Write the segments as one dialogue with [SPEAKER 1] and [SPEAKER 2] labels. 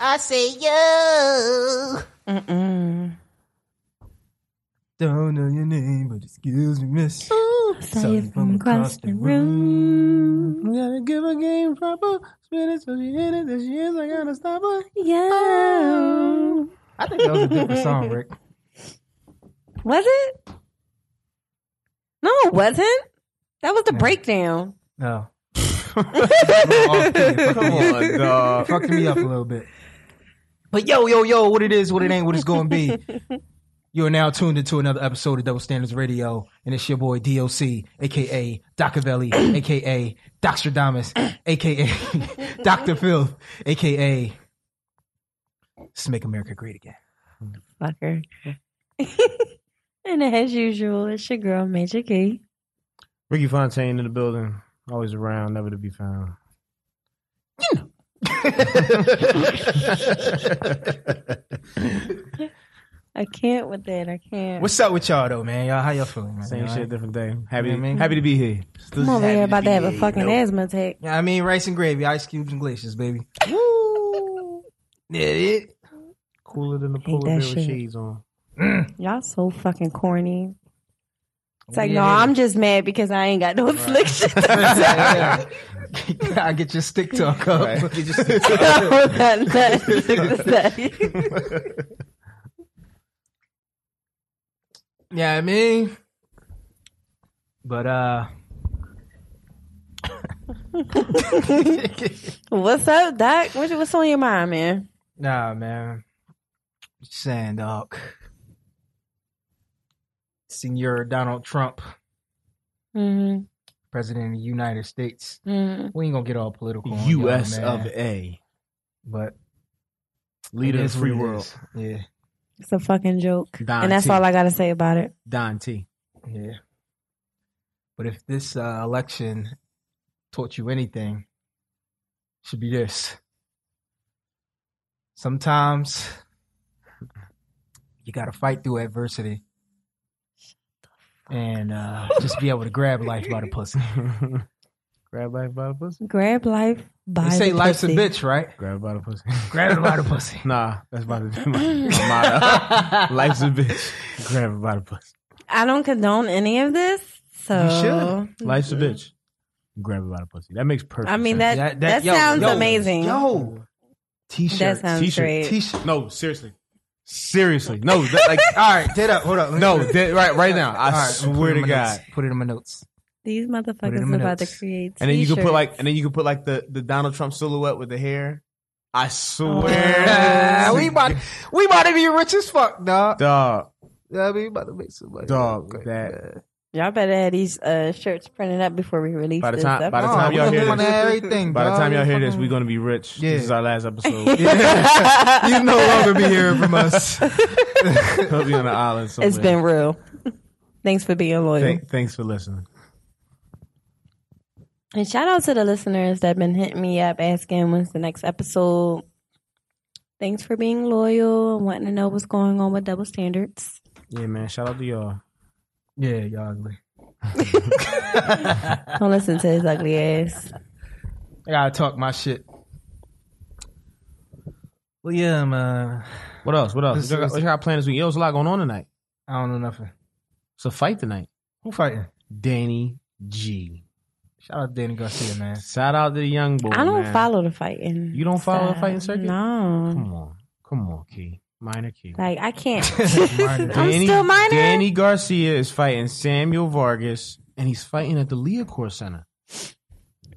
[SPEAKER 1] I say yo.
[SPEAKER 2] Mm-mm.
[SPEAKER 3] Don't know your name, but excuse me, miss.
[SPEAKER 2] Saw you from across the room.
[SPEAKER 3] We gotta give a game proper. Spin it till she hit it. If she is, I gotta stop her.
[SPEAKER 2] Yeah.
[SPEAKER 3] I think that was a different song, Rick.
[SPEAKER 2] Was it? No, it wasn't. That was the
[SPEAKER 3] No.
[SPEAKER 2] breakdown.
[SPEAKER 3] No. Come
[SPEAKER 2] on,
[SPEAKER 3] dog. Fucked me up a little bit. But yo, yo, yo, what it is, what it ain't, what it's gonna be. You are now tuned into another episode of Double Standards Radio, and it's your boy DOC, aka Docavelli, aka Dr. Damas, aka Dr. Phil, aka Let's Make America Great Again.
[SPEAKER 2] Fucker. and as usual, it's your girl, Major Key.
[SPEAKER 4] Ricky Fontaine in the building, always around, never to be found.
[SPEAKER 2] I can't with that. I can't.
[SPEAKER 3] What's up with y'all though, man? Y'all, how y'all feeling? Man?
[SPEAKER 4] Same
[SPEAKER 3] Y'all
[SPEAKER 4] shit,
[SPEAKER 3] right?
[SPEAKER 4] different day. Happy,
[SPEAKER 3] You know what I mean?
[SPEAKER 4] happy to be here.
[SPEAKER 2] I'm over
[SPEAKER 3] happy
[SPEAKER 2] here
[SPEAKER 3] to
[SPEAKER 2] about to
[SPEAKER 3] be
[SPEAKER 2] have a
[SPEAKER 3] here,
[SPEAKER 2] fucking
[SPEAKER 3] nope.
[SPEAKER 2] asthma attack.
[SPEAKER 3] Yeah, I mean rice and gravy, ice cubes and glaciers, baby. Woo! Yeah, it.
[SPEAKER 4] Cooler than the
[SPEAKER 2] Ain't
[SPEAKER 4] polar bear
[SPEAKER 2] that
[SPEAKER 4] with
[SPEAKER 2] shit.
[SPEAKER 4] shades on.
[SPEAKER 2] Y'all so fucking corny. It's like,
[SPEAKER 3] Yeah.
[SPEAKER 2] no, I'm just mad because I ain't got no affliction.
[SPEAKER 3] I get your stick talk up.
[SPEAKER 2] I'm not- not- not-
[SPEAKER 3] Yeah, I mean, but uh,
[SPEAKER 2] What's up, Doc? What, what's on your mind, man?
[SPEAKER 3] nah, man. Just Saying, dog. Senor Donald Trump,
[SPEAKER 2] hmm
[SPEAKER 3] President of the United States.
[SPEAKER 2] hmm
[SPEAKER 3] We ain't gonna get all political. on y'all,
[SPEAKER 4] U.S.
[SPEAKER 3] man,
[SPEAKER 4] of A.
[SPEAKER 3] but
[SPEAKER 4] Leader
[SPEAKER 3] it
[SPEAKER 4] of
[SPEAKER 3] is
[SPEAKER 4] the free
[SPEAKER 3] what it
[SPEAKER 4] world.
[SPEAKER 3] is. Yeah,
[SPEAKER 2] It's a fucking joke.
[SPEAKER 4] Don
[SPEAKER 2] and that's
[SPEAKER 4] T.
[SPEAKER 2] all I got to say about it.
[SPEAKER 4] Don T.
[SPEAKER 3] yeah. But if this uh, election taught you anything, should be this. Sometimes you gotta fight through adversity. And uh, just be able to grab life by the pussy.
[SPEAKER 4] Grab life by the pussy.
[SPEAKER 2] Grab life by
[SPEAKER 3] They say
[SPEAKER 2] the
[SPEAKER 3] life's a
[SPEAKER 2] pussy.
[SPEAKER 3] bitch, right?
[SPEAKER 4] Grab it by the pussy.
[SPEAKER 3] Grab it by the pussy.
[SPEAKER 4] nah, that's about to be my, my motto. uh, Life's a bitch. Grab it by the pussy.
[SPEAKER 2] I don't condone any of this. So
[SPEAKER 3] You
[SPEAKER 4] Life's a bitch. Grab it by the pussy. That makes perfect.
[SPEAKER 2] I mean
[SPEAKER 4] sense.
[SPEAKER 2] that that, sounds
[SPEAKER 3] yo,
[SPEAKER 2] amazing.
[SPEAKER 3] Yo,
[SPEAKER 2] that
[SPEAKER 3] t-shirt,
[SPEAKER 2] sounds
[SPEAKER 4] t-shirt,
[SPEAKER 2] great.
[SPEAKER 3] t-shirt.
[SPEAKER 4] No, seriously. Seriously. No, that, like
[SPEAKER 3] All right, did up. Hold up. let me
[SPEAKER 4] no,
[SPEAKER 3] put it-
[SPEAKER 4] that, right right now. I
[SPEAKER 3] All right, I'm
[SPEAKER 4] swear
[SPEAKER 3] putting
[SPEAKER 4] to
[SPEAKER 3] it in my
[SPEAKER 4] God.
[SPEAKER 3] notes. Put it in my notes.
[SPEAKER 2] These
[SPEAKER 3] Put it in
[SPEAKER 2] motherfuckers
[SPEAKER 3] my
[SPEAKER 2] about to
[SPEAKER 3] notes.
[SPEAKER 2] create.
[SPEAKER 4] And then you can put like
[SPEAKER 2] t-shirts.
[SPEAKER 4] and then you can put like the, the Donald Trump silhouette with the hair. I swear.
[SPEAKER 3] Ah,
[SPEAKER 2] Yeah.
[SPEAKER 3] we about we about to be rich as fuck, dog.
[SPEAKER 4] Dog.
[SPEAKER 3] Yeah, we about to make some money.
[SPEAKER 4] Dog,
[SPEAKER 3] Great,
[SPEAKER 4] that-
[SPEAKER 3] man.
[SPEAKER 2] y'all better have these uh, shirts printed up before we release
[SPEAKER 4] By the
[SPEAKER 2] this
[SPEAKER 4] time- by the
[SPEAKER 3] Oh,
[SPEAKER 4] time
[SPEAKER 3] we
[SPEAKER 4] y'all
[SPEAKER 3] gonna
[SPEAKER 4] hear
[SPEAKER 3] be on
[SPEAKER 4] this-
[SPEAKER 3] everything,
[SPEAKER 4] By the
[SPEAKER 3] dog.
[SPEAKER 4] time y'all hear this,
[SPEAKER 3] Fucking-
[SPEAKER 4] we're gonna be rich.
[SPEAKER 3] Yeah.
[SPEAKER 4] This is our last episode.
[SPEAKER 2] time
[SPEAKER 3] you no longer be hearing from us.
[SPEAKER 4] He'll be on the island somewhere.
[SPEAKER 2] It's been real. Thanks for being loyal.
[SPEAKER 4] Thank, thanks for listening.
[SPEAKER 2] And shout out to the listeners that been hitting me up asking when's the next episode. Thanks for being loyal and wanting to know what's going on with double standards.
[SPEAKER 4] Yeah, man. Shout out to y'all.
[SPEAKER 3] yeah, y'all ugly.
[SPEAKER 2] Don't listen to his ugly ass.
[SPEAKER 3] I gotta talk my shit. Well, yeah, uh, man.
[SPEAKER 4] What else? What else?
[SPEAKER 3] This-
[SPEAKER 4] What y'all, got- what y'all got planned this week? Yo, there's a lot going on tonight.
[SPEAKER 3] I don't know nothing.
[SPEAKER 4] It's a fight tonight.
[SPEAKER 3] Who fighting?
[SPEAKER 4] Danny G.
[SPEAKER 3] Shout out Danny Garcia, man.
[SPEAKER 4] Shout out to the young boy.
[SPEAKER 2] I don't
[SPEAKER 4] Oh, man.
[SPEAKER 2] follow the fighting.
[SPEAKER 4] You don't follow the fighting
[SPEAKER 2] style.
[SPEAKER 4] circuit?
[SPEAKER 2] No.
[SPEAKER 4] Come on, come on, Key. Minor Key.
[SPEAKER 2] Like I can't.
[SPEAKER 3] Minor.
[SPEAKER 2] I'm still minor.
[SPEAKER 4] Danny Garcia is fighting Samuel Vargas, and he's fighting at the Leocore Center.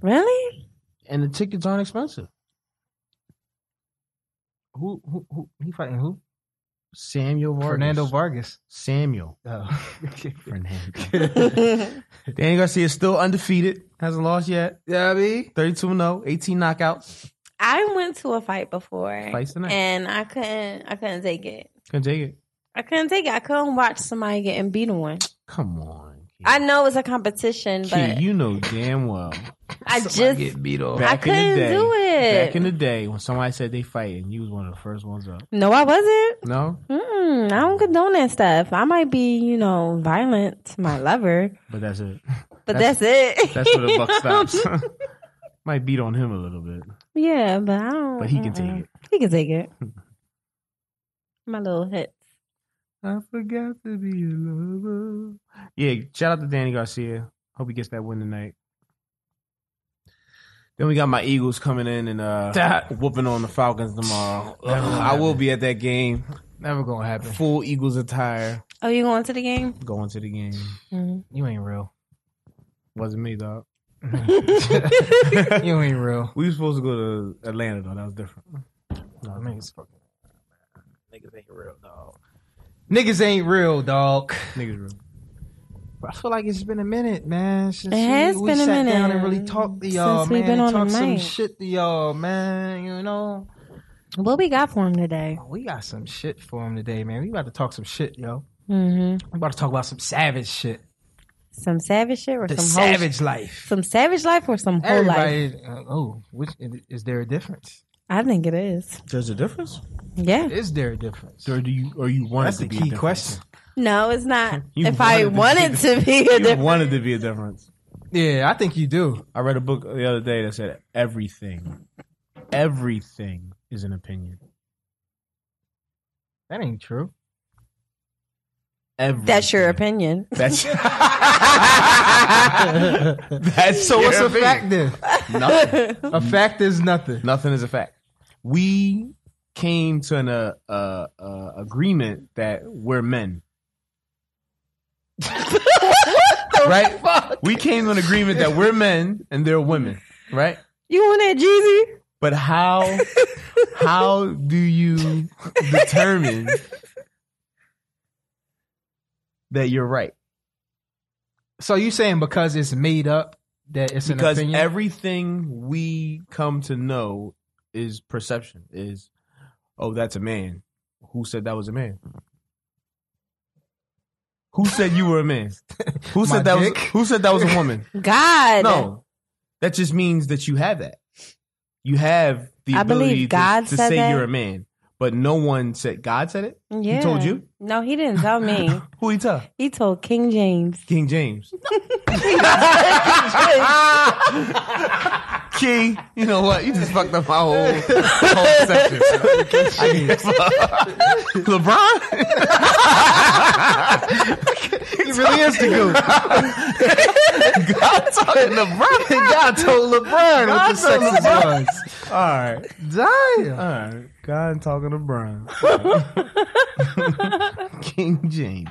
[SPEAKER 2] Really?
[SPEAKER 4] And the tickets aren't expensive.
[SPEAKER 3] Who, who, who? He fighting who?
[SPEAKER 4] Samuel Vargas.
[SPEAKER 3] Fernando Vargas.
[SPEAKER 4] Samuel.
[SPEAKER 3] Oh.
[SPEAKER 4] Fernando.
[SPEAKER 2] Damn.
[SPEAKER 4] Danny Garcia is still undefeated. Hasn't lost yet.
[SPEAKER 3] yeah, I mean,
[SPEAKER 4] 32 0, 18 knockouts.
[SPEAKER 2] I went to a fight before,
[SPEAKER 4] Fights tonight.
[SPEAKER 2] and I couldn't. I couldn't take it.
[SPEAKER 4] Can take it.
[SPEAKER 2] I couldn't take it. I couldn't watch somebody getting beaten one.
[SPEAKER 4] Come on. Key.
[SPEAKER 2] I know it's a competition,
[SPEAKER 4] Key,
[SPEAKER 2] but
[SPEAKER 4] you know damn well.
[SPEAKER 2] I
[SPEAKER 3] somebody
[SPEAKER 2] just
[SPEAKER 3] get beat off.
[SPEAKER 2] I
[SPEAKER 4] Back in the
[SPEAKER 2] couldn't
[SPEAKER 4] day-
[SPEAKER 2] do it.
[SPEAKER 4] Back in the day, when somebody said they fighting, you was one of the first ones up.
[SPEAKER 2] no, I wasn't.
[SPEAKER 4] No?
[SPEAKER 2] Mm-mm, Mm, I don't condone that stuff. I might be, you know, violent to my lover,
[SPEAKER 4] But that's it.
[SPEAKER 2] but that's, it.
[SPEAKER 4] That's where the buck stops. Might beat on him a little bit,
[SPEAKER 2] Yeah, but I don't.
[SPEAKER 4] but he can take
[SPEAKER 2] mm-mm.
[SPEAKER 4] it.
[SPEAKER 2] He can take it. My little hits.
[SPEAKER 4] I forgot to be a lover. Yeah, shout out to Danny Garcia. Hope he gets that win tonight. Then we got my Eagles coming in and uh
[SPEAKER 3] That-
[SPEAKER 4] whooping on the Falcons tomorrow.
[SPEAKER 3] That
[SPEAKER 4] Ugh,
[SPEAKER 3] will
[SPEAKER 4] I will
[SPEAKER 3] happen.
[SPEAKER 4] be at that game,
[SPEAKER 3] Never gonna happen.
[SPEAKER 4] full Eagles attire,
[SPEAKER 2] Oh, you going to the game?
[SPEAKER 4] going to the game.
[SPEAKER 2] Mm.
[SPEAKER 3] You ain't real.
[SPEAKER 4] Wasn't me, dog.
[SPEAKER 3] You ain't real.
[SPEAKER 4] we were supposed to go to Atlanta though. That was different. No, niggas fucking niggas ain't real, dog.
[SPEAKER 3] Niggas ain't real, dog.
[SPEAKER 4] Niggas real.
[SPEAKER 3] I feel like it's been a minute, man. Since
[SPEAKER 2] It has
[SPEAKER 3] we, we
[SPEAKER 2] been a
[SPEAKER 3] sat down and
[SPEAKER 2] minute
[SPEAKER 3] really talked to y'all,
[SPEAKER 2] since
[SPEAKER 3] man.
[SPEAKER 2] we've been on
[SPEAKER 3] and
[SPEAKER 2] the
[SPEAKER 3] talked some
[SPEAKER 2] mic.
[SPEAKER 3] shit to y'all, man. You know,
[SPEAKER 2] What we got for him today?
[SPEAKER 3] we got some shit for him today, man. We about to talk some shit, yo.
[SPEAKER 2] hmm
[SPEAKER 3] We about to talk about some savage shit,
[SPEAKER 2] Some savage shit or
[SPEAKER 3] the
[SPEAKER 2] some whole-
[SPEAKER 3] savage life.
[SPEAKER 2] some savage life or some whole life?
[SPEAKER 3] Everybody, uh, oh, which is there a difference?
[SPEAKER 2] I think it is.
[SPEAKER 4] There's a difference,
[SPEAKER 2] Yeah.
[SPEAKER 3] Is there a difference?
[SPEAKER 4] or do you or you want
[SPEAKER 3] That's
[SPEAKER 4] it to
[SPEAKER 3] the
[SPEAKER 4] be a
[SPEAKER 3] key
[SPEAKER 4] difference?
[SPEAKER 3] question.
[SPEAKER 2] No, it's not.
[SPEAKER 4] You
[SPEAKER 2] if I
[SPEAKER 4] wanted
[SPEAKER 2] wanted
[SPEAKER 4] to
[SPEAKER 2] to be a
[SPEAKER 4] You
[SPEAKER 2] different,
[SPEAKER 4] wanted to be a difference.
[SPEAKER 3] Yeah, I think you do.
[SPEAKER 4] I read a book the other day that said everything, everything is an opinion.
[SPEAKER 3] That ain't true.
[SPEAKER 4] Everything.
[SPEAKER 2] that's your opinion.
[SPEAKER 4] That's that's
[SPEAKER 3] So
[SPEAKER 4] your
[SPEAKER 3] what's a
[SPEAKER 4] opinion.
[SPEAKER 3] fact then?
[SPEAKER 4] Nothing.
[SPEAKER 3] A fact is nothing.
[SPEAKER 4] Nothing is a fact. We came to an uh, uh, uh, agreement that we're men. right? We came to an agreement that we're men and they're women, right?
[SPEAKER 2] you want that Jeezy?
[SPEAKER 4] But how how do you determine that you're right?
[SPEAKER 3] So you saying because it's made up that it's
[SPEAKER 4] because
[SPEAKER 3] an opinion?
[SPEAKER 4] everything we come to know is perception is oh that's a man who said that was a man who said you were a man who
[SPEAKER 3] My
[SPEAKER 4] said that
[SPEAKER 3] dick?
[SPEAKER 4] was who said that was a woman
[SPEAKER 2] God.
[SPEAKER 4] no that just means that you have that you have the
[SPEAKER 2] I believe
[SPEAKER 4] ability
[SPEAKER 2] God
[SPEAKER 4] to, to
[SPEAKER 2] said
[SPEAKER 4] say
[SPEAKER 2] that.
[SPEAKER 4] you're a man but no one said god said it
[SPEAKER 2] Yeah.
[SPEAKER 4] he told you
[SPEAKER 2] No, he didn't tell me.
[SPEAKER 4] who he tell
[SPEAKER 2] he told King James.
[SPEAKER 4] king james Key, you know what? You just fucked up my whole, whole section. I give a- LeBron? he really is the goat. God talking LeBron.
[SPEAKER 3] God told LeBron
[SPEAKER 4] God
[SPEAKER 3] what the sex
[SPEAKER 4] told
[SPEAKER 3] is
[SPEAKER 4] LeBron.
[SPEAKER 3] was.
[SPEAKER 4] All right.
[SPEAKER 3] Damn.
[SPEAKER 4] All right. God talking to Brian. King James.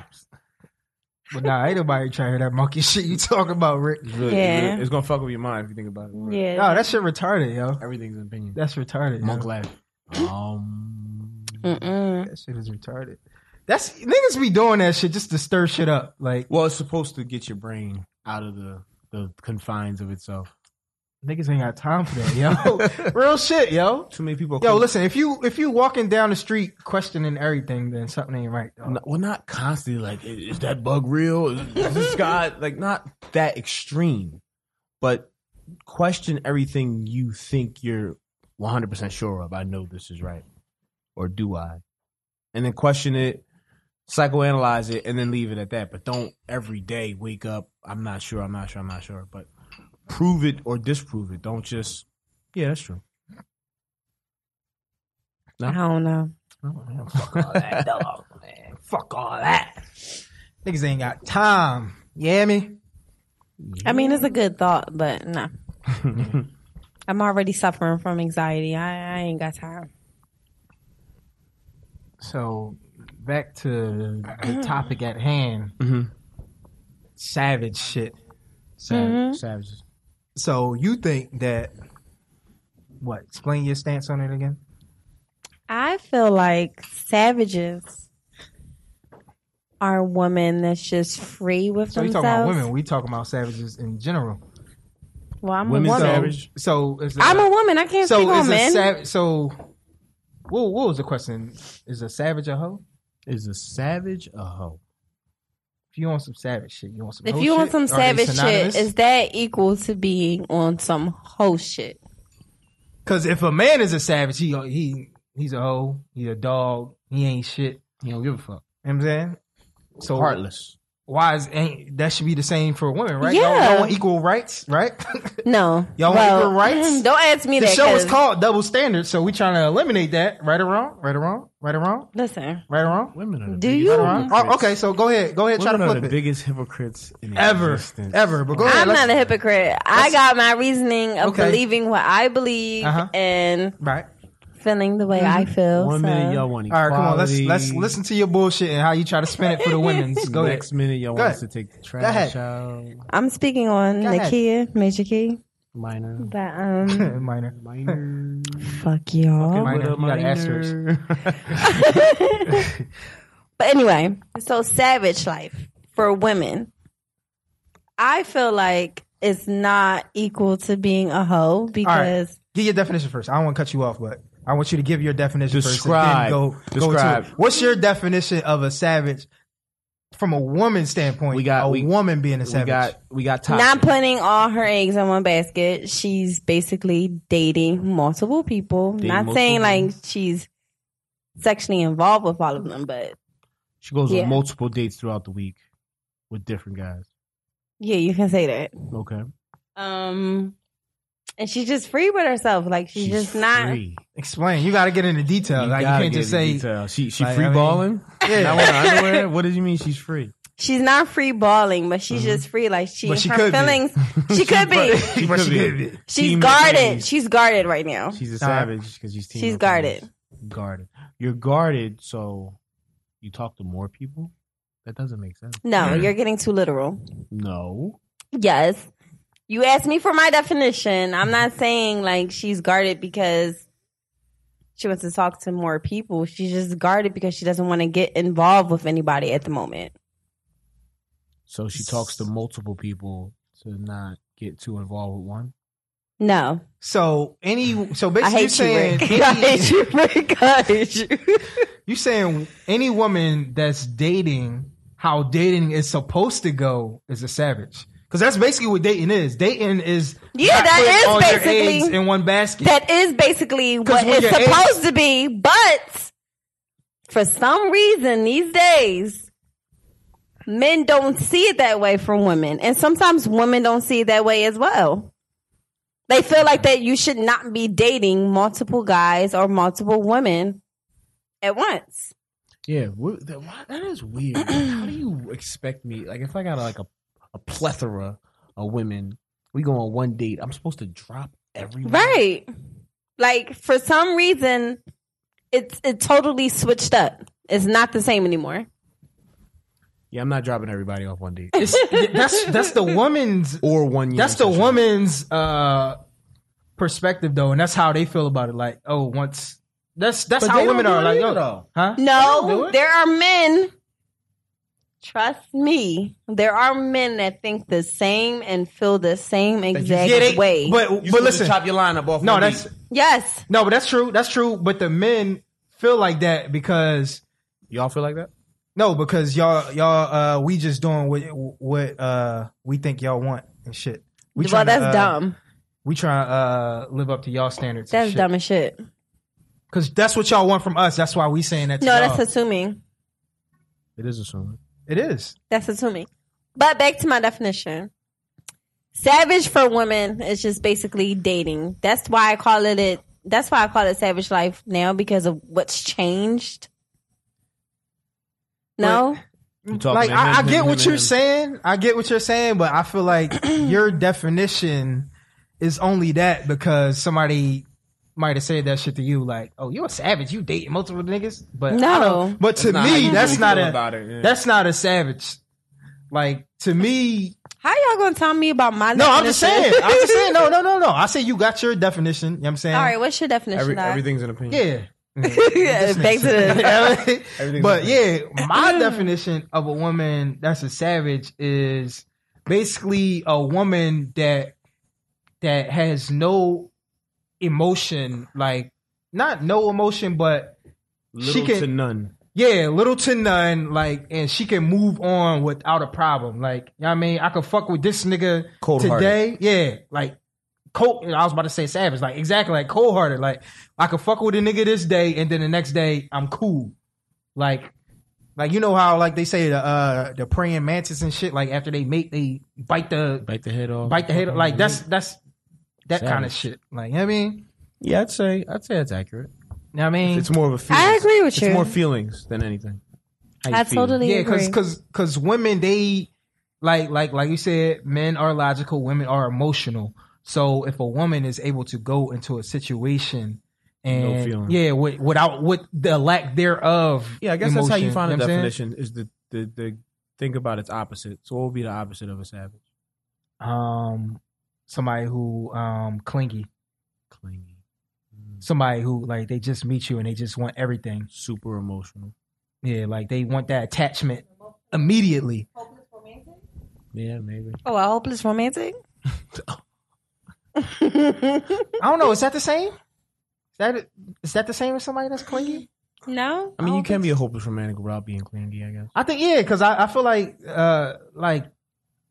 [SPEAKER 3] But nah, ain't nobody trying to hear that monkey shit you talking about, Rick.
[SPEAKER 4] Really,
[SPEAKER 2] Yeah.
[SPEAKER 4] It's going to fuck with your mind if you think about it.
[SPEAKER 2] Yeah.
[SPEAKER 3] No, that shit retarded, yo.
[SPEAKER 4] Everything's an opinion.
[SPEAKER 3] That's retarded. yo.
[SPEAKER 4] Monk laugh. Um,
[SPEAKER 2] Mm-mm.
[SPEAKER 3] That shit is retarded. That's niggas be doing that shit just to stir shit up. Like
[SPEAKER 4] Well, it's supposed to get your brain out of the, the confines of itself.
[SPEAKER 3] niggas ain't got time for that, yo. Real shit, yo.
[SPEAKER 4] Too many people.
[SPEAKER 3] Yo, listen, if you if you walking down the street questioning everything, then something ain't right, dog.
[SPEAKER 4] N- Well, not constantly. Like, i- is that bug real? Is is this guy like not that extreme? But question everything you think you're 100 percent sure of. I know this is right, or do I? And then question it, psychoanalyze it, and then leave it at that. But don't every day wake up. I'm not sure. I'm not sure. I'm not sure. But prove it or disprove it. Don't just. Yeah, that's true. No.
[SPEAKER 2] I don't know.
[SPEAKER 3] Fuck all that, dog, man. Fuck all that. Niggas ain't got time. Yeah, me.
[SPEAKER 2] I mean, it's a good thought, but no. I'm already suffering from anxiety. I, I ain't got time.
[SPEAKER 3] So back to the topic at hand.
[SPEAKER 4] Mm-hmm.
[SPEAKER 3] Savage shit.
[SPEAKER 2] Mm-hmm.
[SPEAKER 4] Savage, savages.
[SPEAKER 3] So you think that what? Explain your stance on it again.
[SPEAKER 2] I feel like savages are women that's just free with
[SPEAKER 3] So you
[SPEAKER 2] themselves.
[SPEAKER 3] talking about women? We talking about savages in general.
[SPEAKER 2] Well, I'm
[SPEAKER 4] Women
[SPEAKER 2] a woman.
[SPEAKER 4] savage.
[SPEAKER 3] So is
[SPEAKER 2] I'm a woman. I can't speak
[SPEAKER 3] so
[SPEAKER 2] on
[SPEAKER 3] is a
[SPEAKER 2] men.
[SPEAKER 3] savage. So whoa, what was the question? Is a savage a hoe?
[SPEAKER 4] Is a savage a hoe?
[SPEAKER 3] If you want some savage shit, you want some.
[SPEAKER 2] if
[SPEAKER 3] hoe
[SPEAKER 2] you want
[SPEAKER 3] Oh, shit?
[SPEAKER 2] some
[SPEAKER 3] Are they
[SPEAKER 2] savage shit,
[SPEAKER 3] synonymous?
[SPEAKER 2] is that equal to being on some whole shit?
[SPEAKER 3] Because if a man is a savage, he he he's a hoe, he's a dog, he ain't shit.
[SPEAKER 4] He don't give a fuck.
[SPEAKER 3] You know what I'm saying? So
[SPEAKER 4] Heartless.
[SPEAKER 3] why is ain't that should be the same for women, right? Y'all-
[SPEAKER 2] Yeah.
[SPEAKER 3] Y'all, want equal rights, right?
[SPEAKER 2] No.
[SPEAKER 3] Y'all want equal rights?
[SPEAKER 2] Don't ask me
[SPEAKER 3] the
[SPEAKER 2] that.
[SPEAKER 3] show is
[SPEAKER 2] 'cause-
[SPEAKER 3] called Double Standards, so we trying to eliminate that. Right or wrong? Right or wrong? Right or wrong?
[SPEAKER 2] Listen.
[SPEAKER 3] Right or wrong?
[SPEAKER 4] Women are the
[SPEAKER 2] Do
[SPEAKER 4] biggest
[SPEAKER 2] you?
[SPEAKER 3] Right or wrong? Oh, okay, so go ahead, go ahead,
[SPEAKER 4] Women
[SPEAKER 3] try
[SPEAKER 4] are
[SPEAKER 3] to
[SPEAKER 4] the
[SPEAKER 3] flip it.
[SPEAKER 4] biggest hypocrites in
[SPEAKER 3] Ever,
[SPEAKER 4] existence.
[SPEAKER 3] ever, but go ahead.
[SPEAKER 2] I'm
[SPEAKER 3] let's-
[SPEAKER 2] not a hypocrite. I got my reasoning of
[SPEAKER 3] Okay.
[SPEAKER 2] believing what I believe
[SPEAKER 3] Uh-huh. Mm-hmm.
[SPEAKER 2] and
[SPEAKER 3] Right.
[SPEAKER 2] feeling the way I feel.
[SPEAKER 4] One minute
[SPEAKER 2] so.
[SPEAKER 4] y'all want
[SPEAKER 3] All right,
[SPEAKER 4] equality.
[SPEAKER 3] come on. Let's let's listen to your bullshit and how you try to spin it for the women's. Go ahead.
[SPEAKER 4] Next minute y'all
[SPEAKER 3] Go
[SPEAKER 4] want us to
[SPEAKER 3] ahead.
[SPEAKER 4] take the
[SPEAKER 3] ahead.
[SPEAKER 4] trash out.
[SPEAKER 2] I'm speaking on
[SPEAKER 3] Go ahead.
[SPEAKER 2] Nakia, Major Key,
[SPEAKER 4] Minor.
[SPEAKER 2] but um,
[SPEAKER 3] Minor.
[SPEAKER 4] Minor.
[SPEAKER 2] fuck y'all.
[SPEAKER 3] Minor.
[SPEAKER 4] What a
[SPEAKER 3] You got
[SPEAKER 4] minor.
[SPEAKER 2] But anyway, so savage life for women, I feel like it's not equal to being a hoe because
[SPEAKER 3] Get your definition first. I don't want to cut you off, but I want you to give your definition
[SPEAKER 4] Describe.
[SPEAKER 3] first. and then Go,
[SPEAKER 4] Describe.
[SPEAKER 3] Go to it. What's your definition of a savage from a woman's standpoint?
[SPEAKER 4] We got-
[SPEAKER 3] a
[SPEAKER 4] we-
[SPEAKER 3] woman being a
[SPEAKER 4] we
[SPEAKER 3] savage.
[SPEAKER 4] got we got top.
[SPEAKER 2] not putting all her eggs in one basket, she's basically dating multiple people.
[SPEAKER 4] Dating
[SPEAKER 2] not
[SPEAKER 4] multiple
[SPEAKER 2] saying like
[SPEAKER 4] people.
[SPEAKER 2] she's sexually involved with all of them, but
[SPEAKER 4] she goes
[SPEAKER 2] Yeah.
[SPEAKER 4] on multiple dates throughout the week with different guys.
[SPEAKER 2] yeah, you can say that.
[SPEAKER 4] Okay.
[SPEAKER 2] Um, and she's just free with herself. Like she's, just not.
[SPEAKER 4] free.
[SPEAKER 3] Explain. You got to get into detail. like you
[SPEAKER 4] gotta
[SPEAKER 3] can't
[SPEAKER 4] get
[SPEAKER 3] just
[SPEAKER 4] into
[SPEAKER 3] say.
[SPEAKER 4] detail. she she
[SPEAKER 3] like, I
[SPEAKER 4] free
[SPEAKER 3] mean-
[SPEAKER 4] balling. Not
[SPEAKER 3] Yeah.
[SPEAKER 4] wearing underwear. What does you mean she's free?
[SPEAKER 2] She's not free balling, but she's just free. Like she,
[SPEAKER 3] But she
[SPEAKER 2] her
[SPEAKER 3] could be.
[SPEAKER 2] feelings. She could be.
[SPEAKER 4] She
[SPEAKER 3] But
[SPEAKER 4] could
[SPEAKER 3] she
[SPEAKER 4] be.
[SPEAKER 3] could be.
[SPEAKER 2] She's
[SPEAKER 4] Team
[SPEAKER 2] guarded.
[SPEAKER 4] McClain's.
[SPEAKER 2] She's guarded right now.
[SPEAKER 4] She's a
[SPEAKER 3] All right.
[SPEAKER 4] savage because she's team
[SPEAKER 2] She's
[SPEAKER 4] McClain's.
[SPEAKER 2] guarded.
[SPEAKER 4] Guarded. You're guarded, so you talk to more people. That doesn't make sense.
[SPEAKER 2] No, you're getting too literal.
[SPEAKER 4] No.
[SPEAKER 2] Yes. You asked me for my definition. I'm not saying like she's guarded because she wants to talk to more people. She's just guarded because she doesn't want to get involved with anybody at the moment.
[SPEAKER 4] So she talks to multiple people to not get too involved with one.
[SPEAKER 2] No.
[SPEAKER 3] So any. So basically,
[SPEAKER 2] I
[SPEAKER 3] you're
[SPEAKER 2] hate you,
[SPEAKER 3] saying
[SPEAKER 2] Rick. I
[SPEAKER 3] any-
[SPEAKER 2] hate you, Rick. I hate you.
[SPEAKER 3] You saying any woman that's dating, how dating is supposed to go, is a savage. Because that's basically what dating is. Dating is
[SPEAKER 2] Yeah,
[SPEAKER 3] not
[SPEAKER 2] that
[SPEAKER 3] putting
[SPEAKER 2] is
[SPEAKER 3] all your
[SPEAKER 2] basically-
[SPEAKER 3] eggs in one basket.
[SPEAKER 2] That is basically
[SPEAKER 3] 'Cause
[SPEAKER 2] what
[SPEAKER 3] when
[SPEAKER 2] it's
[SPEAKER 3] you're eight-
[SPEAKER 2] supposed to be, but for some reason these days, men don't see it that way from women, and sometimes women don't see it that way as well. They feel like that you should not be dating multiple guys or multiple women at once.
[SPEAKER 4] Yeah, wh- that, why, that is weird. How do you expect me? Like, if I got like a, a plethora of women, we go on one date. I'm supposed to drop everyone.
[SPEAKER 2] Right. Like for some reason it's it totally switched up. It's not the same anymore.
[SPEAKER 4] Yeah, I'm not dropping everybody off one date
[SPEAKER 3] It's- that's that's the woman's
[SPEAKER 4] or one. year
[SPEAKER 3] that's the
[SPEAKER 4] session.
[SPEAKER 3] woman's uh perspective though, and that's how they feel about it. Like, oh, once that's that's
[SPEAKER 4] But
[SPEAKER 3] how
[SPEAKER 4] they don't
[SPEAKER 3] women
[SPEAKER 4] do
[SPEAKER 3] are.
[SPEAKER 4] it
[SPEAKER 3] Like,
[SPEAKER 4] either,
[SPEAKER 3] yo,
[SPEAKER 4] though.
[SPEAKER 3] huh? They don't do
[SPEAKER 2] No,
[SPEAKER 3] it.
[SPEAKER 2] there are men. Trust me, there are men that think the same and feel the same exact
[SPEAKER 3] yeah, they,
[SPEAKER 2] way.
[SPEAKER 3] but
[SPEAKER 4] You
[SPEAKER 3] but
[SPEAKER 4] supposed to
[SPEAKER 3] listen,
[SPEAKER 4] chop your lineup off.
[SPEAKER 3] no,
[SPEAKER 4] one
[SPEAKER 3] that's
[SPEAKER 4] date.
[SPEAKER 2] yes,
[SPEAKER 3] no, but that's true. That's true. But the men feel like that because
[SPEAKER 4] y'all feel like that.
[SPEAKER 3] No, because y'all y'all uh we just doing what what uh we think y'all want and shit. We
[SPEAKER 2] well,
[SPEAKER 3] tryna,
[SPEAKER 2] that's
[SPEAKER 3] uh,
[SPEAKER 2] dumb.
[SPEAKER 3] We trying to uh live up to y'all standards.
[SPEAKER 2] That's dumb as shit.
[SPEAKER 3] Because that's what y'all want from us. That's why we saying that. To
[SPEAKER 2] No,
[SPEAKER 3] y'all.
[SPEAKER 2] that's assuming.
[SPEAKER 4] It is assuming.
[SPEAKER 3] it is.
[SPEAKER 2] That's assuming. But back to my definition. Savage for women is just basically dating. That's why I call it it. That's why I call it savage life now because of what's changed. No,
[SPEAKER 4] You talking
[SPEAKER 3] Like
[SPEAKER 4] to
[SPEAKER 3] I, I
[SPEAKER 4] him,
[SPEAKER 3] get
[SPEAKER 4] him,
[SPEAKER 3] what
[SPEAKER 4] him,
[SPEAKER 3] you're
[SPEAKER 4] him.
[SPEAKER 3] saying. I get what you're saying, but I feel like your definition is only that because somebody might have said that shit to you, like, "Oh, you're a savage. You dating multiple niggas." But I
[SPEAKER 2] No.
[SPEAKER 3] don't- but to
[SPEAKER 4] not how
[SPEAKER 3] me,
[SPEAKER 4] you
[SPEAKER 3] that's
[SPEAKER 4] feel
[SPEAKER 3] not a
[SPEAKER 4] about it, yeah.
[SPEAKER 3] that's not a savage. Like to me,
[SPEAKER 2] How y'all gonna tell me about my
[SPEAKER 3] No, I'm just saying.
[SPEAKER 2] definition?
[SPEAKER 3] I'm just saying. No, no, no, no. I say you got your definition. You know what I'm saying?
[SPEAKER 2] All right, what's your definition?
[SPEAKER 4] Every,
[SPEAKER 2] Doc?
[SPEAKER 4] everything's an opinion.
[SPEAKER 3] Yeah.
[SPEAKER 4] Mm-hmm.
[SPEAKER 2] Yeah, back to the
[SPEAKER 4] Everything's
[SPEAKER 3] but
[SPEAKER 4] different.
[SPEAKER 3] yeah, my definition of a woman that's a savage is basically a woman that that has no emotion, like not no emotion, but
[SPEAKER 4] Little
[SPEAKER 3] She can-
[SPEAKER 4] to none.
[SPEAKER 3] yeah, little to none, like, and she can move on without a problem. Like, you know what I mean? I could fuck with this nigga
[SPEAKER 4] Cold-hearted.
[SPEAKER 3] today. Yeah, like, cold, I was about to say savage, like, exactly, like, cold hearted. Like, I could fuck with a nigga this day, and then the next day, I'm cool. Like, Like you know how like they say the uh the praying mantis and shit. Like after they mate, they bite the
[SPEAKER 4] Bite the head off.
[SPEAKER 3] bite the head. off. Like that's that's that kind of
[SPEAKER 4] Savage.
[SPEAKER 3] shit. Like you know what I mean,
[SPEAKER 4] Yeah, I'd say I'd say that's accurate.
[SPEAKER 3] you know what I mean.
[SPEAKER 4] It's more of a feeling.
[SPEAKER 2] I agree with
[SPEAKER 4] It's
[SPEAKER 2] you.
[SPEAKER 4] more feelings than anything. How you
[SPEAKER 2] I
[SPEAKER 4] feel.
[SPEAKER 2] totally
[SPEAKER 3] yeah,
[SPEAKER 2] agree.
[SPEAKER 3] because because because women they like like like you said, men are logical, women are emotional. So if a woman is able to go into a situation and
[SPEAKER 4] feeling.
[SPEAKER 3] yeah, with, without with the lack thereof,
[SPEAKER 4] Yeah, I guess that's how you
[SPEAKER 3] emotion,
[SPEAKER 4] find a
[SPEAKER 3] know what I'm saying?
[SPEAKER 4] definition is the, the the think about its opposite. So what would be the opposite of a savage?
[SPEAKER 3] Um, somebody who um clingy,
[SPEAKER 4] Clingy, Mm.
[SPEAKER 3] somebody who like they just meet you and they just want everything.
[SPEAKER 4] super emotional.
[SPEAKER 3] Yeah, like they want that attachment immediately.
[SPEAKER 4] Yeah, maybe.
[SPEAKER 2] oh, a hopeless romantic.
[SPEAKER 3] I don't know. Is that the same? Is that is that the same as somebody that's clingy?
[SPEAKER 2] no,
[SPEAKER 4] I mean, you
[SPEAKER 2] don't
[SPEAKER 4] can
[SPEAKER 2] think
[SPEAKER 4] be a hopeless romantic without being clingy. I guess.
[SPEAKER 3] I think yeah, because I, I feel like uh like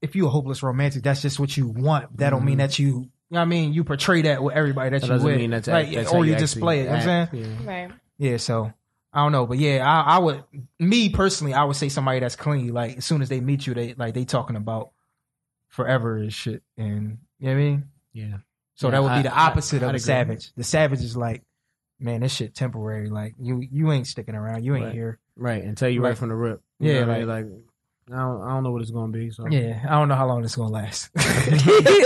[SPEAKER 3] if you a hopeless romantic, that's just what you want. That don't mean that you. you know what I mean, you portray that with everybody that,
[SPEAKER 4] Mm-hmm. That
[SPEAKER 3] you
[SPEAKER 4] doesn't
[SPEAKER 3] with,
[SPEAKER 4] mean that's,
[SPEAKER 3] like,
[SPEAKER 4] that's how
[SPEAKER 3] or you,
[SPEAKER 4] actually
[SPEAKER 3] display it. You know what I'm saying,
[SPEAKER 4] act, yeah.
[SPEAKER 2] so. right.
[SPEAKER 3] yeah. So I don't know, but yeah, I, I would. Me personally, I would say somebody that's clingy. Like as soon as they meet you, they like they talking about forever and shit. And you know what I mean.
[SPEAKER 4] Yeah.
[SPEAKER 3] So
[SPEAKER 4] Yeah,
[SPEAKER 3] that would
[SPEAKER 4] I-
[SPEAKER 3] be the
[SPEAKER 4] I-
[SPEAKER 3] opposite
[SPEAKER 4] I'd
[SPEAKER 3] of
[SPEAKER 4] agree.
[SPEAKER 3] the savage. The savage is like, man, this shit temporary. Like you, you ain't sticking around. You ain't
[SPEAKER 4] Right.
[SPEAKER 3] here.
[SPEAKER 4] Right, and tell you right,
[SPEAKER 3] Like-
[SPEAKER 4] from the rip.
[SPEAKER 3] Yeah,
[SPEAKER 4] yeah, like, like I don't, I don't know what it's gonna be. So
[SPEAKER 3] Yeah, I don't know how long this gonna last.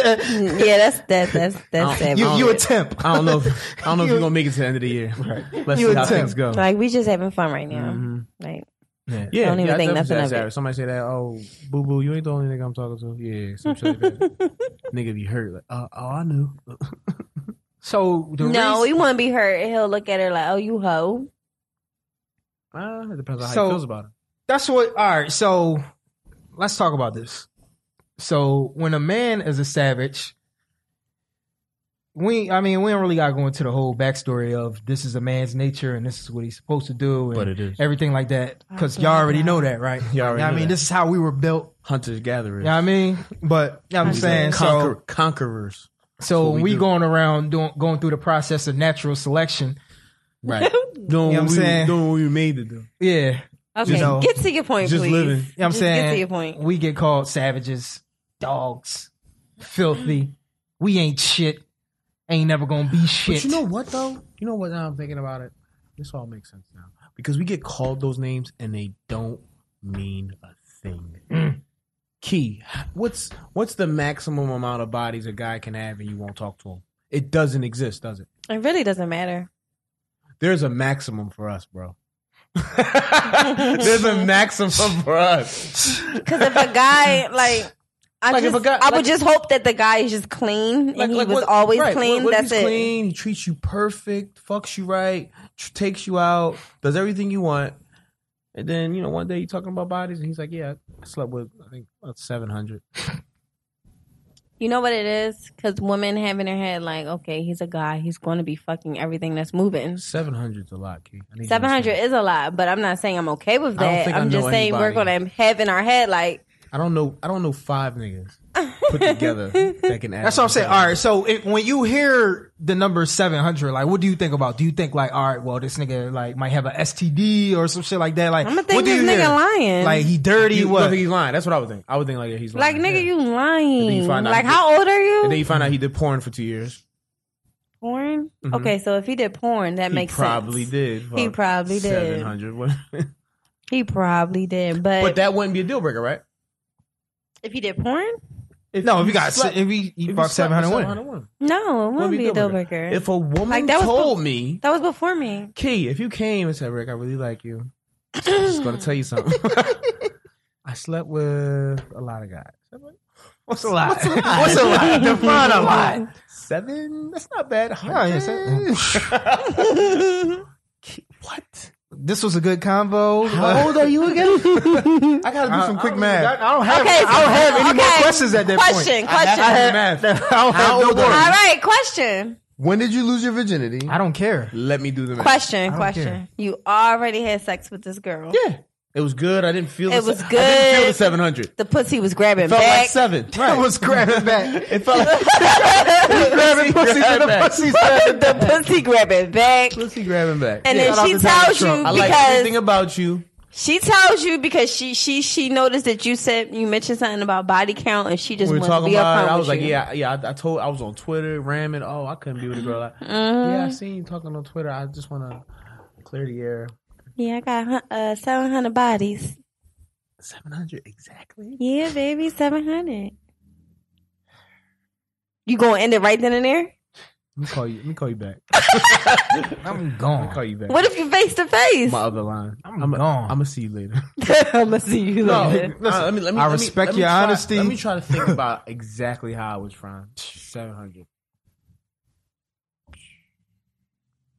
[SPEAKER 2] Mm, yeah, that's that that's that's
[SPEAKER 4] I
[SPEAKER 2] that.
[SPEAKER 4] don't-
[SPEAKER 3] you, you
[SPEAKER 4] know.
[SPEAKER 3] a temp.
[SPEAKER 4] I don't know. If, I don't know if
[SPEAKER 3] You-
[SPEAKER 4] we're gonna make it to the end of the year. Let's
[SPEAKER 3] You
[SPEAKER 4] see how
[SPEAKER 3] attempt. Mm-hmm.
[SPEAKER 4] things go.
[SPEAKER 2] like we just having fun right now.
[SPEAKER 4] Mhm.
[SPEAKER 2] Like
[SPEAKER 3] Yeah.
[SPEAKER 4] Yeah,
[SPEAKER 2] Don't even
[SPEAKER 4] yeah, I
[SPEAKER 2] think
[SPEAKER 4] definitely
[SPEAKER 2] nothing
[SPEAKER 4] said
[SPEAKER 2] of
[SPEAKER 4] that.
[SPEAKER 2] it.
[SPEAKER 4] Somebody say that. Oh, boo boo, you ain't the only nigga I'm talking to. Yeah, some shit like that. nigga be hurt. Like, uh, oh, I knew.
[SPEAKER 3] So the
[SPEAKER 2] no,
[SPEAKER 3] reason-
[SPEAKER 2] he won't be hurt. He'll look at her like, "Oh, you hoe."
[SPEAKER 4] Uh, it depends on how
[SPEAKER 3] So-
[SPEAKER 4] he feels about it.
[SPEAKER 3] that's what. All right, so let's talk about this. So when a man is a savage, we I mean we don't really got to go into the whole backstory of this is a man's nature and this is what he's supposed to do and
[SPEAKER 4] it is
[SPEAKER 3] everything like that because
[SPEAKER 2] Oh,
[SPEAKER 3] y'all already
[SPEAKER 2] God.
[SPEAKER 3] know that, right?
[SPEAKER 4] Y'all already
[SPEAKER 3] I
[SPEAKER 4] know
[SPEAKER 3] mean
[SPEAKER 4] that.
[SPEAKER 3] this is how we were built.
[SPEAKER 4] hunters gatherers.
[SPEAKER 3] You know what I mean? But you know what I'm
[SPEAKER 2] Hunter-
[SPEAKER 3] saying so.
[SPEAKER 4] Conquer- conquerors.
[SPEAKER 3] So
[SPEAKER 4] what
[SPEAKER 3] when
[SPEAKER 4] we
[SPEAKER 3] we
[SPEAKER 4] do.
[SPEAKER 3] going around doing going through the process of natural selection,
[SPEAKER 4] Right. Doing
[SPEAKER 3] You know what I'm
[SPEAKER 4] what we-
[SPEAKER 3] saying?
[SPEAKER 4] doing what we made to do.
[SPEAKER 3] yeah,
[SPEAKER 2] Okay,
[SPEAKER 3] You know,
[SPEAKER 2] get to your point,
[SPEAKER 4] just
[SPEAKER 2] please.
[SPEAKER 4] living.
[SPEAKER 3] You know what I'm
[SPEAKER 2] Just
[SPEAKER 3] saying?
[SPEAKER 2] get to your point.
[SPEAKER 3] We get called savages, dogs, filthy. We ain't shit. Ain't never gonna be shit.
[SPEAKER 4] But you know what though? You know what? Now I'm thinking about it. This all makes sense now because we get called those names and they don't mean a thing. Key, what's what's the maximum amount of bodies a guy can have and you won't talk to him? It doesn't exist, does it?
[SPEAKER 2] It really doesn't matter.
[SPEAKER 4] There's a maximum for us, bro. There's a maximum for us.
[SPEAKER 2] Because if a guy like. I
[SPEAKER 4] Like, if
[SPEAKER 2] just,
[SPEAKER 4] a guy-
[SPEAKER 2] I would
[SPEAKER 4] like-
[SPEAKER 2] just hope that the guy is just clean and he was
[SPEAKER 4] what-
[SPEAKER 2] always
[SPEAKER 4] right,
[SPEAKER 2] clean.
[SPEAKER 4] what- what if
[SPEAKER 2] That's
[SPEAKER 4] he's
[SPEAKER 2] it.
[SPEAKER 4] Clean. He treats you perfect. Fucks you right. tr- Takes you out. Does everything you want. And then you know one day you're talking about bodies and he's like, "Yeah, I slept with I think seven hundred.
[SPEAKER 2] You know what it is? Because women have in their head like, okay, he's a guy. He's going to be fucking everything that's moving.
[SPEAKER 4] Seven hundred's a lot, Key. I need you to
[SPEAKER 2] Seven hundred
[SPEAKER 4] understand.
[SPEAKER 2] is a lot, but I'm not saying I'm okay with
[SPEAKER 4] I don't
[SPEAKER 2] that.
[SPEAKER 4] think I
[SPEAKER 2] I'm just
[SPEAKER 4] know
[SPEAKER 2] saying we're
[SPEAKER 4] anybody.
[SPEAKER 2] going to have in our head like,
[SPEAKER 4] I don't know. I don't know five niggas put together that can.
[SPEAKER 3] That's what I'm saying. All right, so if, when you hear the number seven hundred, like, what do you think about? Do you think like, all right, well, this nigga like might have a STD or some shit like that? Like,
[SPEAKER 2] I'm gonna think
[SPEAKER 3] what do
[SPEAKER 2] this
[SPEAKER 3] you
[SPEAKER 2] nigga
[SPEAKER 3] hear?
[SPEAKER 2] lying.
[SPEAKER 3] Like he dirty.
[SPEAKER 4] You,
[SPEAKER 3] what?
[SPEAKER 4] what? He's lying. That's what I would think. I would think like yeah, he's
[SPEAKER 2] like
[SPEAKER 4] lying.
[SPEAKER 2] nigga,
[SPEAKER 4] Yeah.
[SPEAKER 2] you lying.
[SPEAKER 4] you find out
[SPEAKER 2] Like
[SPEAKER 4] he did-
[SPEAKER 2] how old are
[SPEAKER 4] And then
[SPEAKER 2] you?
[SPEAKER 4] you find out he did porn for two years.
[SPEAKER 2] Porn.
[SPEAKER 4] Mhm.
[SPEAKER 2] Okay, so if he did porn, that
[SPEAKER 4] he
[SPEAKER 2] makes
[SPEAKER 4] probably
[SPEAKER 2] sense.
[SPEAKER 4] did.
[SPEAKER 2] He probably did.
[SPEAKER 4] Seven hundred.
[SPEAKER 2] He probably did, but,
[SPEAKER 4] But that wouldn't be a deal breaker, right?
[SPEAKER 2] if he did porn,
[SPEAKER 3] no, if you got
[SPEAKER 4] slept-
[SPEAKER 3] if he, he
[SPEAKER 4] If you
[SPEAKER 3] fucked
[SPEAKER 4] slept
[SPEAKER 3] seven
[SPEAKER 4] with
[SPEAKER 3] hundred women,
[SPEAKER 4] 700 women.
[SPEAKER 2] no, it wouldn't be a deal breaker.
[SPEAKER 4] If a woman
[SPEAKER 2] Like, that was
[SPEAKER 4] told
[SPEAKER 2] the-
[SPEAKER 4] me,
[SPEAKER 2] that was before me.
[SPEAKER 4] Key, if you came and said, Rick, I really like you, I'm just going to tell you something. I slept with a lot of guys. I'm like,
[SPEAKER 3] what's a lie? What's a lie?
[SPEAKER 4] What's a lot? Define a
[SPEAKER 3] lie.
[SPEAKER 4] lot. Seven? That's not bad.
[SPEAKER 3] Yeah, yeah,
[SPEAKER 4] Hundred? Key, what?
[SPEAKER 3] This was a good convo.
[SPEAKER 4] How old are you again? I got to do some quick math.
[SPEAKER 3] I don't have.
[SPEAKER 2] Okay, so-
[SPEAKER 3] I don't have any more
[SPEAKER 2] okay.
[SPEAKER 3] questions at that point.
[SPEAKER 2] Question, question.
[SPEAKER 3] I
[SPEAKER 4] Math.
[SPEAKER 3] don't have
[SPEAKER 4] How
[SPEAKER 3] no
[SPEAKER 4] old
[SPEAKER 3] more.
[SPEAKER 4] are
[SPEAKER 2] All right, question,
[SPEAKER 5] When did you lose your virginity?
[SPEAKER 3] I don't care.
[SPEAKER 4] Let me do the math.
[SPEAKER 2] question,
[SPEAKER 3] don't
[SPEAKER 2] question.
[SPEAKER 3] care.
[SPEAKER 2] You already had sex with this girl.
[SPEAKER 4] Yeah. It was good. I didn't feel
[SPEAKER 2] It
[SPEAKER 4] the
[SPEAKER 2] was
[SPEAKER 4] se- I didn't feel the
[SPEAKER 2] good.
[SPEAKER 4] 700.
[SPEAKER 2] The pussy was grabbing
[SPEAKER 4] felt
[SPEAKER 2] back.
[SPEAKER 4] like seven.
[SPEAKER 3] I was grabbing back.
[SPEAKER 4] It felt like
[SPEAKER 3] grabbing pussy
[SPEAKER 4] grab
[SPEAKER 3] to the
[SPEAKER 4] back.
[SPEAKER 3] pussy. side.
[SPEAKER 2] the pussy grabbing back.
[SPEAKER 4] pussy grabbing back.
[SPEAKER 2] And then
[SPEAKER 3] Yeah, shout
[SPEAKER 2] she
[SPEAKER 3] out to Donald
[SPEAKER 2] tells you
[SPEAKER 3] Trump.
[SPEAKER 4] I like
[SPEAKER 2] because
[SPEAKER 4] everything about you.
[SPEAKER 2] She tells you because she she she noticed that you said you mentioned something about body count and she just
[SPEAKER 4] we were
[SPEAKER 2] wants to
[SPEAKER 4] talking
[SPEAKER 2] be
[SPEAKER 4] about
[SPEAKER 2] upfront
[SPEAKER 4] it. I was
[SPEAKER 2] with
[SPEAKER 4] like,
[SPEAKER 2] you.
[SPEAKER 4] yeah, yeah. I, I told I was on Twitter ramming. Oh, I couldn't be with a girl. I,
[SPEAKER 2] Uh-huh. Mm-hmm.
[SPEAKER 4] yeah, I seen you talking on Twitter. I just want to clear the air.
[SPEAKER 2] Yeah, I got uh, seven hundred bodies.
[SPEAKER 4] Seven hundred exactly.
[SPEAKER 2] Yeah, baby, seven hundred. You gonna end it right then and there?
[SPEAKER 4] Let me call you. Let me call you back.
[SPEAKER 3] I'm
[SPEAKER 4] Let me
[SPEAKER 3] gone.
[SPEAKER 4] call you back.
[SPEAKER 2] What if you face to face?
[SPEAKER 4] my other line?
[SPEAKER 3] I'm
[SPEAKER 4] I'm
[SPEAKER 3] gone.
[SPEAKER 4] I'm gonna see you later.
[SPEAKER 2] I'ma see you later.
[SPEAKER 4] listen, let me, let me,
[SPEAKER 3] I
[SPEAKER 4] let me-
[SPEAKER 3] respect
[SPEAKER 4] let me
[SPEAKER 3] your
[SPEAKER 4] try-
[SPEAKER 3] honesty.
[SPEAKER 4] Let me try to think about exactly how I was trying. Seven hundred.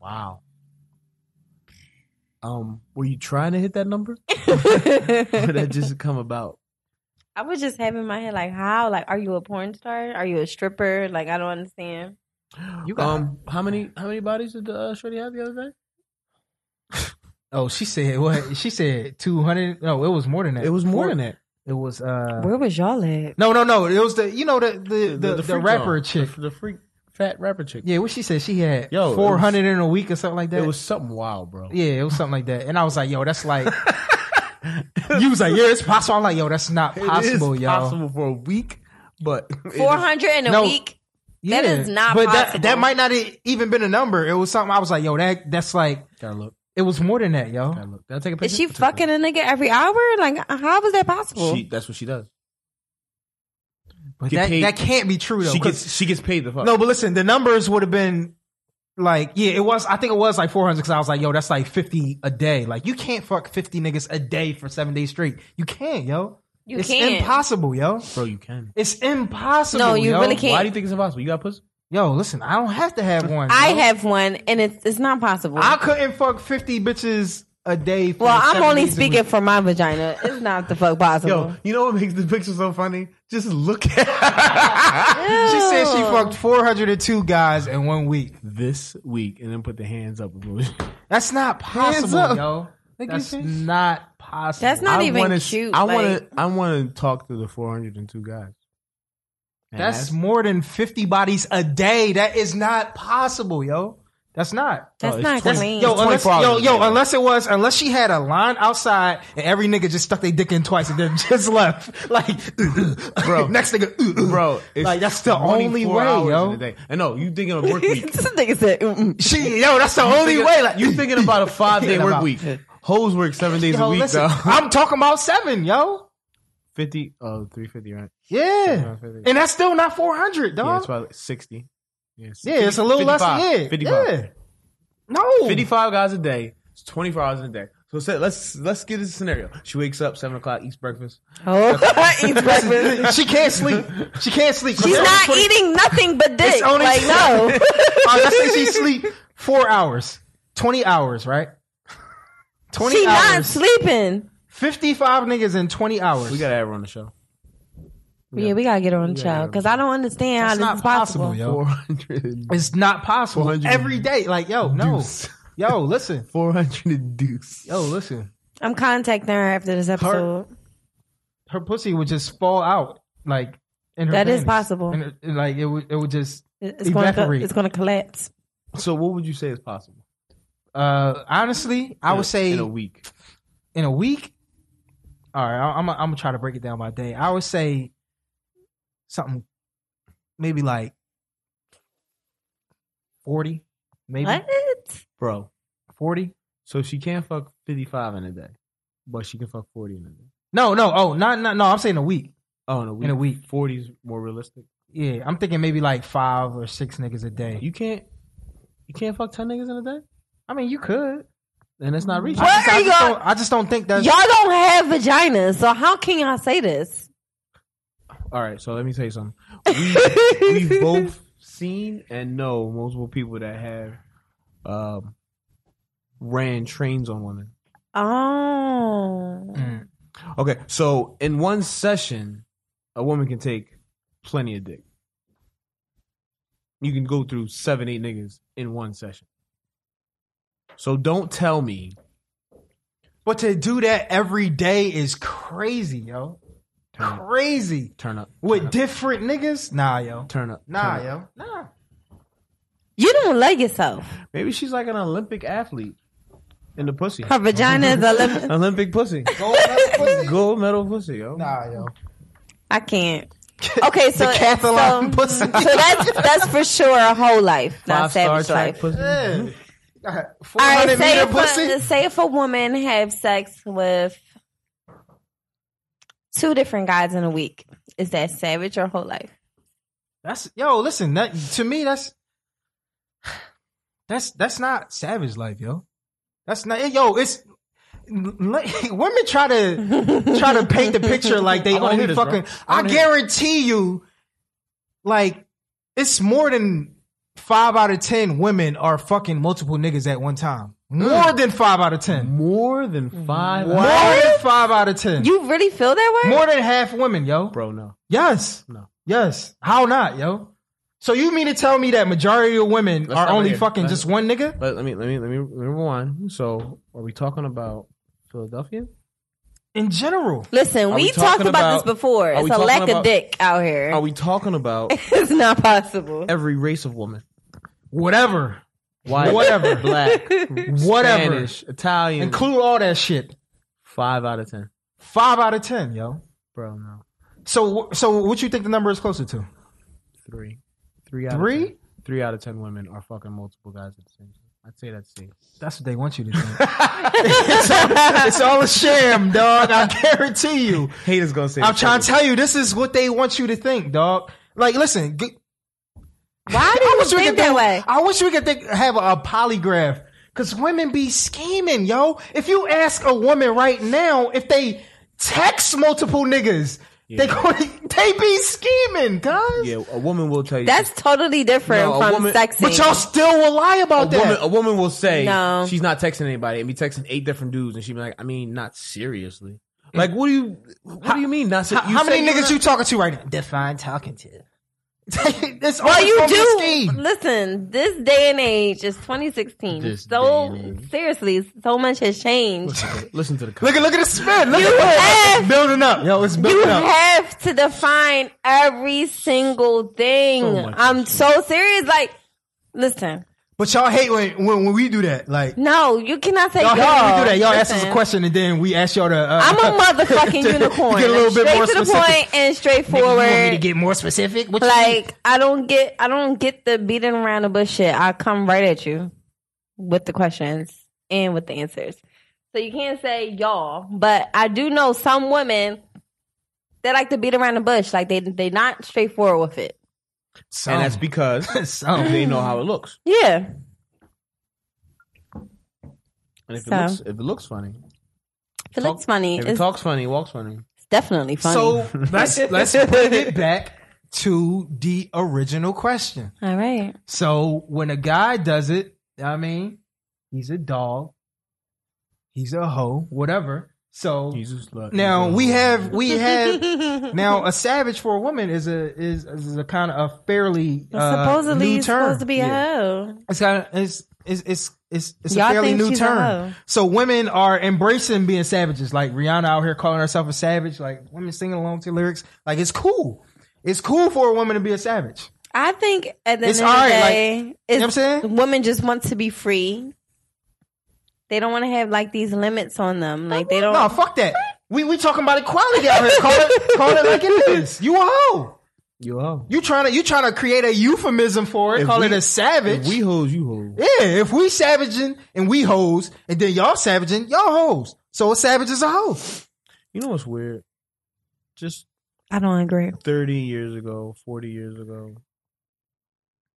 [SPEAKER 4] Wow. Um, were you trying to hit that number? Or did that just come about?
[SPEAKER 2] I was just having my head like, how? Like, are you a porn star? Are you a stripper? Like, I don't understand.
[SPEAKER 3] You got
[SPEAKER 4] Um, how many how many bodies did uh, Shorty have the other day?
[SPEAKER 3] Oh, she said what? She said two hundred. No, it was more than that.
[SPEAKER 4] It was more
[SPEAKER 3] Four-
[SPEAKER 4] than that.
[SPEAKER 3] It was. uh
[SPEAKER 2] Where was y'all at?
[SPEAKER 3] No, no, no. It was the you know the the the, the,
[SPEAKER 4] freak
[SPEAKER 3] rapper
[SPEAKER 4] girl.
[SPEAKER 3] chick.
[SPEAKER 4] the, the freak fat rapper chick.
[SPEAKER 3] Yeah, what she said she had
[SPEAKER 4] Yo, it was-
[SPEAKER 3] four hundred in a week or something like that.
[SPEAKER 4] it was something wild, bro.
[SPEAKER 3] yeah, it was something like that. And I was like, yo, that's like. you was like, yeah, it's possible. I'm like, yo, that's not possible,
[SPEAKER 4] it is
[SPEAKER 3] yo.
[SPEAKER 4] possible for a week, but it is-
[SPEAKER 2] Four hundred in a
[SPEAKER 3] No.
[SPEAKER 2] week.
[SPEAKER 3] Yeah.
[SPEAKER 2] That is not
[SPEAKER 3] but
[SPEAKER 2] possible.
[SPEAKER 3] That, that might not have even been a number. It was something I was like, yo, that that's like
[SPEAKER 4] Gotta look.
[SPEAKER 3] it was more than that, yo.
[SPEAKER 4] Gotta look. Gotta take a picture.
[SPEAKER 2] Is she
[SPEAKER 4] Take a picture.
[SPEAKER 2] fucking a nigga every hour? Like, how was that possible?
[SPEAKER 4] She, that's what she does.
[SPEAKER 3] But
[SPEAKER 4] Get
[SPEAKER 3] that,
[SPEAKER 4] paid-
[SPEAKER 3] that can't be true though.
[SPEAKER 4] she
[SPEAKER 3] 'cause-
[SPEAKER 4] gets she gets paid the fuck.
[SPEAKER 3] no, but listen, the numbers would have been like, yeah, it was. I think it was like four hundred because I was like, yo, that's like fifty a day. Like you can't fuck fifty niggas a day for seven days straight. You can't, yo.
[SPEAKER 2] you
[SPEAKER 3] it's
[SPEAKER 2] can't.
[SPEAKER 3] impossible, yo.
[SPEAKER 4] bro, you can.
[SPEAKER 3] It's impossible.
[SPEAKER 2] No, Oh, you
[SPEAKER 3] yo.
[SPEAKER 2] really can't.
[SPEAKER 4] Why do you think it's impossible? You got pussy?
[SPEAKER 3] Yo, listen, I don't have to have one.
[SPEAKER 2] I
[SPEAKER 3] yo.
[SPEAKER 2] have one, and it's it's not possible.
[SPEAKER 3] I couldn't fuck fifty bitches a day. For
[SPEAKER 2] well, I'm
[SPEAKER 3] seven
[SPEAKER 2] only
[SPEAKER 3] days a week.
[SPEAKER 2] speaking for my vagina. It's not the fuck possible.
[SPEAKER 4] you know what makes the picture so funny? Just look at
[SPEAKER 3] She said she
[SPEAKER 2] Ew.
[SPEAKER 3] fucked 402 guys in one week.
[SPEAKER 4] this week, and then put the hands up.
[SPEAKER 3] That's not possible,
[SPEAKER 4] up.
[SPEAKER 3] yo.
[SPEAKER 4] Thank
[SPEAKER 3] That's
[SPEAKER 4] you, sis.
[SPEAKER 3] not possible.
[SPEAKER 2] That's not
[SPEAKER 4] I
[SPEAKER 2] even
[SPEAKER 4] wanna,
[SPEAKER 2] cute.
[SPEAKER 4] I
[SPEAKER 2] like-
[SPEAKER 4] want to. I want to talk to the four hundred and two guys. And
[SPEAKER 3] That's
[SPEAKER 4] ask-
[SPEAKER 3] more than 50 bodies a day. That is not possible, yo. That's not.
[SPEAKER 2] That's
[SPEAKER 4] Oh, it's
[SPEAKER 2] not
[SPEAKER 4] 20
[SPEAKER 2] clean.
[SPEAKER 3] Yo, unless,
[SPEAKER 4] 24
[SPEAKER 3] yo,
[SPEAKER 4] hours a
[SPEAKER 3] yo,
[SPEAKER 4] day.
[SPEAKER 3] unless it was, unless she had a line outside and every nigga just stuck their dick in twice and then just left. Like,
[SPEAKER 4] Bro.
[SPEAKER 3] bro, next nigga,
[SPEAKER 4] bro. It's
[SPEAKER 3] Like, that's the only
[SPEAKER 4] 24
[SPEAKER 3] way,
[SPEAKER 4] hours
[SPEAKER 3] yo.
[SPEAKER 4] in a day. And no, you thinking of work week?
[SPEAKER 2] this nigga said, Mm-mm.
[SPEAKER 3] She, yo, that's the only way. Like,
[SPEAKER 4] you thinking about a five day
[SPEAKER 3] Thinking
[SPEAKER 4] work
[SPEAKER 3] about-
[SPEAKER 4] week? Hoes work seven days
[SPEAKER 3] yo,
[SPEAKER 4] a week.
[SPEAKER 3] listen,
[SPEAKER 4] though.
[SPEAKER 3] I'm talking about seven, yo.
[SPEAKER 4] Fifty. Oh, three fifty, right?
[SPEAKER 3] Yeah. And that's still not 400, dog.
[SPEAKER 4] Yeah, it's about sixty. Yeah, it's,
[SPEAKER 3] Yeah, it's a little less than yeah.
[SPEAKER 4] 55.
[SPEAKER 3] Yeah. No.
[SPEAKER 4] 55 guys a day. It's 24 hours in a day. So say, let's let's get this scenario. She wakes up seven o'clock, eats breakfast.
[SPEAKER 2] oh, eats breakfast.
[SPEAKER 3] she can't sleep. She can't sleep.
[SPEAKER 2] She's
[SPEAKER 3] Let's-
[SPEAKER 2] not eating nothing but dick.
[SPEAKER 3] only-
[SPEAKER 2] like, no.
[SPEAKER 3] Uh, let's say she sleep four hours, twenty hours, right? Twenty
[SPEAKER 2] She
[SPEAKER 3] hours.
[SPEAKER 2] not sleeping.
[SPEAKER 3] Fifty-five niggas in twenty hours.
[SPEAKER 4] We gotta have her on the show.
[SPEAKER 2] Yeah, we gotta get her on the
[SPEAKER 4] Yeah,
[SPEAKER 2] show
[SPEAKER 4] yeah.
[SPEAKER 2] because I don't understand
[SPEAKER 3] That's
[SPEAKER 2] how
[SPEAKER 3] not
[SPEAKER 2] this is possible.
[SPEAKER 3] possible, yo.
[SPEAKER 4] 400,
[SPEAKER 3] it's not possible
[SPEAKER 4] 400.
[SPEAKER 3] every day. Like yo, no,
[SPEAKER 4] Deuce.
[SPEAKER 3] yo, listen,
[SPEAKER 4] 400 deuce.
[SPEAKER 3] yo, listen.
[SPEAKER 2] I'm contacting her after this episode.
[SPEAKER 3] Her pussy would just fall out, like in her.
[SPEAKER 2] That is
[SPEAKER 3] panties.
[SPEAKER 2] possible.
[SPEAKER 3] In her- like it would, it would just.
[SPEAKER 2] It's gonna co-
[SPEAKER 3] Evaporate.
[SPEAKER 2] it's gonna collapse.
[SPEAKER 4] So what would you say is possible?
[SPEAKER 3] Uh, honestly, I
[SPEAKER 4] In a-
[SPEAKER 3] would say
[SPEAKER 4] in a week.
[SPEAKER 3] in a week. All right, I- I'm gonna- I'm gonna try to break it down by day. I would say something, maybe like forty, maybe
[SPEAKER 2] What?
[SPEAKER 4] Bro.
[SPEAKER 3] forty.
[SPEAKER 4] So she can't fuck 55 in a day, but she can fuck 40 in a day.
[SPEAKER 3] No, no, oh, not, not no. I'm saying a week.
[SPEAKER 4] Oh, in a week.
[SPEAKER 3] In a week.
[SPEAKER 4] 40 is more realistic.
[SPEAKER 3] Yeah, I'm thinking maybe like five or six niggas a day.
[SPEAKER 4] You can't you can't fuck 10 niggas in a day?
[SPEAKER 3] I mean, you could.
[SPEAKER 4] And that's not reaching.
[SPEAKER 3] I just, I
[SPEAKER 2] Where
[SPEAKER 3] just
[SPEAKER 2] you
[SPEAKER 3] don't, I just don't think
[SPEAKER 2] Y'all
[SPEAKER 3] that's
[SPEAKER 2] don't have vaginas, so how can y'all say this?
[SPEAKER 4] All right, so let me tell you something. We, we've both seen and know multiple people that have um, ran trains on women.
[SPEAKER 2] Oh,
[SPEAKER 3] Mm.
[SPEAKER 4] Okay, so in one session, a woman can take plenty of dick. You can go through seven, eight niggas in one session. So don't tell me
[SPEAKER 3] But to do that every day is crazy, yo.
[SPEAKER 4] turn up,
[SPEAKER 3] Crazy
[SPEAKER 4] turn up,
[SPEAKER 3] with different niggas. Nah, yo.
[SPEAKER 4] turn up.
[SPEAKER 3] Nah,
[SPEAKER 4] turn up.
[SPEAKER 3] yo. Nah.
[SPEAKER 2] you don't love yourself.
[SPEAKER 4] Maybe she's like an Olympic athlete. in the pussy.
[SPEAKER 2] Her vagina is Olympic.
[SPEAKER 4] Olympic pussy. Gold medal pussy, yo.
[SPEAKER 3] Nah, yo.
[SPEAKER 2] I can't. Okay, so
[SPEAKER 3] Decathlon
[SPEAKER 2] so, so that's that's for sure a whole life, not
[SPEAKER 4] Five-star
[SPEAKER 2] savage life.
[SPEAKER 4] pussy.
[SPEAKER 5] Yeah.
[SPEAKER 2] All right,
[SPEAKER 5] 400
[SPEAKER 2] say
[SPEAKER 5] meter
[SPEAKER 2] if,
[SPEAKER 5] pussy.
[SPEAKER 2] a, say if a woman have sex with two different guys in a week, is that savage or whole life?
[SPEAKER 3] That's yo. Listen, that to me, that's that's that's not savage life, yo. That's not yo. It's like, women try to try to paint the picture like they
[SPEAKER 4] I wanna
[SPEAKER 3] only
[SPEAKER 4] hear this, bro.
[SPEAKER 3] fucking.
[SPEAKER 4] I
[SPEAKER 3] I,
[SPEAKER 4] wanna hear
[SPEAKER 3] guarantee you, like it's more than five out of ten women are fucking multiple niggas at one time.
[SPEAKER 4] Mm.
[SPEAKER 3] More than five out of ten.
[SPEAKER 4] More than five.
[SPEAKER 3] More than five out of ten.
[SPEAKER 2] You really feel that way?
[SPEAKER 3] more than half women, yo.
[SPEAKER 4] Bro, no.
[SPEAKER 3] Yes.
[SPEAKER 4] No.
[SPEAKER 3] Yes. How not, yo? So you mean to tell me that majority of women
[SPEAKER 4] Let's
[SPEAKER 3] are
[SPEAKER 4] stop
[SPEAKER 3] only
[SPEAKER 4] right here.
[SPEAKER 3] fucking
[SPEAKER 4] Let's-
[SPEAKER 3] just one nigga?
[SPEAKER 4] Let, let me let me let me let me rewind. So, are we talking about Philadelphia?
[SPEAKER 3] In general.
[SPEAKER 2] Listen,
[SPEAKER 4] Are
[SPEAKER 2] we,
[SPEAKER 4] we
[SPEAKER 2] talked
[SPEAKER 4] talking
[SPEAKER 2] about,
[SPEAKER 4] about-
[SPEAKER 2] this before.
[SPEAKER 4] are
[SPEAKER 2] It's a
[SPEAKER 4] we talking
[SPEAKER 2] lack
[SPEAKER 4] about-
[SPEAKER 2] of dick out here.
[SPEAKER 4] Are we talking about
[SPEAKER 2] it's not possible.
[SPEAKER 4] every race of woman?
[SPEAKER 3] Whatever.
[SPEAKER 4] White,
[SPEAKER 3] Whatever.
[SPEAKER 4] black,
[SPEAKER 3] Whatever.
[SPEAKER 4] Spanish, Italian.
[SPEAKER 3] Include all that shit.
[SPEAKER 4] five out of ten.
[SPEAKER 3] Five out of ten, yo.
[SPEAKER 4] Bro, no.
[SPEAKER 3] So so what you think the number is closer to?
[SPEAKER 4] Three. Three out of
[SPEAKER 3] Three?
[SPEAKER 4] ten. Three out of ten women are fucking multiple guys at the same time. I'd say that's safe.
[SPEAKER 3] That's what they want you to think. it's, all, it's all a sham, dog. I guarantee you.
[SPEAKER 4] Haters gonna say
[SPEAKER 3] I'm trying to tell you, this is what they want you to think, dog. Like, listen, g-
[SPEAKER 2] Why do
[SPEAKER 3] I
[SPEAKER 2] you
[SPEAKER 3] wish we
[SPEAKER 2] think
[SPEAKER 3] could
[SPEAKER 2] that
[SPEAKER 3] do-
[SPEAKER 2] way?
[SPEAKER 3] I wish we could think, have a, a polygraph because women be scheming, yo. If you ask a woman right now if they text multiple niggas, they going they be scheming, guys.
[SPEAKER 4] Yeah, a woman will tell you.
[SPEAKER 2] That's totally different
[SPEAKER 4] No, a
[SPEAKER 2] from
[SPEAKER 4] woman-
[SPEAKER 2] sexing.
[SPEAKER 3] But y'all still will lie
[SPEAKER 4] a
[SPEAKER 3] about that.
[SPEAKER 4] woman. A woman will say
[SPEAKER 2] No.
[SPEAKER 4] she's not texting anybody and be texting eight different dudes, and she be like, "I mean, not seriously. Like, what do you? What do you mean not? ser-
[SPEAKER 3] Mm. how,
[SPEAKER 4] you
[SPEAKER 3] how
[SPEAKER 4] say
[SPEAKER 3] many
[SPEAKER 4] you're
[SPEAKER 3] niggas
[SPEAKER 4] not-
[SPEAKER 3] you talking to right now? Define talking to. it's
[SPEAKER 2] Well,
[SPEAKER 3] always
[SPEAKER 2] you
[SPEAKER 3] gonna be
[SPEAKER 2] do.
[SPEAKER 3] scheme.
[SPEAKER 2] Listen, this day and age is 2016.
[SPEAKER 4] This day
[SPEAKER 2] so
[SPEAKER 4] and age.
[SPEAKER 2] seriously, so much has changed.
[SPEAKER 4] Listen to the- Listen to the.
[SPEAKER 3] Look at look at the spin. Look
[SPEAKER 2] You
[SPEAKER 3] at that.
[SPEAKER 2] have-
[SPEAKER 3] It's building up. Yo, it's building
[SPEAKER 2] You
[SPEAKER 3] up.
[SPEAKER 2] have to define every single thing.
[SPEAKER 4] So much
[SPEAKER 2] I'm so serious. Like, listen,
[SPEAKER 3] but y'all hate when, when when we do that. Like
[SPEAKER 2] no, you cannot say
[SPEAKER 3] y'all
[SPEAKER 2] y'all.
[SPEAKER 3] hate when we do that. Y'all ask us
[SPEAKER 2] Listen,
[SPEAKER 3] a question and then we ask y'all to. Uh,
[SPEAKER 2] I'm a motherfucking
[SPEAKER 3] to
[SPEAKER 2] unicorn.
[SPEAKER 3] Get a little bit
[SPEAKER 2] straight
[SPEAKER 3] more
[SPEAKER 2] to the
[SPEAKER 3] specific.
[SPEAKER 2] point and
[SPEAKER 3] Nigga,
[SPEAKER 2] straightforward.
[SPEAKER 3] You want me to get more specific? What you mean?
[SPEAKER 2] like I don't get I don't get the beating around the bush shit. I come right at you with the questions and with the answers. So you can't say y'all, but I do know some women they like to beat around the bush. Like they they not straightforward with it.
[SPEAKER 3] some,
[SPEAKER 4] And that's because
[SPEAKER 3] some.
[SPEAKER 4] they know how it looks,
[SPEAKER 2] Yeah.
[SPEAKER 4] and if
[SPEAKER 2] So.
[SPEAKER 4] it looks if it looks funny,
[SPEAKER 2] If it looks funny,
[SPEAKER 4] if
[SPEAKER 2] it's
[SPEAKER 4] it talks funny, walks funny.
[SPEAKER 2] definitely funny.
[SPEAKER 3] So let's let's bring it back to the original question.
[SPEAKER 2] All right.
[SPEAKER 3] So when a guy does it, I mean, he's a dog, he's a hoe, whatever. So
[SPEAKER 4] Jesus, love.
[SPEAKER 3] now we have we have now a savage for a woman is a is, is a kind of a fairly uh,
[SPEAKER 2] Supposedly
[SPEAKER 3] new
[SPEAKER 2] it's
[SPEAKER 3] term.
[SPEAKER 2] supposed to be
[SPEAKER 3] Yeah.
[SPEAKER 2] a hoe.
[SPEAKER 3] It's kind of it's it's it's it's, it's a
[SPEAKER 2] Y'all
[SPEAKER 3] fairly
[SPEAKER 2] think
[SPEAKER 3] new
[SPEAKER 2] she's a hoe.
[SPEAKER 3] term. So women are embracing being savages. Like Rihanna out here calling herself a savage. Like women singing along to lyrics. Like it's cool. It's cool for a woman to be a savage.
[SPEAKER 2] I think at the
[SPEAKER 3] It's
[SPEAKER 2] end of
[SPEAKER 3] all
[SPEAKER 2] the
[SPEAKER 3] right, like,
[SPEAKER 2] day,
[SPEAKER 3] know what I'm saying?
[SPEAKER 2] women just want to be free. They don't want to have like these limits on them. Like they don't.
[SPEAKER 3] No, fuck that. We we talking about equality out here. Call it call it like it is. You a hoe.
[SPEAKER 4] you hoe.
[SPEAKER 3] You trying to you trying to create a euphemism for it.
[SPEAKER 4] If
[SPEAKER 3] call
[SPEAKER 4] we-
[SPEAKER 3] it a savage.
[SPEAKER 4] If we hoes, you hoes.
[SPEAKER 3] yeah, if we savaging and we hoes, and then y'all savaging, y'all hoes. So a savage is a hoe.
[SPEAKER 4] You know what's weird? Just
[SPEAKER 2] I don't agree.
[SPEAKER 4] 30 years ago, 40 years ago,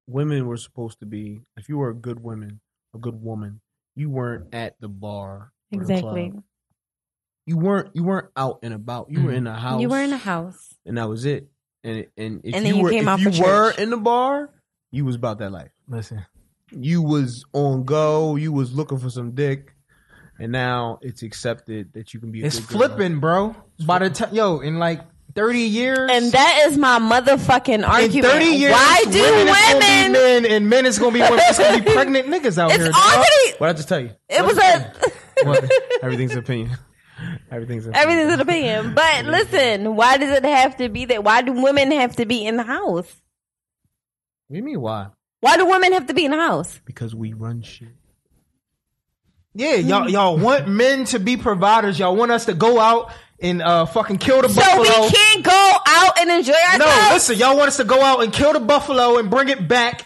[SPEAKER 4] women were supposed to be, if you were a good woman, a good woman, you weren't at the bar. or the
[SPEAKER 2] Exactly.
[SPEAKER 4] club. You weren't you weren't out and about. You were in the house.
[SPEAKER 2] Mm. You were in a house.
[SPEAKER 4] and that was it. And it- and if
[SPEAKER 2] And
[SPEAKER 4] you,
[SPEAKER 2] then you
[SPEAKER 4] were
[SPEAKER 2] came
[SPEAKER 4] if
[SPEAKER 2] out
[SPEAKER 4] you
[SPEAKER 2] for
[SPEAKER 4] were
[SPEAKER 2] church.
[SPEAKER 4] in the bar, you was about that life.
[SPEAKER 3] Listen.
[SPEAKER 4] You was on go, you was looking for some dick. And now it's accepted that you can be a
[SPEAKER 3] It's
[SPEAKER 4] good girl.
[SPEAKER 3] flipping, bro. By the time, yo, in like 30 years.
[SPEAKER 2] And that is my motherfucking
[SPEAKER 3] in
[SPEAKER 2] argument.
[SPEAKER 3] 30 years,
[SPEAKER 2] Why do
[SPEAKER 3] women, is gonna be
[SPEAKER 2] women?
[SPEAKER 3] men and men is gonna be women. It's gonna be pregnant niggas out
[SPEAKER 2] It's
[SPEAKER 3] here. dog.
[SPEAKER 2] already.
[SPEAKER 4] What I just tell you?
[SPEAKER 2] It was a.
[SPEAKER 4] What? Everything's opinion. Everything's opinion.
[SPEAKER 2] Everything's an opinion. But listen, why does it have to be that? Why do women have to be in the house?
[SPEAKER 4] What do you mean why?
[SPEAKER 2] Why do women have to be in the house?
[SPEAKER 4] Because we run shit.
[SPEAKER 3] Yeah,
[SPEAKER 2] Mm.
[SPEAKER 3] y'all y'all want men to be providers. Y'all want us to go out and uh fucking kill the
[SPEAKER 2] So
[SPEAKER 3] buffalo.
[SPEAKER 2] we can't go out and enjoy ourselves.
[SPEAKER 3] no, listen, y'all want us to go out and kill the buffalo and bring it back.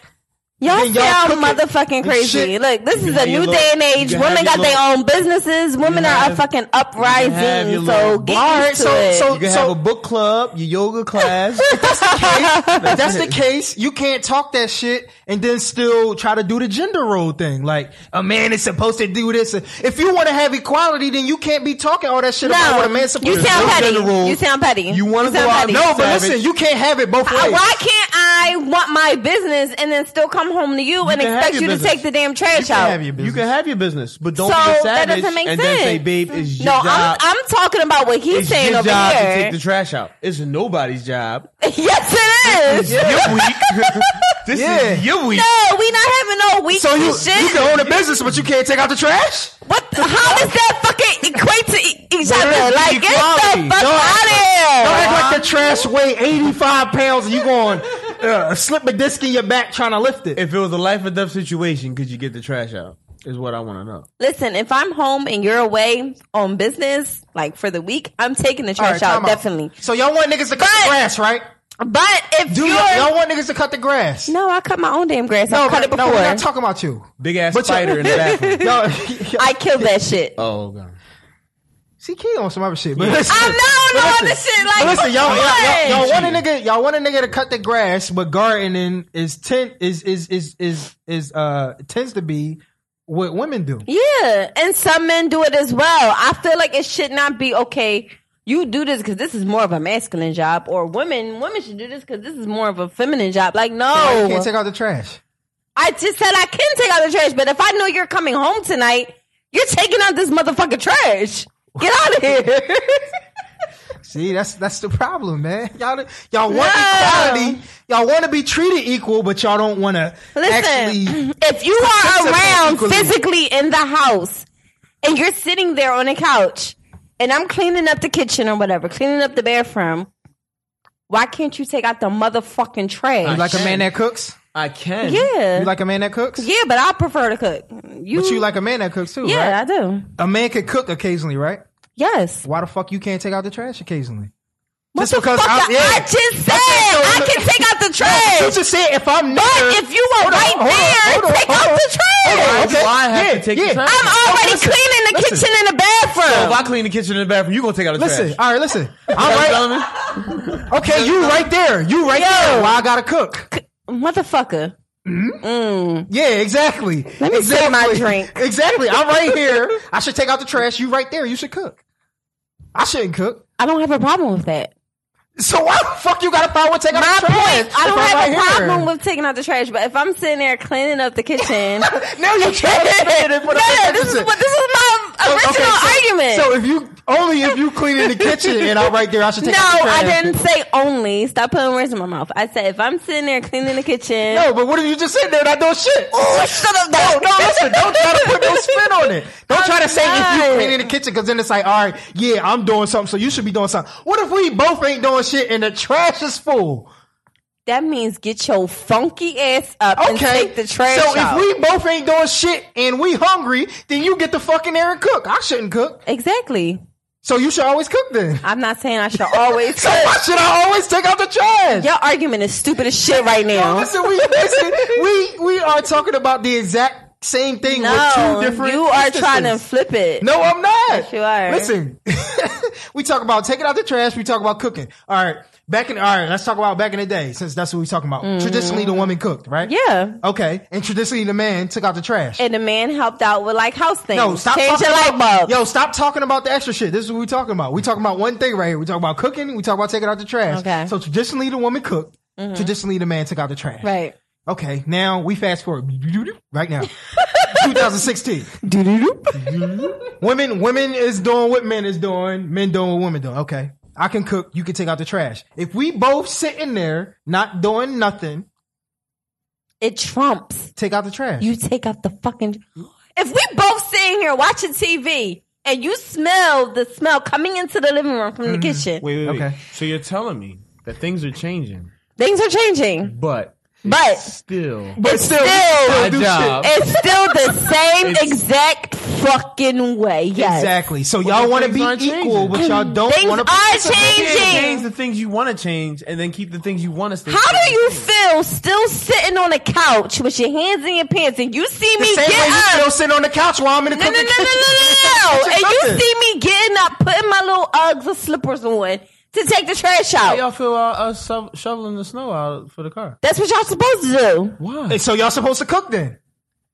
[SPEAKER 2] Y'all
[SPEAKER 3] Then y'all
[SPEAKER 2] sound
[SPEAKER 3] cook it
[SPEAKER 2] motherfucking
[SPEAKER 3] and
[SPEAKER 2] crazy.
[SPEAKER 3] shit.
[SPEAKER 2] Look, this is a
[SPEAKER 4] have
[SPEAKER 2] new
[SPEAKER 4] your little-
[SPEAKER 2] day and age.
[SPEAKER 4] you can have
[SPEAKER 2] Women
[SPEAKER 4] your
[SPEAKER 2] got their own businesses. Women are a
[SPEAKER 4] have-
[SPEAKER 2] fucking
[SPEAKER 4] have your
[SPEAKER 2] uprising. So
[SPEAKER 4] little
[SPEAKER 2] get
[SPEAKER 3] All right,
[SPEAKER 2] used to
[SPEAKER 3] so-
[SPEAKER 2] it.
[SPEAKER 3] so-
[SPEAKER 4] You can have a book club, your yoga class.
[SPEAKER 3] If that's the case, you can't talk that shit and then still try to do the gender role thing. Like a man is supposed to do this. If you want to have equality, then you can't be talking all that shit about what a man's supposed
[SPEAKER 2] you
[SPEAKER 3] to do.
[SPEAKER 2] sound petty.
[SPEAKER 4] gender roles.
[SPEAKER 2] You sound petty.
[SPEAKER 4] You wanna
[SPEAKER 2] sound
[SPEAKER 4] go out-
[SPEAKER 2] petty.
[SPEAKER 3] No, but
[SPEAKER 4] Savage.
[SPEAKER 3] listen, you can't have it both
[SPEAKER 2] I-
[SPEAKER 3] ways.
[SPEAKER 2] why can't I want my business and then still come home to you, and
[SPEAKER 4] can
[SPEAKER 2] expect
[SPEAKER 4] have your
[SPEAKER 2] you to
[SPEAKER 4] business.
[SPEAKER 2] take the damn trash
[SPEAKER 5] can
[SPEAKER 2] out?
[SPEAKER 5] have your
[SPEAKER 4] you
[SPEAKER 5] business.
[SPEAKER 4] can have your business, but don't
[SPEAKER 2] so
[SPEAKER 4] be a
[SPEAKER 2] that
[SPEAKER 4] savage
[SPEAKER 2] doesn't make
[SPEAKER 4] and
[SPEAKER 2] sense.
[SPEAKER 4] then say, "Babe, it's your
[SPEAKER 2] no,
[SPEAKER 4] job."
[SPEAKER 2] I'm, I'm talking about what he's
[SPEAKER 4] it's
[SPEAKER 2] saying
[SPEAKER 4] your
[SPEAKER 2] over
[SPEAKER 4] job to
[SPEAKER 2] here.
[SPEAKER 4] take the trash out. It's nobody's job.
[SPEAKER 2] yes, it is.
[SPEAKER 4] Your week. this
[SPEAKER 3] Yeah.
[SPEAKER 4] is your week.
[SPEAKER 2] No, we not having no weekly
[SPEAKER 3] so you,
[SPEAKER 2] shit.
[SPEAKER 3] you can own a business, but you can't take out the trash.
[SPEAKER 2] What? The, how does that fucking equate to e- each other?
[SPEAKER 3] is
[SPEAKER 2] Like, get the
[SPEAKER 3] equality.
[SPEAKER 2] fuck
[SPEAKER 3] Don't
[SPEAKER 2] out of here.
[SPEAKER 3] Don't act like the trash weigh 85 pounds and you going uh, slip a disc in your back trying to lift it.
[SPEAKER 4] If it was a life or death situation, could you get the trash out? Is what I want to know.
[SPEAKER 2] Listen, if I'm home and you're away on business, like for the week, I'm taking the trash
[SPEAKER 3] All right,
[SPEAKER 2] out,
[SPEAKER 3] time out.
[SPEAKER 2] definitely.
[SPEAKER 3] So y'all want niggas to cut
[SPEAKER 2] But-
[SPEAKER 3] the grass, right?
[SPEAKER 2] But if
[SPEAKER 3] Do
[SPEAKER 2] you're.
[SPEAKER 3] y'all, y'all want niggas to cut the grass?
[SPEAKER 2] no, I cut my own damn grass. I cut it
[SPEAKER 3] but-
[SPEAKER 2] before.
[SPEAKER 3] we're not talking about you.
[SPEAKER 4] Big ass
[SPEAKER 3] But you-
[SPEAKER 4] spider in the bathroom.
[SPEAKER 3] Y'all,
[SPEAKER 2] I killed that shit.
[SPEAKER 4] oh god.
[SPEAKER 3] see, Key on some other shit. But listen,
[SPEAKER 2] I'm not on all
[SPEAKER 3] listen,
[SPEAKER 2] this shit. Like,
[SPEAKER 3] but listen, y'all,
[SPEAKER 2] what?
[SPEAKER 3] y'all, y'all, y'all want a nigga, y'all want a nigga to cut the grass, but gardening is ten is is is is is uh tends to be what women do.
[SPEAKER 2] Yeah, and some men do it as well. I feel like it should not be okay. You do this because this is more of a masculine job, or women women should do this because this is more of a feminine job. Like,
[SPEAKER 3] Why you
[SPEAKER 2] no,
[SPEAKER 3] can't take out the trash.
[SPEAKER 2] I just said I can take out the trash, but if I know you're coming home tonight, you're taking out this motherfucking trash. Get out of here.
[SPEAKER 3] See, that's that's the problem, man. Y'all y'all want
[SPEAKER 2] No.
[SPEAKER 3] equality. Y'all want to be treated equal, but y'all don't want to actually.
[SPEAKER 2] Listen, if you are
[SPEAKER 3] participate
[SPEAKER 2] around
[SPEAKER 3] equally.
[SPEAKER 2] physically in the house and you're sitting there on a couch and I'm cleaning up the kitchen or whatever, cleaning up the bathroom, why can't you take out the motherfucking
[SPEAKER 3] You
[SPEAKER 2] trash?
[SPEAKER 3] like a man that cooks.
[SPEAKER 4] I can.
[SPEAKER 2] yeah.
[SPEAKER 3] You like a man that cooks.
[SPEAKER 2] yeah, but I prefer to cook. You,
[SPEAKER 3] But you like a man that cooks too,
[SPEAKER 2] Yeah,
[SPEAKER 3] right?
[SPEAKER 2] I do.
[SPEAKER 3] A man can cook occasionally, right?
[SPEAKER 2] Yes.
[SPEAKER 3] Why the fuck you can't take out the trash occasionally?
[SPEAKER 2] What
[SPEAKER 3] Just
[SPEAKER 2] the
[SPEAKER 3] because
[SPEAKER 2] fuck
[SPEAKER 3] I'm-
[SPEAKER 2] I,
[SPEAKER 3] yeah.
[SPEAKER 2] I just said I can take out the trash.
[SPEAKER 3] You just said if I'm
[SPEAKER 2] But
[SPEAKER 3] nigger,
[SPEAKER 2] if you were
[SPEAKER 3] Hold on,
[SPEAKER 2] right
[SPEAKER 3] hold on,
[SPEAKER 2] there,
[SPEAKER 3] hold on,
[SPEAKER 2] take
[SPEAKER 3] hold
[SPEAKER 2] out
[SPEAKER 3] on.
[SPEAKER 2] the trash.
[SPEAKER 3] Hold on, okay.
[SPEAKER 4] Do I have
[SPEAKER 3] Yeah,
[SPEAKER 4] to take
[SPEAKER 3] yeah.
[SPEAKER 4] the trash?
[SPEAKER 2] I'm already cleaning the
[SPEAKER 3] listen.
[SPEAKER 2] kitchen and the
[SPEAKER 4] So if
[SPEAKER 2] bathroom.
[SPEAKER 4] I clean the kitchen and the bathroom, you gonna take out the
[SPEAKER 3] listen,
[SPEAKER 4] trash.
[SPEAKER 3] all right, listen. I'm
[SPEAKER 4] You know what
[SPEAKER 3] right.
[SPEAKER 4] I'm telling me?
[SPEAKER 3] Okay, you right there. You right
[SPEAKER 2] Yo.
[SPEAKER 3] there. Why I gotta cook?
[SPEAKER 2] Motherfucker.
[SPEAKER 3] Mm-hmm.
[SPEAKER 2] Mm.
[SPEAKER 3] Yeah, exactly. Let
[SPEAKER 2] me
[SPEAKER 3] exactly.
[SPEAKER 2] sip my drink.
[SPEAKER 3] Exactly. I'm right here. I should take out the trash. You right there. You should cook. I shouldn't cook.
[SPEAKER 2] I don't have a problem with that.
[SPEAKER 3] So why the fuck you got a problem with taking
[SPEAKER 2] My
[SPEAKER 3] out the trash?
[SPEAKER 2] point, I
[SPEAKER 3] if
[SPEAKER 2] don't
[SPEAKER 3] I'm
[SPEAKER 2] have a
[SPEAKER 3] right here?
[SPEAKER 2] problem with taking out the trash, but if I'm sitting there cleaning up the kitchen,
[SPEAKER 3] Now you're trying to spin it for the
[SPEAKER 2] yeah,
[SPEAKER 3] fucking
[SPEAKER 2] this is
[SPEAKER 3] shit.
[SPEAKER 2] what this is my original
[SPEAKER 3] Oh, Okay, so,
[SPEAKER 2] argument.
[SPEAKER 3] So if you only if you clean in the kitchen and I'm right there, I should
[SPEAKER 2] no,
[SPEAKER 3] take out the trash.
[SPEAKER 2] I didn't say only. Stop putting words in my mouth. I said if I'm sitting there cleaning the kitchen,
[SPEAKER 3] No, but what if you just sitting there not doing shit? Oh, shut up! No, no, listen. Don't try to put no spin on it. Don't try to say if
[SPEAKER 2] not.
[SPEAKER 3] you clean in the kitchen because then it's like, all right, yeah, I'm doing something, so you should be doing something. What if we both ain't doing shit and the trash is full?
[SPEAKER 2] that means get your funky ass up and
[SPEAKER 3] Okay,
[SPEAKER 2] take the trash
[SPEAKER 3] So
[SPEAKER 2] out.
[SPEAKER 3] if we both ain't doing shit and we hungry, then you get the fucking air and cook. I shouldn't cook,
[SPEAKER 2] exactly.
[SPEAKER 3] so you should always cook then.
[SPEAKER 2] I'm not saying I should always.
[SPEAKER 3] So why should I always take out the trash?
[SPEAKER 2] Your argument is stupid as shit right
[SPEAKER 3] No,
[SPEAKER 2] now.
[SPEAKER 3] listen, we listen, we we are talking about the exact same thing
[SPEAKER 2] No,
[SPEAKER 3] with two different.
[SPEAKER 2] you are trying to
[SPEAKER 3] instances.
[SPEAKER 2] flip it.
[SPEAKER 3] No, I'm not.
[SPEAKER 2] Yes, you are.
[SPEAKER 3] Listen, we talk about taking out the trash. We talk about cooking. All right, back in. All right, let's talk about back in the day, since that's what we're talking about. Traditionally, the woman cooked, right?
[SPEAKER 2] Mm-hmm. Yeah.
[SPEAKER 3] Okay, and traditionally, the man took out the trash.
[SPEAKER 2] And the man helped out with like house things.
[SPEAKER 3] No, stop
[SPEAKER 2] Change
[SPEAKER 3] talking
[SPEAKER 2] your light
[SPEAKER 3] about,
[SPEAKER 2] bulb.
[SPEAKER 3] Yo, stop talking about the extra shit. This is what we're talking about. We're talking about one thing right here. We're talking about cooking. We talk about taking out the trash.
[SPEAKER 2] Okay. Mm-hmm.
[SPEAKER 3] So traditionally, the woman cooked. Traditionally, the man took out the trash.
[SPEAKER 2] Right.
[SPEAKER 3] Okay. Now we fast forward right now, 2016. women, women is doing what men is doing. Men doing what women doing. Okay. I can cook. You can take out the trash. If we both sitting there not doing nothing,
[SPEAKER 2] It trumps.
[SPEAKER 3] take out the trash.
[SPEAKER 2] You take out the fucking. If we both sitting here watching TV and you smell the smell coming into the living room from the
[SPEAKER 3] Mm-hmm.
[SPEAKER 2] kitchen,
[SPEAKER 4] Wait, wait, wait.
[SPEAKER 3] Okay.
[SPEAKER 4] So you're telling me that things are changing,
[SPEAKER 2] things are changing.
[SPEAKER 4] but
[SPEAKER 2] But
[SPEAKER 4] Still,
[SPEAKER 3] But still,
[SPEAKER 2] still,
[SPEAKER 4] do job.
[SPEAKER 2] it's still the same
[SPEAKER 4] It's-
[SPEAKER 2] exact fucking way. Yes.
[SPEAKER 3] Exactly. So y'all want to
[SPEAKER 4] things
[SPEAKER 3] be
[SPEAKER 4] aren't
[SPEAKER 3] equal, but y'all don't
[SPEAKER 2] Things
[SPEAKER 3] want to.
[SPEAKER 2] are
[SPEAKER 4] You can't change
[SPEAKER 2] changing.
[SPEAKER 4] the things you want to change, and then keep the things you want to stay.
[SPEAKER 2] How do you feel still sitting on a couch with your hands in your pants and you see
[SPEAKER 3] The
[SPEAKER 2] me
[SPEAKER 3] same way you
[SPEAKER 2] get up?
[SPEAKER 3] still sitting on the couch while I'm in the
[SPEAKER 2] No, no, no, no,
[SPEAKER 3] cooking
[SPEAKER 2] no,
[SPEAKER 3] kitchen.
[SPEAKER 2] no, no, no.
[SPEAKER 3] It's
[SPEAKER 2] And you
[SPEAKER 3] nothing.
[SPEAKER 2] see me getting up, putting my little Uggs or slippers on to take the trash
[SPEAKER 4] How
[SPEAKER 2] out.
[SPEAKER 4] y'all feel about us sho- shoveling the snow out for the car?
[SPEAKER 2] That's what y'all supposed to do.
[SPEAKER 4] Why?
[SPEAKER 3] And so y'all supposed to cook then,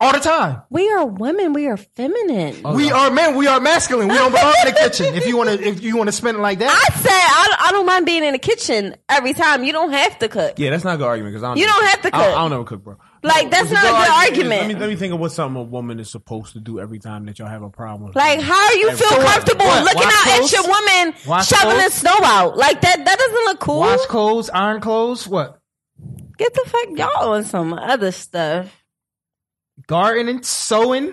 [SPEAKER 3] all the time.
[SPEAKER 2] We are women. We are feminine.
[SPEAKER 3] We are men. We are masculine. We don't belong in the kitchen. If you want to, if you want to spend it like
[SPEAKER 2] I
[SPEAKER 3] that,
[SPEAKER 2] said I, I don't mind being in the kitchen every time. You don't have to cook.
[SPEAKER 4] Yeah, that's not a good argument because I don't.
[SPEAKER 2] You
[SPEAKER 4] never
[SPEAKER 2] don't have to
[SPEAKER 4] I,
[SPEAKER 2] cook.
[SPEAKER 4] I don't ever cook, bro.
[SPEAKER 2] Like that's
[SPEAKER 4] The
[SPEAKER 2] not a good
[SPEAKER 4] is-
[SPEAKER 2] argument.
[SPEAKER 4] let me let me think of what something a woman is supposed to do every time that y'all have a problem.
[SPEAKER 2] Like, how do you feel
[SPEAKER 4] So what?
[SPEAKER 2] comfortable
[SPEAKER 4] What?
[SPEAKER 2] looking
[SPEAKER 4] Wash
[SPEAKER 2] out
[SPEAKER 4] clothes?
[SPEAKER 2] at your woman
[SPEAKER 3] Wash
[SPEAKER 2] shoveling
[SPEAKER 3] clothes?
[SPEAKER 2] snow out? Like that that doesn't look cool.
[SPEAKER 3] wash clothes, iron clothes, what
[SPEAKER 2] Get the fuck y'all on some other stuff.
[SPEAKER 3] gardening, sewing,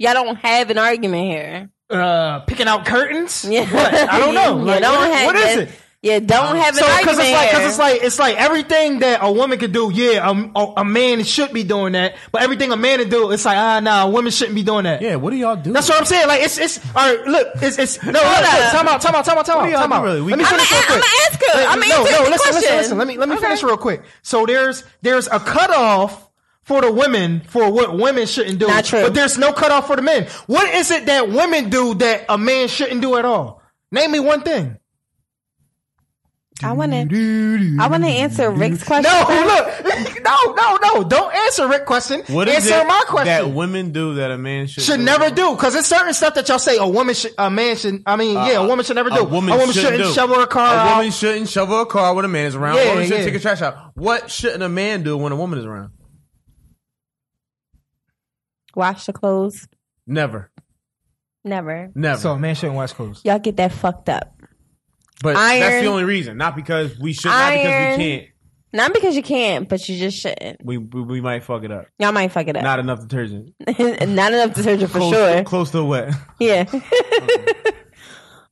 [SPEAKER 2] Y'all don't have an argument here.
[SPEAKER 3] uh, picking out curtains.
[SPEAKER 2] Yeah.
[SPEAKER 3] What? I don't know.
[SPEAKER 2] You
[SPEAKER 3] Like,
[SPEAKER 2] don't
[SPEAKER 3] what-
[SPEAKER 2] have
[SPEAKER 3] what is
[SPEAKER 2] that.
[SPEAKER 3] it?
[SPEAKER 2] Yeah, don't have an
[SPEAKER 3] So
[SPEAKER 2] argument
[SPEAKER 3] because it's like,
[SPEAKER 2] here.
[SPEAKER 3] because it's like, it's like everything that a woman could do. Yeah, um, a, a man should be doing that, but everything a man could do, it's like ah, nah, women shouldn't be doing that.
[SPEAKER 4] Yeah, what do y'all do?
[SPEAKER 3] That's what I'm saying. Like it's it's all right. Look, it's it's no. Look, look,
[SPEAKER 2] up.
[SPEAKER 3] time out. Time out. Time out. Time
[SPEAKER 4] do
[SPEAKER 3] out.
[SPEAKER 4] y'all
[SPEAKER 3] Time
[SPEAKER 4] do
[SPEAKER 3] out.
[SPEAKER 4] really? We-
[SPEAKER 3] Let me
[SPEAKER 4] I'm
[SPEAKER 3] finish
[SPEAKER 2] a-
[SPEAKER 3] real
[SPEAKER 2] I'm
[SPEAKER 3] quick.
[SPEAKER 2] a ask her.
[SPEAKER 3] Let-
[SPEAKER 2] I'm a
[SPEAKER 3] no,
[SPEAKER 2] answer
[SPEAKER 3] no.
[SPEAKER 2] the
[SPEAKER 3] Listen, listen,
[SPEAKER 2] question.
[SPEAKER 3] listen. Let me let me
[SPEAKER 2] Okay.
[SPEAKER 3] finish real quick. So there's there's a cutoff for the women for what women shouldn't do.
[SPEAKER 2] Not true.
[SPEAKER 3] But there's no cutoff for the men. What is it that women do that a man shouldn't do at all? Name me one thing.
[SPEAKER 2] I wanna I wanna answer Rick's question.
[SPEAKER 3] No, look, no, no, no. Don't answer Rick's question.
[SPEAKER 4] What is
[SPEAKER 3] answer
[SPEAKER 4] it
[SPEAKER 3] my question.
[SPEAKER 4] that women do that a man should
[SPEAKER 3] should never do because it's certain stuff that y'all say a woman should a man should I mean yeah a woman should never do
[SPEAKER 4] A woman, shouldn't,
[SPEAKER 3] shouldn't
[SPEAKER 4] do.
[SPEAKER 3] shovel her car
[SPEAKER 4] A
[SPEAKER 3] out.
[SPEAKER 4] woman shouldn't shovel a car when a man is around.
[SPEAKER 3] Yeah,
[SPEAKER 4] a woman shouldn't
[SPEAKER 3] yeah.
[SPEAKER 4] take a trash out. What shouldn't a man do when a woman is around?
[SPEAKER 2] Wash the clothes.
[SPEAKER 4] Never,
[SPEAKER 2] Never.
[SPEAKER 4] never.
[SPEAKER 3] so a man shouldn't wash clothes
[SPEAKER 2] Y'all get that fucked up.
[SPEAKER 4] but that's
[SPEAKER 2] iron-
[SPEAKER 4] the only reason, not because we should, not because
[SPEAKER 2] Iron-
[SPEAKER 4] we can't.
[SPEAKER 2] Not because you can't, but you just shouldn't.
[SPEAKER 4] We, we we might fuck it up.
[SPEAKER 2] Y'all might fuck it up.
[SPEAKER 4] Not enough detergent.
[SPEAKER 2] Not, enough detergent for
[SPEAKER 4] close,
[SPEAKER 2] sure.
[SPEAKER 4] Close to wet.
[SPEAKER 2] Yeah.
[SPEAKER 3] That's it?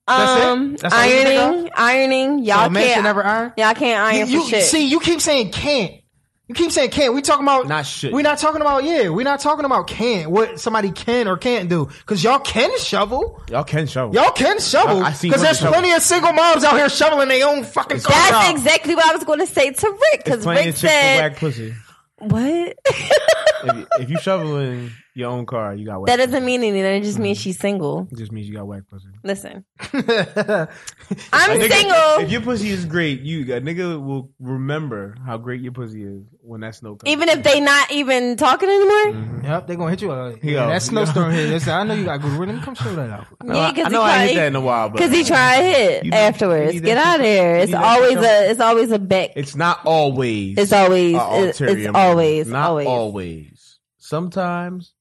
[SPEAKER 2] um,
[SPEAKER 3] That's all you think
[SPEAKER 2] ironing, ironing.
[SPEAKER 3] so
[SPEAKER 2] Y'all
[SPEAKER 3] a Oh, man
[SPEAKER 2] can't.
[SPEAKER 3] should never iron
[SPEAKER 2] y'all can't iron
[SPEAKER 3] you,
[SPEAKER 2] for
[SPEAKER 3] you-
[SPEAKER 2] shit.
[SPEAKER 3] see you keep saying can't you keep saying can't we talking about
[SPEAKER 4] Not should.
[SPEAKER 3] we're not talking about yeah we're not talking about can't what somebody can or can't do because y'all can shovel
[SPEAKER 4] Y'all can shovel.
[SPEAKER 3] y'all can shovel
[SPEAKER 4] I- I see
[SPEAKER 3] because there's
[SPEAKER 4] women shovel.
[SPEAKER 3] plenty of single moms out here shoveling their own fucking car
[SPEAKER 2] That's
[SPEAKER 3] out.
[SPEAKER 2] exactly what I was going to say to Rick
[SPEAKER 4] It's
[SPEAKER 2] because
[SPEAKER 4] plenty
[SPEAKER 2] Rick
[SPEAKER 4] of chicks that
[SPEAKER 2] said,
[SPEAKER 4] whack pussy.
[SPEAKER 2] "What?
[SPEAKER 4] If, you- if you shoveling your own car, you got whack.
[SPEAKER 2] that doesn't mean anything. It just means she's single."
[SPEAKER 4] It just means you got whack pussy.
[SPEAKER 2] Listen, I'm single.
[SPEAKER 4] If your pussy is great, you a nigga will remember how great your pussy is when that snow comes.
[SPEAKER 2] even if they not even talking anymore,
[SPEAKER 4] Mm-hmm.
[SPEAKER 3] yep they gonna hit you uh,
[SPEAKER 4] Yo,
[SPEAKER 3] yeah, that
[SPEAKER 4] yo.
[SPEAKER 3] snowstorm here They say, I know you got good rhythm come show that out
[SPEAKER 2] yeah,
[SPEAKER 4] I
[SPEAKER 2] because
[SPEAKER 4] know I
[SPEAKER 2] he
[SPEAKER 4] ain't hit that
[SPEAKER 2] tried,
[SPEAKER 4] in a while, but
[SPEAKER 2] because he tried hit
[SPEAKER 4] You need- you
[SPEAKER 2] afterwards.
[SPEAKER 4] need
[SPEAKER 2] Get
[SPEAKER 4] that
[SPEAKER 2] out
[SPEAKER 4] to-
[SPEAKER 2] of here.
[SPEAKER 4] you
[SPEAKER 2] It's
[SPEAKER 4] need that to
[SPEAKER 2] always
[SPEAKER 4] come-
[SPEAKER 2] a, it's always a back. It's,
[SPEAKER 4] it's not always.
[SPEAKER 2] always,
[SPEAKER 4] a
[SPEAKER 2] it's,
[SPEAKER 4] ulterior
[SPEAKER 2] it's
[SPEAKER 4] motive.
[SPEAKER 2] always,
[SPEAKER 4] not
[SPEAKER 2] always,
[SPEAKER 4] always. Sometimes.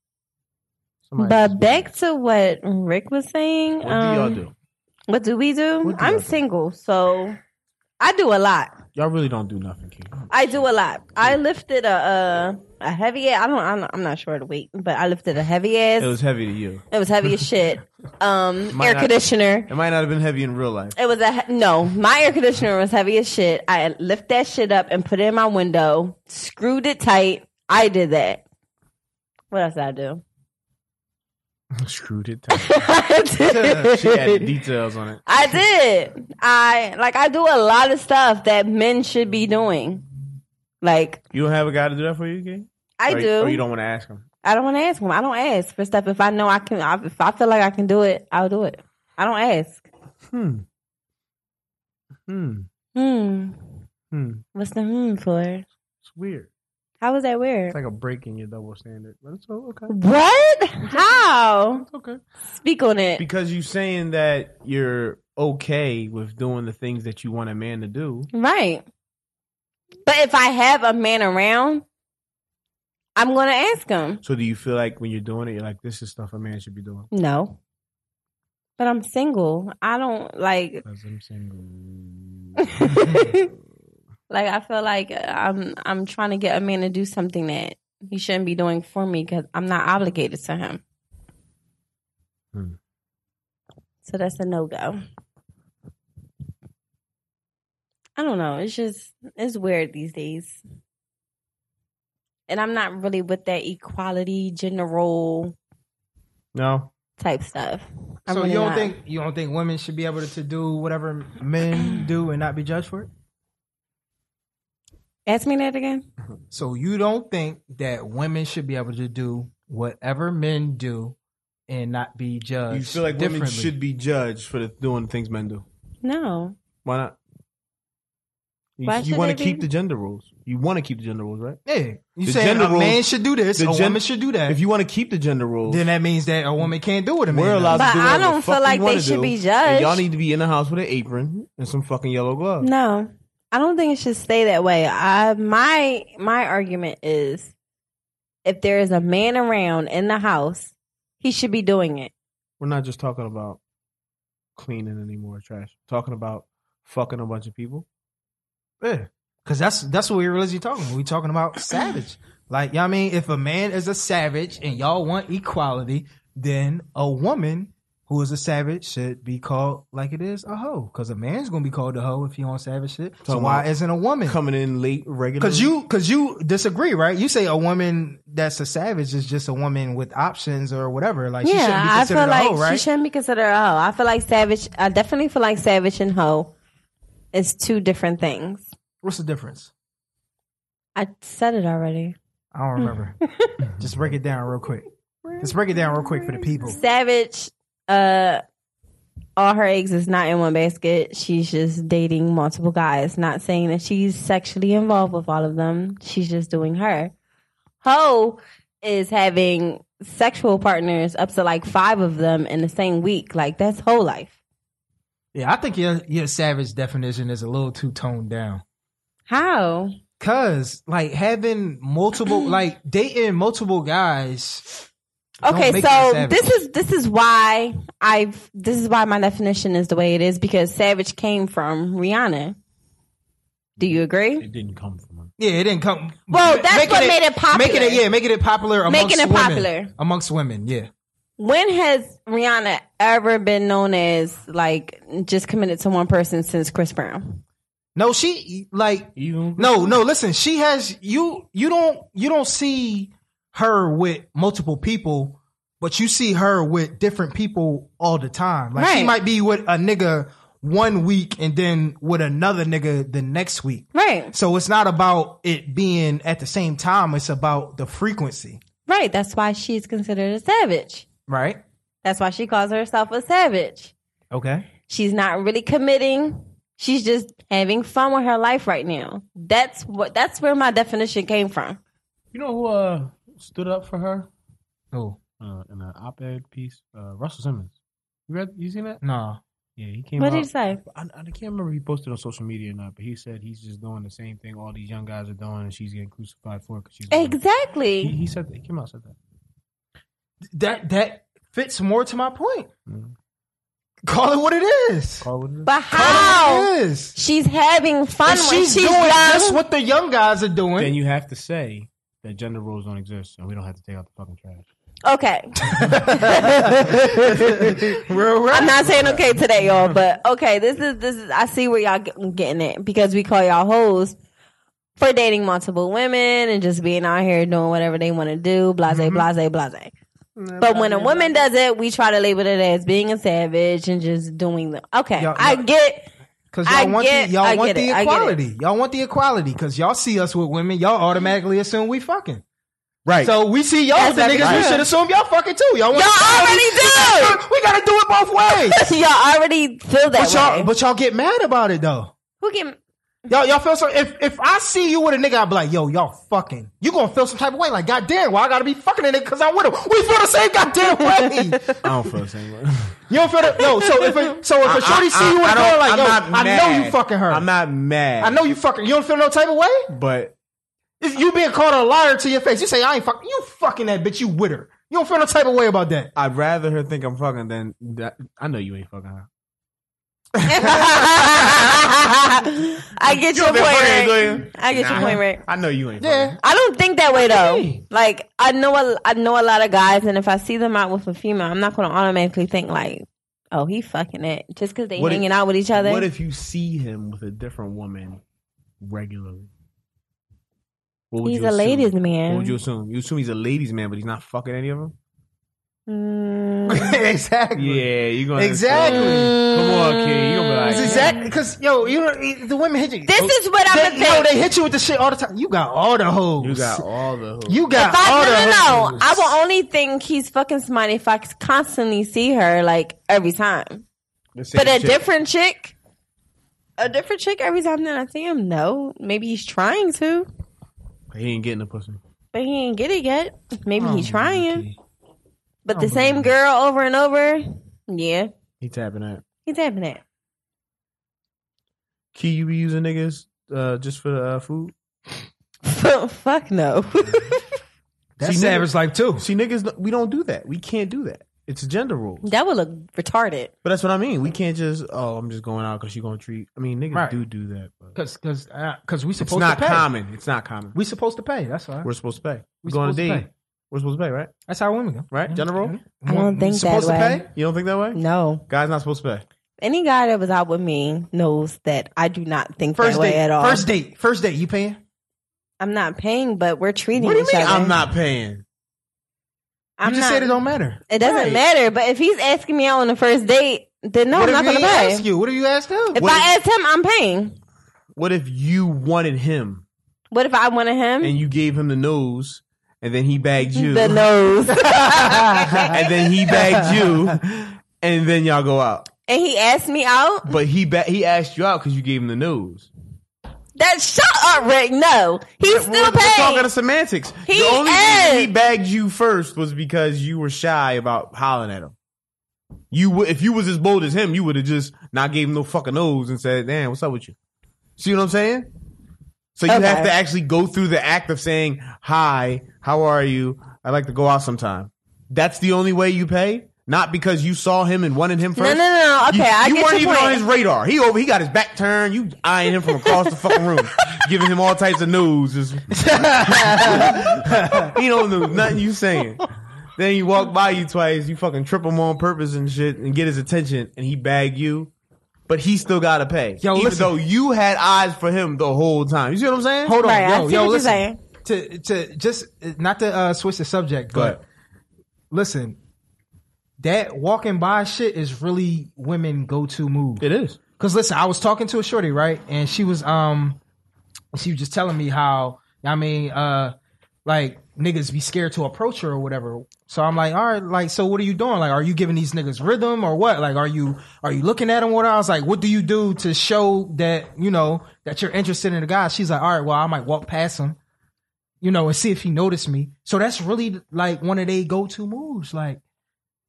[SPEAKER 4] somebody
[SPEAKER 2] But
[SPEAKER 4] just-
[SPEAKER 2] back to what Rick was saying.
[SPEAKER 4] What do y'all
[SPEAKER 2] um,
[SPEAKER 4] do?
[SPEAKER 2] What do we do?
[SPEAKER 4] What do
[SPEAKER 2] I'm
[SPEAKER 4] y'all do?
[SPEAKER 2] single, so I do a lot.
[SPEAKER 4] Y'all really don't do nothing, King.
[SPEAKER 2] I do a lot. I lifted a a, a heavy. I don't. I'm not- I'm not sure the weight, but I lifted a heavy ass.
[SPEAKER 4] It was heavy to you.
[SPEAKER 2] heavy as shit. Um,
[SPEAKER 4] Might
[SPEAKER 2] air
[SPEAKER 4] not-
[SPEAKER 2] conditioner.
[SPEAKER 4] It might not have been heavy in real life.
[SPEAKER 2] It was a he- no. My air conditioner was heavy as shit. I lift that shit up and put it in my window. Screwed it tight. I did that. What else did I do?
[SPEAKER 4] Screwed it.
[SPEAKER 2] I did.
[SPEAKER 4] she added details on it.
[SPEAKER 2] I did. I like I do a lot of stuff that men should be doing. Like
[SPEAKER 4] You don't have a guy to do that for you, King?
[SPEAKER 2] I
[SPEAKER 4] Or-
[SPEAKER 2] do.
[SPEAKER 4] Or you don't want to ask him.
[SPEAKER 2] I don't want to ask him. I don't ask for stuff if I know I can. I, if I feel like I can do it, I'll do it. I don't ask.
[SPEAKER 4] Hmm. Hmm.
[SPEAKER 2] Hmm.
[SPEAKER 4] Hmm.
[SPEAKER 2] What's the hmm for?
[SPEAKER 4] It's weird.
[SPEAKER 2] How was that
[SPEAKER 4] It's
[SPEAKER 2] weird?
[SPEAKER 4] like a break in your double standard. But it's o- okay.
[SPEAKER 2] What? How?
[SPEAKER 4] It's okay.
[SPEAKER 2] Speak on it.
[SPEAKER 4] Because you saying that you're okay with doing the things that you want a man to do.
[SPEAKER 2] Right. But if I have a man around, I'm gonna ask him.
[SPEAKER 4] So do you feel like when you're doing it, you're like, this is stuff a man should be doing?
[SPEAKER 2] No. But I'm single. I don't like
[SPEAKER 4] Because I'm single.
[SPEAKER 2] like I feel like uh, I'm I'm trying to get a man to do something that he shouldn't be doing for me because I'm not obligated to him.
[SPEAKER 4] Hmm.
[SPEAKER 2] So that's a no go. I don't know. It's just it's weird these days. and I'm not really with that equality general
[SPEAKER 4] No.
[SPEAKER 2] type stuff. I'm
[SPEAKER 3] so
[SPEAKER 2] really
[SPEAKER 3] you don't
[SPEAKER 2] not.
[SPEAKER 3] think you don't think women should be able to, to do whatever men do and not be judged for it?
[SPEAKER 2] Ask me that again.
[SPEAKER 3] So you don't think that women should be able to do whatever men do and not be judged?
[SPEAKER 4] You feel like
[SPEAKER 3] differently?
[SPEAKER 4] women should be judged for the, doing things men do.
[SPEAKER 2] No,
[SPEAKER 4] Why not? You,
[SPEAKER 2] Why
[SPEAKER 4] you
[SPEAKER 2] should
[SPEAKER 4] want to
[SPEAKER 2] they be?
[SPEAKER 4] keep the gender rules. You want to keep the gender rules, right?
[SPEAKER 3] Yeah, you
[SPEAKER 4] The
[SPEAKER 3] saying
[SPEAKER 4] gender
[SPEAKER 3] a man
[SPEAKER 4] roles-
[SPEAKER 3] should do this, a
[SPEAKER 4] the gen-
[SPEAKER 3] woman should do that.
[SPEAKER 4] If you want to keep the gender rules,
[SPEAKER 3] then that means that a woman can't do what a man.
[SPEAKER 4] we're
[SPEAKER 3] does.
[SPEAKER 4] allowed
[SPEAKER 2] But
[SPEAKER 4] to do
[SPEAKER 2] I
[SPEAKER 4] whatever the
[SPEAKER 2] don't
[SPEAKER 4] fuck
[SPEAKER 2] feel
[SPEAKER 4] we
[SPEAKER 2] like they
[SPEAKER 4] wanna
[SPEAKER 2] should
[SPEAKER 4] do,
[SPEAKER 2] be
[SPEAKER 4] and y'all
[SPEAKER 2] judged.
[SPEAKER 4] need to be in the house with an apron and some fucking yellow gloves.
[SPEAKER 2] no, I don't think it should stay that way. I my my argument is, if there is a man around in the house, he should be doing it.
[SPEAKER 4] We're not just talking about cleaning anymore, trash. talking about fucking a bunch of people.
[SPEAKER 3] Yeah, because that's that's what we were really talking. about. We talking about savage. Like, you know what I mean, if a man is a savage and y'all want equality, then a woman who is a savage should be called like it is a hoe. Because a man's gonna be called a hoe if he on savage shit. So
[SPEAKER 4] Talking
[SPEAKER 3] why
[SPEAKER 4] about
[SPEAKER 3] isn't a woman?
[SPEAKER 4] Coming in late, regular.
[SPEAKER 3] Because you because you disagree, right? You say a woman that's a savage is just a woman with options or whatever. Like, she shouldn't be
[SPEAKER 2] yeah, I
[SPEAKER 3] considered
[SPEAKER 2] feel
[SPEAKER 3] a
[SPEAKER 2] like
[SPEAKER 3] hoe,
[SPEAKER 2] she
[SPEAKER 3] right?
[SPEAKER 2] shouldn't be considered a hoe. I feel like savage. I definitely feel like savage and hoe is two different things.
[SPEAKER 3] What's the difference?
[SPEAKER 2] I said it already.
[SPEAKER 3] I don't remember. just break it down real quick. Let's break it down real quick for the people.
[SPEAKER 2] Savage, uh, all her eggs is not in one basket. She's just dating multiple guys. Not saying that she's sexually involved with all of them. She's just doing her. Ho is having sexual partners up to like five of them in the same week. Like that's whole life.
[SPEAKER 3] Yeah, I think your your savage definition is a little too toned down.
[SPEAKER 2] How?
[SPEAKER 3] Cause like having multiple,
[SPEAKER 2] Mm.
[SPEAKER 3] like dating multiple guys. don't
[SPEAKER 2] Okay,
[SPEAKER 3] make you a
[SPEAKER 2] so
[SPEAKER 3] savage.
[SPEAKER 2] this is this is why I've this is why my definition is the way it is because Savage came from Rihanna. Do you agree?
[SPEAKER 4] It didn't come from her.
[SPEAKER 3] yeah, it didn't come.
[SPEAKER 2] Well,
[SPEAKER 3] ma-
[SPEAKER 2] that's
[SPEAKER 3] making
[SPEAKER 2] what made it popular.
[SPEAKER 3] Making it yeah, making it popular. Amongst
[SPEAKER 2] Making it
[SPEAKER 3] women,
[SPEAKER 2] popular.
[SPEAKER 3] amongst women. Yeah,
[SPEAKER 2] When has Rihanna ever been known as like just committed to one person since Chris Brown?
[SPEAKER 3] no, she like
[SPEAKER 4] You
[SPEAKER 3] no, no. Listen, she has you. You don't you don't see her with multiple people, but you see her with different people all the time. Like she
[SPEAKER 2] Right.
[SPEAKER 3] might be with a nigga one week and then with another nigga the next week.
[SPEAKER 2] Right.
[SPEAKER 3] So it's not about it being at the same time. It's about the frequency,
[SPEAKER 2] Right. That's why she's considered a savage.
[SPEAKER 3] right?
[SPEAKER 2] That's why she calls herself a savage.
[SPEAKER 3] Okay.
[SPEAKER 2] She's not really committing. She's just having fun with her life right now. That's what that's where my definition came from.
[SPEAKER 4] You know who uh, stood up for her
[SPEAKER 3] Oh
[SPEAKER 4] uh, in an op-ed piece? Uh, Russell Simmons. You read? You seen that?
[SPEAKER 3] no.
[SPEAKER 4] Yeah, he came.
[SPEAKER 2] What
[SPEAKER 4] out,
[SPEAKER 2] did he say?
[SPEAKER 4] I, I can't remember if he posted on social media or not, but he said he's just doing the same thing all these young guys are doing, and she's getting crucified for it because she's. a woman. He,
[SPEAKER 2] Exactly.
[SPEAKER 4] he said that. He came out and said that.
[SPEAKER 3] That that fits more to my point.
[SPEAKER 4] Mm.
[SPEAKER 3] Call it what it is.
[SPEAKER 4] Call it what it is.
[SPEAKER 2] But
[SPEAKER 3] Call it
[SPEAKER 2] how
[SPEAKER 3] what it is.
[SPEAKER 2] she's having fun
[SPEAKER 3] And
[SPEAKER 2] when
[SPEAKER 3] she's,
[SPEAKER 2] she's,
[SPEAKER 3] doing just
[SPEAKER 2] young.
[SPEAKER 3] what the young guys are doing.
[SPEAKER 4] Then you have to say that gender roles don't exist, and we don't have to take out the fucking trash.
[SPEAKER 2] okay.
[SPEAKER 3] Real rap.
[SPEAKER 2] I'm not saying okay today, y'all, but okay, this is this is I see where y'all get- getting it because we call y'all hoes for dating multiple women and just being out here doing whatever they want to do, blase,
[SPEAKER 3] Mm-hmm.
[SPEAKER 2] blase, blase.
[SPEAKER 3] Mm,
[SPEAKER 2] But when a woman does it, we try to label it as being a savage and just doing the okay.
[SPEAKER 3] Y'all-
[SPEAKER 2] I
[SPEAKER 3] y'all-
[SPEAKER 2] get
[SPEAKER 3] Because
[SPEAKER 2] I
[SPEAKER 3] y'all want
[SPEAKER 2] get-
[SPEAKER 3] the, y'all
[SPEAKER 2] I
[SPEAKER 3] want
[SPEAKER 2] get
[SPEAKER 3] the
[SPEAKER 2] it, I get it.
[SPEAKER 3] equality. Y'all want the equality because y'all see us with women. Y'all automatically assume we fucking.
[SPEAKER 4] Right.
[SPEAKER 3] So we see y'all with the
[SPEAKER 2] That's
[SPEAKER 3] niggas.
[SPEAKER 2] right.
[SPEAKER 3] We should assume y'all fucking too. Y'all, want
[SPEAKER 2] Y'all
[SPEAKER 3] equality.
[SPEAKER 2] already
[SPEAKER 3] We
[SPEAKER 2] do.
[SPEAKER 3] gotta do- We gotta do it both ways.
[SPEAKER 2] y'all already feel that
[SPEAKER 3] But y'all,
[SPEAKER 2] way.
[SPEAKER 3] but y'all get mad about it though.
[SPEAKER 2] Who get
[SPEAKER 3] Y'all, y'all feel so. If if I see you with a nigga, i be like, yo, y'all fucking. You gonna feel some type of way? Like, goddamn, why I gotta be fucking a nigga? Cause I'm with him. We feel the same goddamn way.
[SPEAKER 4] I don't feel the same way.
[SPEAKER 3] you don't feel that? No. So if a, so if a shorty see you with a
[SPEAKER 4] don't-
[SPEAKER 3] girl, like,
[SPEAKER 4] I'm
[SPEAKER 3] yo,
[SPEAKER 4] not
[SPEAKER 3] I know
[SPEAKER 4] mad.
[SPEAKER 3] you fucking her.
[SPEAKER 4] I'm not mad.
[SPEAKER 3] I know you fucking. You don't feel no type of way.
[SPEAKER 4] but
[SPEAKER 3] If you being called a liar to your face, you say I ain't fucking. You fucking that bitch. You with her. You don't feel no type of way about that.
[SPEAKER 4] I'd rather her think I'm fucking than that. I know you ain't fucking her.
[SPEAKER 2] I get your point, Rick.
[SPEAKER 4] you?
[SPEAKER 2] I get your point, Rick.
[SPEAKER 4] I know you ain't.
[SPEAKER 3] Yeah.
[SPEAKER 2] I don't think that way though.
[SPEAKER 3] mean?
[SPEAKER 2] Like I know a, I know a lot of guys, and if I see them out with a female, I'm not going to automatically think like, "Oh, he fucking it," just because they
[SPEAKER 4] What if-
[SPEAKER 2] hanging out with each other.
[SPEAKER 4] Fucking. What if you see him with a different woman regularly? What would
[SPEAKER 2] He's
[SPEAKER 4] you
[SPEAKER 2] a
[SPEAKER 4] assume?
[SPEAKER 2] ladies
[SPEAKER 4] What would you
[SPEAKER 2] man.
[SPEAKER 4] assume? You assume he's a ladies man, but he's not fucking any of them.
[SPEAKER 2] Mm.
[SPEAKER 5] exactly.
[SPEAKER 4] Yeah, you gonna
[SPEAKER 5] Exactly.
[SPEAKER 4] Come on, kid. You gonna be like,
[SPEAKER 5] It's exactly because yo, you
[SPEAKER 3] eh,
[SPEAKER 5] know the women hit you.
[SPEAKER 4] Oh,
[SPEAKER 2] This is what I'm
[SPEAKER 5] they,
[SPEAKER 2] gonna
[SPEAKER 5] yo,
[SPEAKER 2] think.
[SPEAKER 5] they hit you with the shit all the time. You got all the hoes.
[SPEAKER 4] You got all the. hoes.
[SPEAKER 5] You got
[SPEAKER 2] If I,
[SPEAKER 5] all the
[SPEAKER 2] no, no, no.
[SPEAKER 5] hoes.
[SPEAKER 2] I will only think he's fucking smart if I constantly see her like every time.
[SPEAKER 4] The same
[SPEAKER 2] But a
[SPEAKER 4] shit.
[SPEAKER 2] different chick, a different chick every time that I see him. No, maybe he's trying to,
[SPEAKER 4] He ain't getting the pussy.
[SPEAKER 2] but he ain't get it yet.
[SPEAKER 4] Oh,
[SPEAKER 2] Maybe he's trying.
[SPEAKER 4] He, Oh,
[SPEAKER 2] But the same girl over and over. Yeah,
[SPEAKER 4] he tapping out.
[SPEAKER 2] he's having it.
[SPEAKER 4] Key, you be using niggas uh, just for the uh, food.
[SPEAKER 2] Fuck no.
[SPEAKER 3] That's
[SPEAKER 4] See, nigga-
[SPEAKER 3] savage life too.
[SPEAKER 4] See, niggas, we don't do that. We can't do that. It's a gender rule.
[SPEAKER 2] that would look retarded.
[SPEAKER 4] But that's what I mean. We can't just oh, I'm just going out because you're gonna treat. I mean, niggas
[SPEAKER 3] Right.
[SPEAKER 4] do do that. But
[SPEAKER 3] Cause, cause, uh, cause we
[SPEAKER 4] it's
[SPEAKER 3] supposed
[SPEAKER 4] not
[SPEAKER 3] to pay.
[SPEAKER 4] common. It's not common.
[SPEAKER 3] We supposed to pay. That's all.
[SPEAKER 4] We're supposed to pay.
[SPEAKER 3] We
[SPEAKER 4] We go on a
[SPEAKER 3] supposed to
[SPEAKER 4] date.
[SPEAKER 3] pay.
[SPEAKER 4] We're supposed to pay, right?
[SPEAKER 3] That's how women go.
[SPEAKER 4] Right? General?
[SPEAKER 2] I don't think that
[SPEAKER 4] supposed to
[SPEAKER 2] way.
[SPEAKER 4] pay? You don't think that way?
[SPEAKER 2] No,
[SPEAKER 4] Guys not supposed to pay.
[SPEAKER 2] any guy that was out with me knows that I do not think that way at all.
[SPEAKER 3] First date. First date. You paying?
[SPEAKER 2] I'm not paying, but we're treating
[SPEAKER 4] What do you
[SPEAKER 2] each
[SPEAKER 4] mean?
[SPEAKER 2] other.
[SPEAKER 4] I'm not paying.
[SPEAKER 2] I'm
[SPEAKER 3] you just
[SPEAKER 2] not-
[SPEAKER 3] said it don't matter.
[SPEAKER 2] It doesn't
[SPEAKER 4] Right. matter,
[SPEAKER 2] matter. But if he's asking me out on the first date, then no, I'm
[SPEAKER 3] what if
[SPEAKER 2] not
[SPEAKER 3] you
[SPEAKER 2] going to
[SPEAKER 3] ain't
[SPEAKER 2] pay.
[SPEAKER 3] ask you? What if you asked him?
[SPEAKER 2] If
[SPEAKER 4] What
[SPEAKER 2] I asked him, I'm paying.
[SPEAKER 4] What if you wanted him
[SPEAKER 2] What if I wanted him?
[SPEAKER 4] and you gave him the nose, and then he bagged you,
[SPEAKER 2] The nose.
[SPEAKER 4] and then he bagged you, and then y'all go out.
[SPEAKER 2] and he asked me out.
[SPEAKER 4] But he ba- he asked you out because you gave him the nose.
[SPEAKER 2] That shut up, Rick. No, he's still
[SPEAKER 4] we're, we're talking
[SPEAKER 2] paying.
[SPEAKER 4] of semantics.
[SPEAKER 2] He
[SPEAKER 4] the only reason he
[SPEAKER 2] is.
[SPEAKER 4] bagged you first was because you were shy about hollering at him. You would, if you was as bold as him, you would have just not gave him no fucking nose and said, "Damn, what's up with you?" See what I'm saying? So you
[SPEAKER 2] Okay.
[SPEAKER 4] have to actually go through the act of saying, "Hi, how are you? I'd like to go out sometime." That's the only way you pay, not because you saw him and wanted him
[SPEAKER 2] No, no,
[SPEAKER 4] first.
[SPEAKER 2] no. Okay,
[SPEAKER 4] You,
[SPEAKER 2] I
[SPEAKER 4] you
[SPEAKER 2] get
[SPEAKER 4] weren't
[SPEAKER 2] your
[SPEAKER 4] even on his
[SPEAKER 2] point.
[SPEAKER 4] radar. He over. He got his back turned. You eyeing him from across the fucking room, giving him all types of news. Just- he don't know nothing you saying. Then you walk by you twice. You fucking trip him on purpose and shit, and get his attention, and he bag you. But he still gotta pay.
[SPEAKER 3] Yo,
[SPEAKER 4] even
[SPEAKER 3] listen.
[SPEAKER 4] though you had eyes for him the whole time. You see what I'm saying?
[SPEAKER 3] Hold on,
[SPEAKER 2] Right, I
[SPEAKER 3] yo,
[SPEAKER 2] see
[SPEAKER 3] yo,
[SPEAKER 2] what you're
[SPEAKER 3] listen.
[SPEAKER 2] saying.
[SPEAKER 3] To to just not to uh, switch the subject,
[SPEAKER 4] Go
[SPEAKER 3] but
[SPEAKER 4] ahead.
[SPEAKER 3] listen, that walking by shit is really women go to move.
[SPEAKER 4] It is.
[SPEAKER 3] Cause listen, I was talking to a shorty, right? And she was um she was just telling me how I mean, uh like niggas be scared to approach her or whatever. So I'm like, all right, like, so what are you doing? Like, are you giving these niggas rhythm or what? Like, are you are you looking at them? What I was like, what do you do to show that you know that you're interested in the guy? She's like, all right, well, I might walk past him, you know, and see if he noticed me. So that's really like one of they go to moves. Like,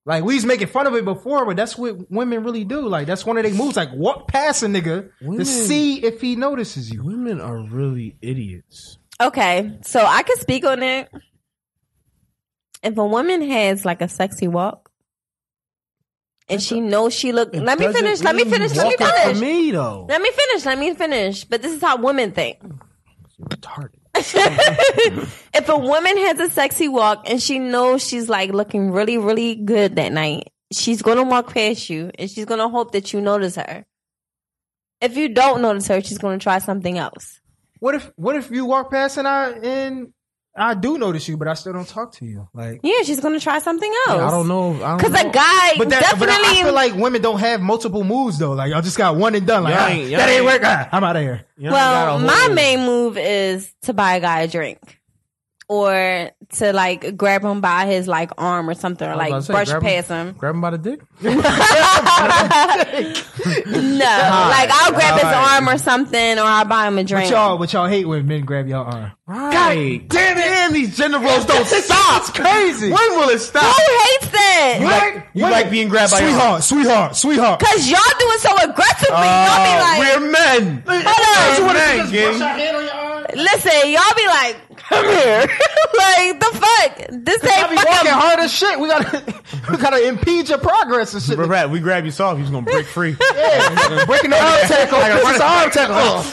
[SPEAKER 3] like we was making fun of it before, but that's what women really do. Like, that's one of they moves. Like, walk past a nigga to
[SPEAKER 4] Women-
[SPEAKER 3] see if he notices you.
[SPEAKER 4] Women are really idiots.
[SPEAKER 2] Okay, so I could speak on it. If a woman has like a sexy walk, and she knows she look. Let me finish. Let me finish. Let me finish.
[SPEAKER 4] me though.
[SPEAKER 2] Let me finish. Let me finish. But this is how women think.
[SPEAKER 4] Retarded.
[SPEAKER 2] If a woman has a sexy walk and she knows she's like looking really, really good that night, she's going to walk past you and she's going to hope that you notice her. If you don't notice her, she's going to try something else.
[SPEAKER 3] What if what if you walk past and I and I do notice you, but I still don't talk to you? Like
[SPEAKER 2] Yeah, she's going to try something else.
[SPEAKER 4] I don't know. I don't
[SPEAKER 2] Because
[SPEAKER 4] know.
[SPEAKER 2] a guy
[SPEAKER 3] but that, but I- I
[SPEAKER 2] definitely.
[SPEAKER 3] feel like women don't have multiple moves though. Like y'all just got one and done. Like
[SPEAKER 4] Y'all
[SPEAKER 3] ah,
[SPEAKER 4] ain't- y'all
[SPEAKER 3] that ain't
[SPEAKER 4] ain't-
[SPEAKER 3] work. Ah, I'm out of here.
[SPEAKER 4] You know, I
[SPEAKER 2] well,
[SPEAKER 4] got a
[SPEAKER 2] my
[SPEAKER 4] whole-
[SPEAKER 2] main move is to buy a guy a drink or to like grab him by his like arm or something or
[SPEAKER 4] I was about
[SPEAKER 2] like
[SPEAKER 4] to say,
[SPEAKER 2] brush
[SPEAKER 4] grab
[SPEAKER 2] past him.
[SPEAKER 4] Grab him by the dick.
[SPEAKER 2] No, like I'll grab his
[SPEAKER 4] Alright.
[SPEAKER 2] arm or something or I'll buy him a
[SPEAKER 3] But
[SPEAKER 2] drink.
[SPEAKER 3] y'all, but y'all hate when men grab y'all arm.
[SPEAKER 4] Right. God damn it! Damn, these gender roles don't stop.
[SPEAKER 3] It's crazy.
[SPEAKER 4] When will it stop?
[SPEAKER 2] Who hates that?
[SPEAKER 4] Like, you like being grabbed by your
[SPEAKER 3] sweetheart, sweetheart, sweetheart.
[SPEAKER 2] Because y'all doing so aggressively. y'all be
[SPEAKER 4] Oh,
[SPEAKER 2] like,
[SPEAKER 4] we're men.
[SPEAKER 2] Hold
[SPEAKER 4] We're
[SPEAKER 2] on.
[SPEAKER 4] men, gang.
[SPEAKER 2] listen, y'all be like, come here. like, the fuck? This
[SPEAKER 3] I be
[SPEAKER 2] ain't
[SPEAKER 3] walking
[SPEAKER 2] fucking.
[SPEAKER 3] hard as shit. We gotta, we gotta impede your progress and shit.
[SPEAKER 4] Bro, Brad, we grab you soft, he's gonna break free.
[SPEAKER 3] Breaking the arm tackle, like it's arm
[SPEAKER 4] Oh,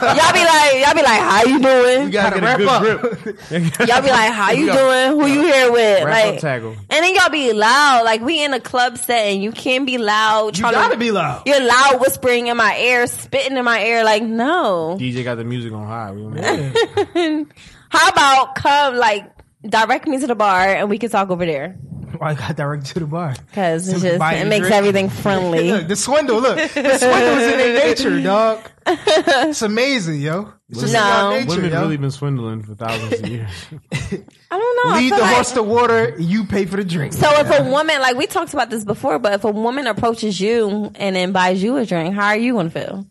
[SPEAKER 2] Y'all be like, y'all be like, how you doing?
[SPEAKER 4] You gotta get a
[SPEAKER 3] wrap
[SPEAKER 4] good grip.
[SPEAKER 2] Y'all be like, how you doing? Who you here with?
[SPEAKER 4] Wrap up
[SPEAKER 2] Like,
[SPEAKER 4] tackle.
[SPEAKER 2] and then y'all be loud. Like, we in a club setting. You can't be loud.
[SPEAKER 3] You
[SPEAKER 2] tryna-
[SPEAKER 3] gotta be loud.
[SPEAKER 2] You're loud whispering in my ear, spitting in my ear. Like, no.
[SPEAKER 4] DJ got the music on high. We don't know.
[SPEAKER 2] How about come like direct me to the bar and we can talk over there
[SPEAKER 3] I got direct to the bar.
[SPEAKER 2] because it just
[SPEAKER 3] Buy a
[SPEAKER 2] it makes
[SPEAKER 3] drink.
[SPEAKER 2] everything friendly.
[SPEAKER 3] Look, the swindle. Look, the swindle is in their nature, dog. It's amazing, yo. It's just
[SPEAKER 2] No.
[SPEAKER 3] in our nature,
[SPEAKER 4] Women
[SPEAKER 3] yo.
[SPEAKER 4] really been swindling for thousands of years.
[SPEAKER 2] I don't know. I
[SPEAKER 3] Lead
[SPEAKER 2] feel
[SPEAKER 3] the
[SPEAKER 2] like-
[SPEAKER 3] horse to water. You pay for the drink.
[SPEAKER 2] So if a woman, like we talked about this before, but if a woman approaches you and then buys you a drink, how are you gonna feel?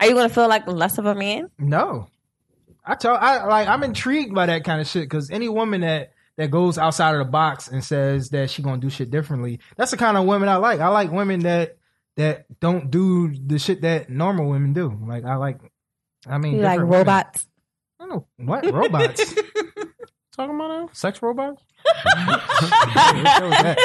[SPEAKER 2] Are you gonna feel like less of a man?
[SPEAKER 3] No, I tell I like I'm intrigued by that kind of shit because any woman that that goes outside of the box and says that she gonna do shit differently, that's the kind of women I like. I like women that that don't do the shit that normal women do. Like I like, I mean,
[SPEAKER 2] You like
[SPEAKER 3] Mm, different women.
[SPEAKER 2] robots?
[SPEAKER 3] I don't know what robots.
[SPEAKER 4] Talking about that? sex robots?
[SPEAKER 3] What show is that?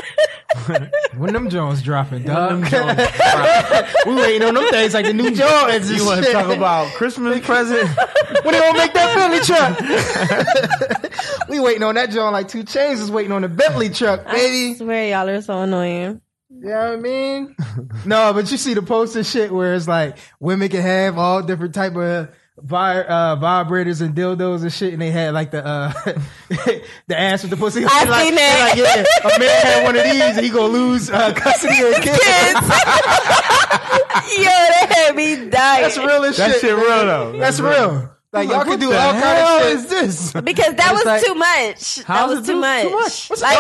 [SPEAKER 3] when them Jones dropping, dog. we waiting on them things like the new Jordans.
[SPEAKER 4] You want to talk about Christmas present?
[SPEAKER 3] when they gonna make that Bentley truck? we waiting on that John like two chains is waiting on the Bentley truck,
[SPEAKER 2] I
[SPEAKER 3] baby.
[SPEAKER 2] swear y'all are so annoying.
[SPEAKER 3] You know what I mean? no, but you see the poster shit where it's like women can have all different type of vi- uh, vibrators and dildos and shit, and they had like the uh, the ass with the pussy.
[SPEAKER 2] I
[SPEAKER 3] like,
[SPEAKER 2] seen that.
[SPEAKER 3] they're Like, yeah, a man had one of these, and he gonna lose uh, custody of his kids.
[SPEAKER 2] Kids. Yo, they had me dying.
[SPEAKER 3] That's real as
[SPEAKER 4] That
[SPEAKER 3] shit.
[SPEAKER 4] shit real though.
[SPEAKER 3] That's real. Like y'all can do all
[SPEAKER 4] hell
[SPEAKER 3] kind of shit.
[SPEAKER 4] is this?
[SPEAKER 2] because that was
[SPEAKER 3] like-
[SPEAKER 2] too much. That
[SPEAKER 4] How's
[SPEAKER 2] was
[SPEAKER 4] it
[SPEAKER 2] too
[SPEAKER 4] too-
[SPEAKER 2] much.
[SPEAKER 4] too much? What's
[SPEAKER 2] like,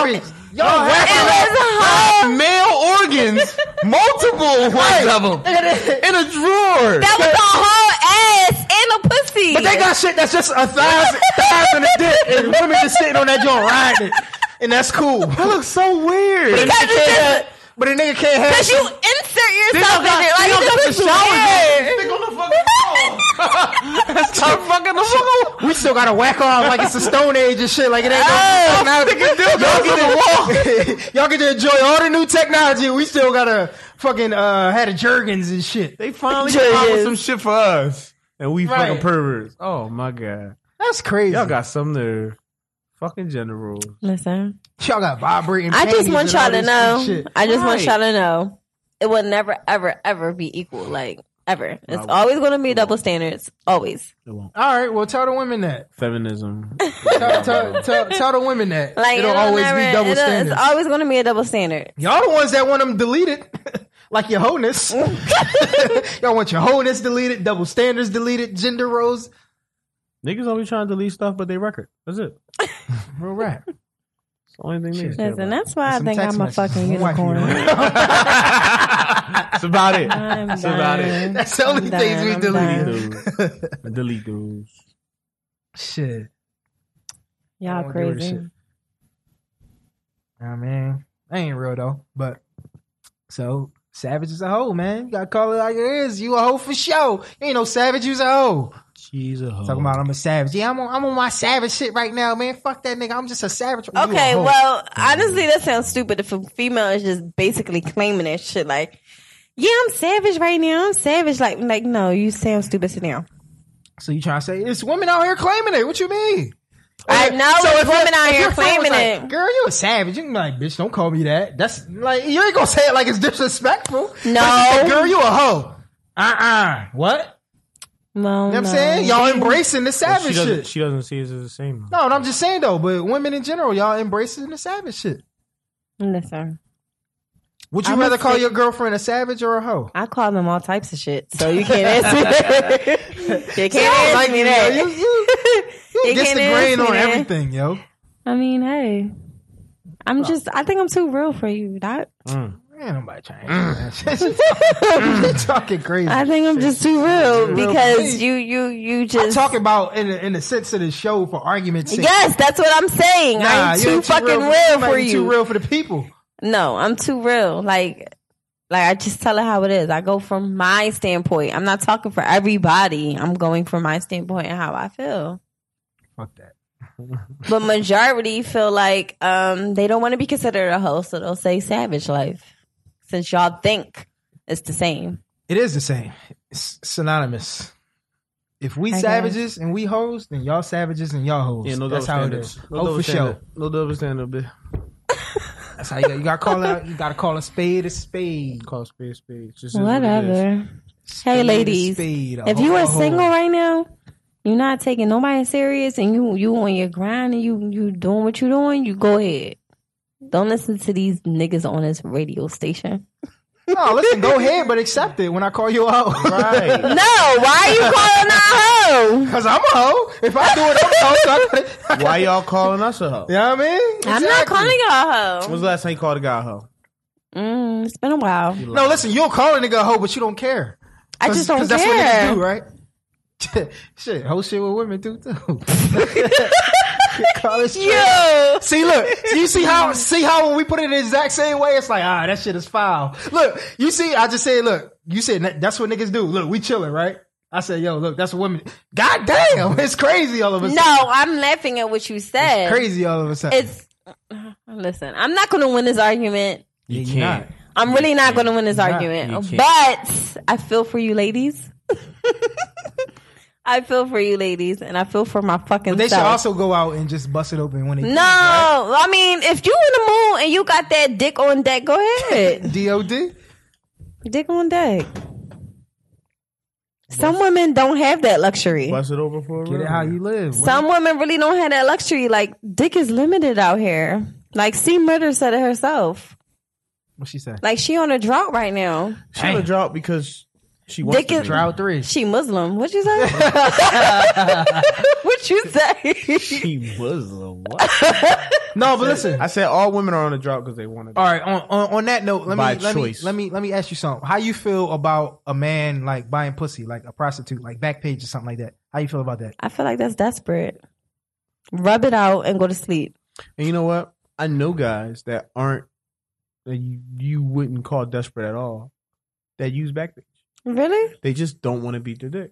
[SPEAKER 3] Y'all- Y'all
[SPEAKER 2] it
[SPEAKER 3] whacking
[SPEAKER 2] was hard.
[SPEAKER 4] Male organs, multiple ones of them in a drawer.
[SPEAKER 2] That was a whole ass and a pussy.
[SPEAKER 3] But they got shit that's just a thousand, thousand a dick, and women just sitting on that joint riding it, and that's cool. But
[SPEAKER 4] that looks so weird.
[SPEAKER 2] Because it's just-
[SPEAKER 3] a nigga can't have.
[SPEAKER 2] Because you insert yourself
[SPEAKER 3] don't got-
[SPEAKER 2] in it. Like,
[SPEAKER 3] they
[SPEAKER 2] you
[SPEAKER 3] don't got
[SPEAKER 2] just
[SPEAKER 3] the
[SPEAKER 2] look
[SPEAKER 3] shower
[SPEAKER 2] weird.
[SPEAKER 4] fucking
[SPEAKER 3] We still gotta whack off like it's the Stone Age and shit. Like it ain't
[SPEAKER 2] Oh.
[SPEAKER 3] no technology. Y'all get, to, y'all get to enjoy all the new technology. We still gotta fucking uh had a Jergens and shit.
[SPEAKER 4] They finally came out with
[SPEAKER 2] Jizz.
[SPEAKER 4] some shit for us, and we
[SPEAKER 3] Right.
[SPEAKER 4] fucking perverts. Oh my god,
[SPEAKER 3] That's crazy.
[SPEAKER 4] y'all got some nerve. Fucking general.
[SPEAKER 2] Listen,
[SPEAKER 3] y'all got vibrating.
[SPEAKER 2] I just
[SPEAKER 3] panties
[SPEAKER 2] want
[SPEAKER 3] and all
[SPEAKER 2] y'all to
[SPEAKER 3] this
[SPEAKER 2] know.
[SPEAKER 3] shit.
[SPEAKER 2] I just want
[SPEAKER 4] Right.
[SPEAKER 2] y'all to know. It will never, ever, ever be equal. Like ever, it's
[SPEAKER 4] won't.
[SPEAKER 2] always going to be double standards. Always.
[SPEAKER 3] All right, well tell the women that.
[SPEAKER 4] Feminism.
[SPEAKER 3] Tell, tell, tell, tell the women that.
[SPEAKER 2] Like
[SPEAKER 3] it'll, always be
[SPEAKER 2] never-
[SPEAKER 3] double
[SPEAKER 2] it'll-
[SPEAKER 3] standards.
[SPEAKER 2] It's always going to be a double standard.
[SPEAKER 3] Y'all the ones that want them deleted, like your wholeness. Y'all want your wholeness deleted, double standards deleted, gender roles.
[SPEAKER 4] Niggas always trying to delete stuff, but they record. That's it.
[SPEAKER 3] Real rap.
[SPEAKER 4] It's the only thing niggas care
[SPEAKER 2] Listen,
[SPEAKER 4] about.
[SPEAKER 2] that's why I
[SPEAKER 3] Some
[SPEAKER 2] think
[SPEAKER 3] text
[SPEAKER 2] I'm a
[SPEAKER 3] messages.
[SPEAKER 2] fucking
[SPEAKER 3] Wife, you
[SPEAKER 2] unicorn.
[SPEAKER 3] know.
[SPEAKER 4] That's about it.
[SPEAKER 2] I'm
[SPEAKER 4] That's about it.
[SPEAKER 2] done.
[SPEAKER 3] That's the only
[SPEAKER 2] I'm done,
[SPEAKER 3] things we
[SPEAKER 2] I'm
[SPEAKER 3] deleted.
[SPEAKER 2] done.
[SPEAKER 4] Dude. delete those.
[SPEAKER 3] Shit. I
[SPEAKER 2] Y'all
[SPEAKER 3] don't wanna do this
[SPEAKER 2] crazy.
[SPEAKER 3] shit. I mean, I ain't real though. But so savage is a hoe, man. You gotta call it like it is. You a hoe for show. You ain't no savage. You's a hoe.
[SPEAKER 4] She's a hoe.
[SPEAKER 3] Talking about I'm a savage. Yeah, I'm on, I'm on my savage shit right now, man. Fuck that nigga. I'm just a savage. You a
[SPEAKER 2] Okay,
[SPEAKER 3] hoe.
[SPEAKER 2] well, honestly, that sounds stupid if a female is just basically claiming that shit. Like, yeah, I'm savage right now. I'm savage. Like, like no, you sound stupid sit down.
[SPEAKER 3] So you trying to say it's women out here claiming it? What you mean?
[SPEAKER 2] I know it's
[SPEAKER 3] your-
[SPEAKER 2] women out
[SPEAKER 3] if
[SPEAKER 2] here
[SPEAKER 3] your friend was
[SPEAKER 2] claiming
[SPEAKER 3] like,
[SPEAKER 2] it.
[SPEAKER 3] Girl, you a savage. You can be like, bitch, don't call me that. That's like you ain't gonna say it like it's disrespectful.
[SPEAKER 2] No.
[SPEAKER 3] But you say, girl, you a hoe. Uh uh What?
[SPEAKER 2] No,
[SPEAKER 3] You know what I'm saying? Y'all embracing the
[SPEAKER 4] She
[SPEAKER 3] savage
[SPEAKER 4] doesn't,
[SPEAKER 3] shit.
[SPEAKER 4] she doesn't see us as the same.
[SPEAKER 3] No, and I'm just saying though, but women in general, y'all embracing the savage shit.
[SPEAKER 2] Listen,
[SPEAKER 3] Would you
[SPEAKER 2] I'm a
[SPEAKER 3] rather call
[SPEAKER 2] sick-
[SPEAKER 3] your girlfriend a savage or a hoe?
[SPEAKER 2] I call them all types of shit, so you can't ask me that. You can't ask
[SPEAKER 3] like
[SPEAKER 2] me
[SPEAKER 3] you,
[SPEAKER 2] that.
[SPEAKER 3] yo. You- you- you
[SPEAKER 2] You
[SPEAKER 3] against
[SPEAKER 2] can't
[SPEAKER 3] the grain
[SPEAKER 2] ask me
[SPEAKER 3] on
[SPEAKER 2] that.
[SPEAKER 3] everything, yo.
[SPEAKER 2] I mean, hey, I'm just. I think I'm too real for you. That
[SPEAKER 4] Mm.
[SPEAKER 3] Man, nobody trying. you talking crazy.
[SPEAKER 2] I think I'm just too real because
[SPEAKER 3] please.
[SPEAKER 2] you, you, you
[SPEAKER 3] I'm
[SPEAKER 2] just
[SPEAKER 3] talking about in the, in the sense of the show for argument's sake.
[SPEAKER 2] Yes, that's what I'm saying.
[SPEAKER 3] Nah,
[SPEAKER 2] I'm
[SPEAKER 3] you
[SPEAKER 2] too,
[SPEAKER 3] ain't
[SPEAKER 2] fucking real,
[SPEAKER 3] might
[SPEAKER 2] for
[SPEAKER 3] be
[SPEAKER 2] you.
[SPEAKER 3] Too real for the people.
[SPEAKER 2] No, I'm too real. Like, like I just tell her how it is. I go from my standpoint. I'm not talking for everybody. I'm going from my standpoint and how I feel.
[SPEAKER 3] Fuck that.
[SPEAKER 2] But majority feel like um they don't want to be considered a hoe, so they'll say savage life. Since y'all think it's the same.
[SPEAKER 3] It is the same. It's synonymous. If we
[SPEAKER 2] I
[SPEAKER 3] savages and we hoes, then y'all savages and y'all hoes.
[SPEAKER 4] Yeah, no
[SPEAKER 3] That's
[SPEAKER 4] double
[SPEAKER 3] how it
[SPEAKER 4] standards.
[SPEAKER 3] is.
[SPEAKER 4] No
[SPEAKER 3] oh,
[SPEAKER 4] double
[SPEAKER 3] for
[SPEAKER 4] standard.
[SPEAKER 3] sure.
[SPEAKER 4] No double standard, bitch.
[SPEAKER 3] That's how you got. You got to call out. You got to call a spade a spade.
[SPEAKER 4] Call spade spade. Just is what it is.
[SPEAKER 2] Whatever. Hey
[SPEAKER 3] Spade a
[SPEAKER 2] ladies.
[SPEAKER 3] spade, a
[SPEAKER 2] If
[SPEAKER 3] hoe
[SPEAKER 2] you
[SPEAKER 3] a
[SPEAKER 2] are
[SPEAKER 3] hoe.
[SPEAKER 2] single right now, You're not taking nobody serious, and you you on your grind, and you you doing what you doing. You go ahead. Don't listen to these niggas on this radio station.
[SPEAKER 3] No, listen, go ahead, but accept it when I call you out.
[SPEAKER 2] No, why are you calling out hoe?
[SPEAKER 3] Cause I'm a hoe. If I do it, I'm a hoe. So I gotta,
[SPEAKER 4] Why y'all calling us a hoe?
[SPEAKER 3] you know what I mean?
[SPEAKER 2] I'm not calling y'all hoe.
[SPEAKER 4] When's the last time you called a guy a hoe?
[SPEAKER 2] Mm, it's been a while.
[SPEAKER 3] No, listen, you'll call a nigga a hoe, but you don't care.
[SPEAKER 2] I just don't care.
[SPEAKER 3] that's what niggas do, right? shit, whole shit what women do too. Call it straight.
[SPEAKER 2] Yo,
[SPEAKER 3] See, look, you see how see how when we put it in the exact same way, it's like, ah, that shit is foul. Look, you see, I just said, look, you said that- that's what niggas do. Look, we chilling, right? I said, yo, look, that's what women. God damn, it's crazy all of a
[SPEAKER 2] no,
[SPEAKER 3] sudden.
[SPEAKER 2] I'm laughing at what you said.
[SPEAKER 3] Crazy all of a sudden.
[SPEAKER 2] It's listen. I'm not going to win this argument.
[SPEAKER 4] You
[SPEAKER 3] you're not.
[SPEAKER 2] I'm really not going to win this
[SPEAKER 3] You're not.
[SPEAKER 2] argument.
[SPEAKER 4] You
[SPEAKER 2] But I feel for you, ladies. I feel for you, ladies, and I feel for my fucking.
[SPEAKER 3] But they should
[SPEAKER 2] self.
[SPEAKER 3] also go out and just bust it open when they
[SPEAKER 2] No, I mean, if you in the mood and you got that dick on deck, go ahead.
[SPEAKER 3] DOD.
[SPEAKER 2] dick on deck. Some women don't have that luxury.
[SPEAKER 4] Bust it over for a
[SPEAKER 3] Get it how you live.
[SPEAKER 2] Some women really don't have that luxury. Like dick is limited out here. Like C Murder said it herself.
[SPEAKER 3] What she said?
[SPEAKER 2] Like she on a drought right now.
[SPEAKER 4] She on a drought because she wants
[SPEAKER 2] Dick
[SPEAKER 4] to
[SPEAKER 2] is-
[SPEAKER 4] be.
[SPEAKER 3] Trial three.
[SPEAKER 2] She Muslim. What you say? what you say?
[SPEAKER 4] She was a what?
[SPEAKER 3] No, but listen.
[SPEAKER 4] I said all women are on a drought because they want to.
[SPEAKER 3] All right. On, on on that note, let
[SPEAKER 4] By
[SPEAKER 3] me let
[SPEAKER 4] choice.
[SPEAKER 3] me let me let me ask you something. How you feel about a man like buying pussy, like a prostitute, like Backpage or something like that? How you feel about that?
[SPEAKER 2] I feel like that's desperate. Rub it out and go to sleep.
[SPEAKER 4] And you know what? I know guys that aren't that you, you wouldn't call desperate at all that use backpage.
[SPEAKER 2] Really?
[SPEAKER 4] They just don't want to beat their dick,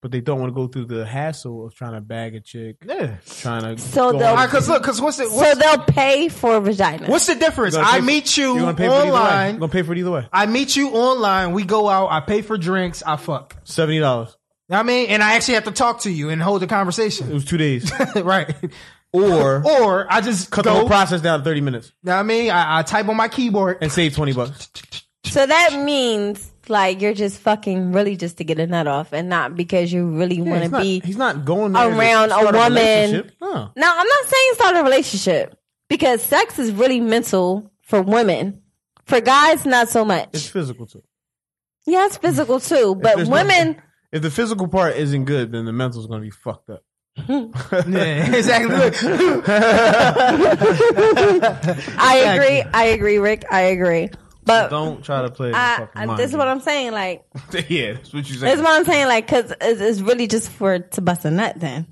[SPEAKER 4] but they don't want to go through the hassle of trying to bag a chick,
[SPEAKER 3] Yeah.
[SPEAKER 4] trying to.
[SPEAKER 2] So
[SPEAKER 4] go
[SPEAKER 2] the-
[SPEAKER 4] on-
[SPEAKER 3] All right. Because look, because what's the
[SPEAKER 2] So
[SPEAKER 3] what's,
[SPEAKER 2] they'll pay for a vagina.
[SPEAKER 3] what's the difference?
[SPEAKER 4] You're gonna pay
[SPEAKER 3] I
[SPEAKER 4] for-
[SPEAKER 3] meet you
[SPEAKER 4] you're gonna pay for it either way. You're
[SPEAKER 3] online.
[SPEAKER 4] gonna pay for it either way.
[SPEAKER 3] I meet you online. We go out. I pay for drinks. I fuck.
[SPEAKER 4] Seventy dollars.
[SPEAKER 3] You know what I mean, and I actually have to talk to you and hold a
[SPEAKER 4] It
[SPEAKER 3] conversation,
[SPEAKER 4] was two days,
[SPEAKER 3] right?
[SPEAKER 4] or
[SPEAKER 3] Or I just
[SPEAKER 4] cut the
[SPEAKER 3] go.
[SPEAKER 4] whole process down to thirty minutes
[SPEAKER 3] you know what I mean, I, I type on my keyboard.
[SPEAKER 4] and save twenty bucks.
[SPEAKER 2] So that means like you're just fucking really just to get a nut off and not because you really
[SPEAKER 4] Yeah,
[SPEAKER 2] want
[SPEAKER 4] he's
[SPEAKER 2] to
[SPEAKER 4] not-
[SPEAKER 2] be.
[SPEAKER 4] he's not going there to
[SPEAKER 2] around a
[SPEAKER 4] start
[SPEAKER 2] woman.
[SPEAKER 4] relationship. No.
[SPEAKER 2] Now I'm not saying start a relationship because sex is really mental for women. For guys, not so much.
[SPEAKER 4] It's physical too.
[SPEAKER 2] yeah, it's physical too, but
[SPEAKER 4] there's no-
[SPEAKER 2] women.
[SPEAKER 4] If the physical part isn't good, then the mental's gonna be fucked up.
[SPEAKER 3] Yeah, exactly. Look,
[SPEAKER 2] I agree. I agree, Rick. I agree. But
[SPEAKER 4] Don't try to play. with
[SPEAKER 2] I,
[SPEAKER 4] your fucking
[SPEAKER 2] I,
[SPEAKER 4] mind,
[SPEAKER 2] this is what
[SPEAKER 4] dude.
[SPEAKER 2] I'm saying. Like
[SPEAKER 4] yeah, that's what
[SPEAKER 2] this
[SPEAKER 4] you
[SPEAKER 2] is
[SPEAKER 4] saying.
[SPEAKER 2] what I'm saying. Like because it's, it's really just for to bust a nut. Then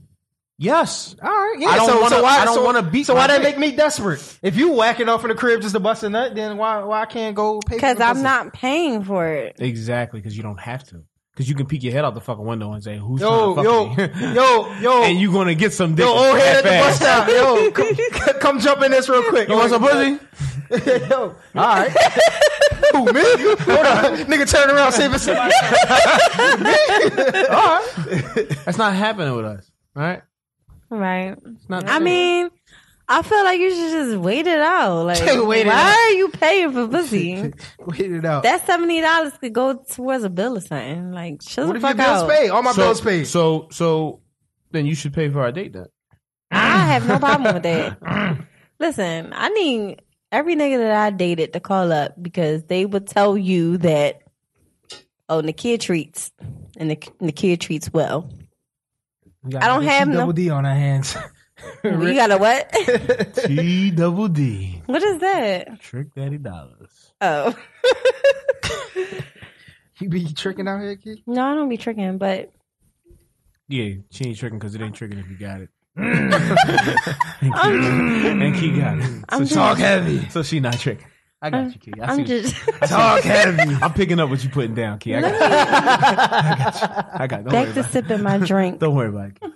[SPEAKER 4] Yes.
[SPEAKER 3] All right. Yeah.
[SPEAKER 4] I don't
[SPEAKER 3] so,
[SPEAKER 4] wanna-
[SPEAKER 3] so why,
[SPEAKER 4] I don't
[SPEAKER 3] so,
[SPEAKER 4] wanna beat
[SPEAKER 3] So why
[SPEAKER 4] my
[SPEAKER 3] that make
[SPEAKER 4] dick.
[SPEAKER 3] me desperate? If you whacking off in the crib just to bust a nut, then why why I can't go pay? for
[SPEAKER 2] because
[SPEAKER 3] the
[SPEAKER 2] I'm
[SPEAKER 3] pussy?
[SPEAKER 2] not paying for it.
[SPEAKER 4] Exactly, because you don't have to. Because you can peek your head out the fucking window and say, "Who's
[SPEAKER 3] Yo yo
[SPEAKER 4] trying to fuck me?"
[SPEAKER 3] yo yo.
[SPEAKER 4] and you gonna get some dick.
[SPEAKER 3] yo old head at the
[SPEAKER 4] fast.
[SPEAKER 3] bus stop. Yo, come, come jump in this real quick.
[SPEAKER 4] You want some pussy?
[SPEAKER 3] yo, all right. Who me? Hold on, nigga, turn around, see if it's somebody.
[SPEAKER 4] That's not happening with us. All right.
[SPEAKER 2] Right.
[SPEAKER 4] not-
[SPEAKER 2] I mean, I feel like you should just wait it out. Like,
[SPEAKER 3] Wait it
[SPEAKER 2] why
[SPEAKER 3] out.
[SPEAKER 2] are you paying for pussy?
[SPEAKER 3] Wait it out.
[SPEAKER 2] that seventy dollars could go towards a bill or something. Like, chill
[SPEAKER 3] What
[SPEAKER 2] the
[SPEAKER 3] if your
[SPEAKER 2] fuck
[SPEAKER 3] bills
[SPEAKER 2] out.
[SPEAKER 3] paid? All my bills paid.
[SPEAKER 4] So so then you should pay for our date then.
[SPEAKER 2] I have no problem with that. Listen, I need every nigga that I dated to call up because they would tell you that, oh, Nakia treats, and Nak- Nakia treats well. I don't have no-
[SPEAKER 3] double D on our hands.
[SPEAKER 2] You got a what?
[SPEAKER 4] T double D.
[SPEAKER 2] what is that?
[SPEAKER 4] Trick Daddy Dollars.
[SPEAKER 2] Oh.
[SPEAKER 3] you be tricking out here, kid.
[SPEAKER 2] No, I don't be tricking, but
[SPEAKER 4] Yeah, she ain't tricking because it ain't tricking if you got it.
[SPEAKER 2] I'm,
[SPEAKER 4] And Key got it. So
[SPEAKER 2] I'm
[SPEAKER 4] she-
[SPEAKER 2] just-
[SPEAKER 3] heavy.
[SPEAKER 4] So she not tricking. I got you, Key. I see
[SPEAKER 2] I'm
[SPEAKER 4] what-
[SPEAKER 2] just.
[SPEAKER 4] Talk heavy. I'm picking up what you putting down, Key. I got you. I got you. I got you. Don't, worry
[SPEAKER 2] back to
[SPEAKER 4] about, it.
[SPEAKER 2] sipping my drink.
[SPEAKER 4] Don't worry about it. Key.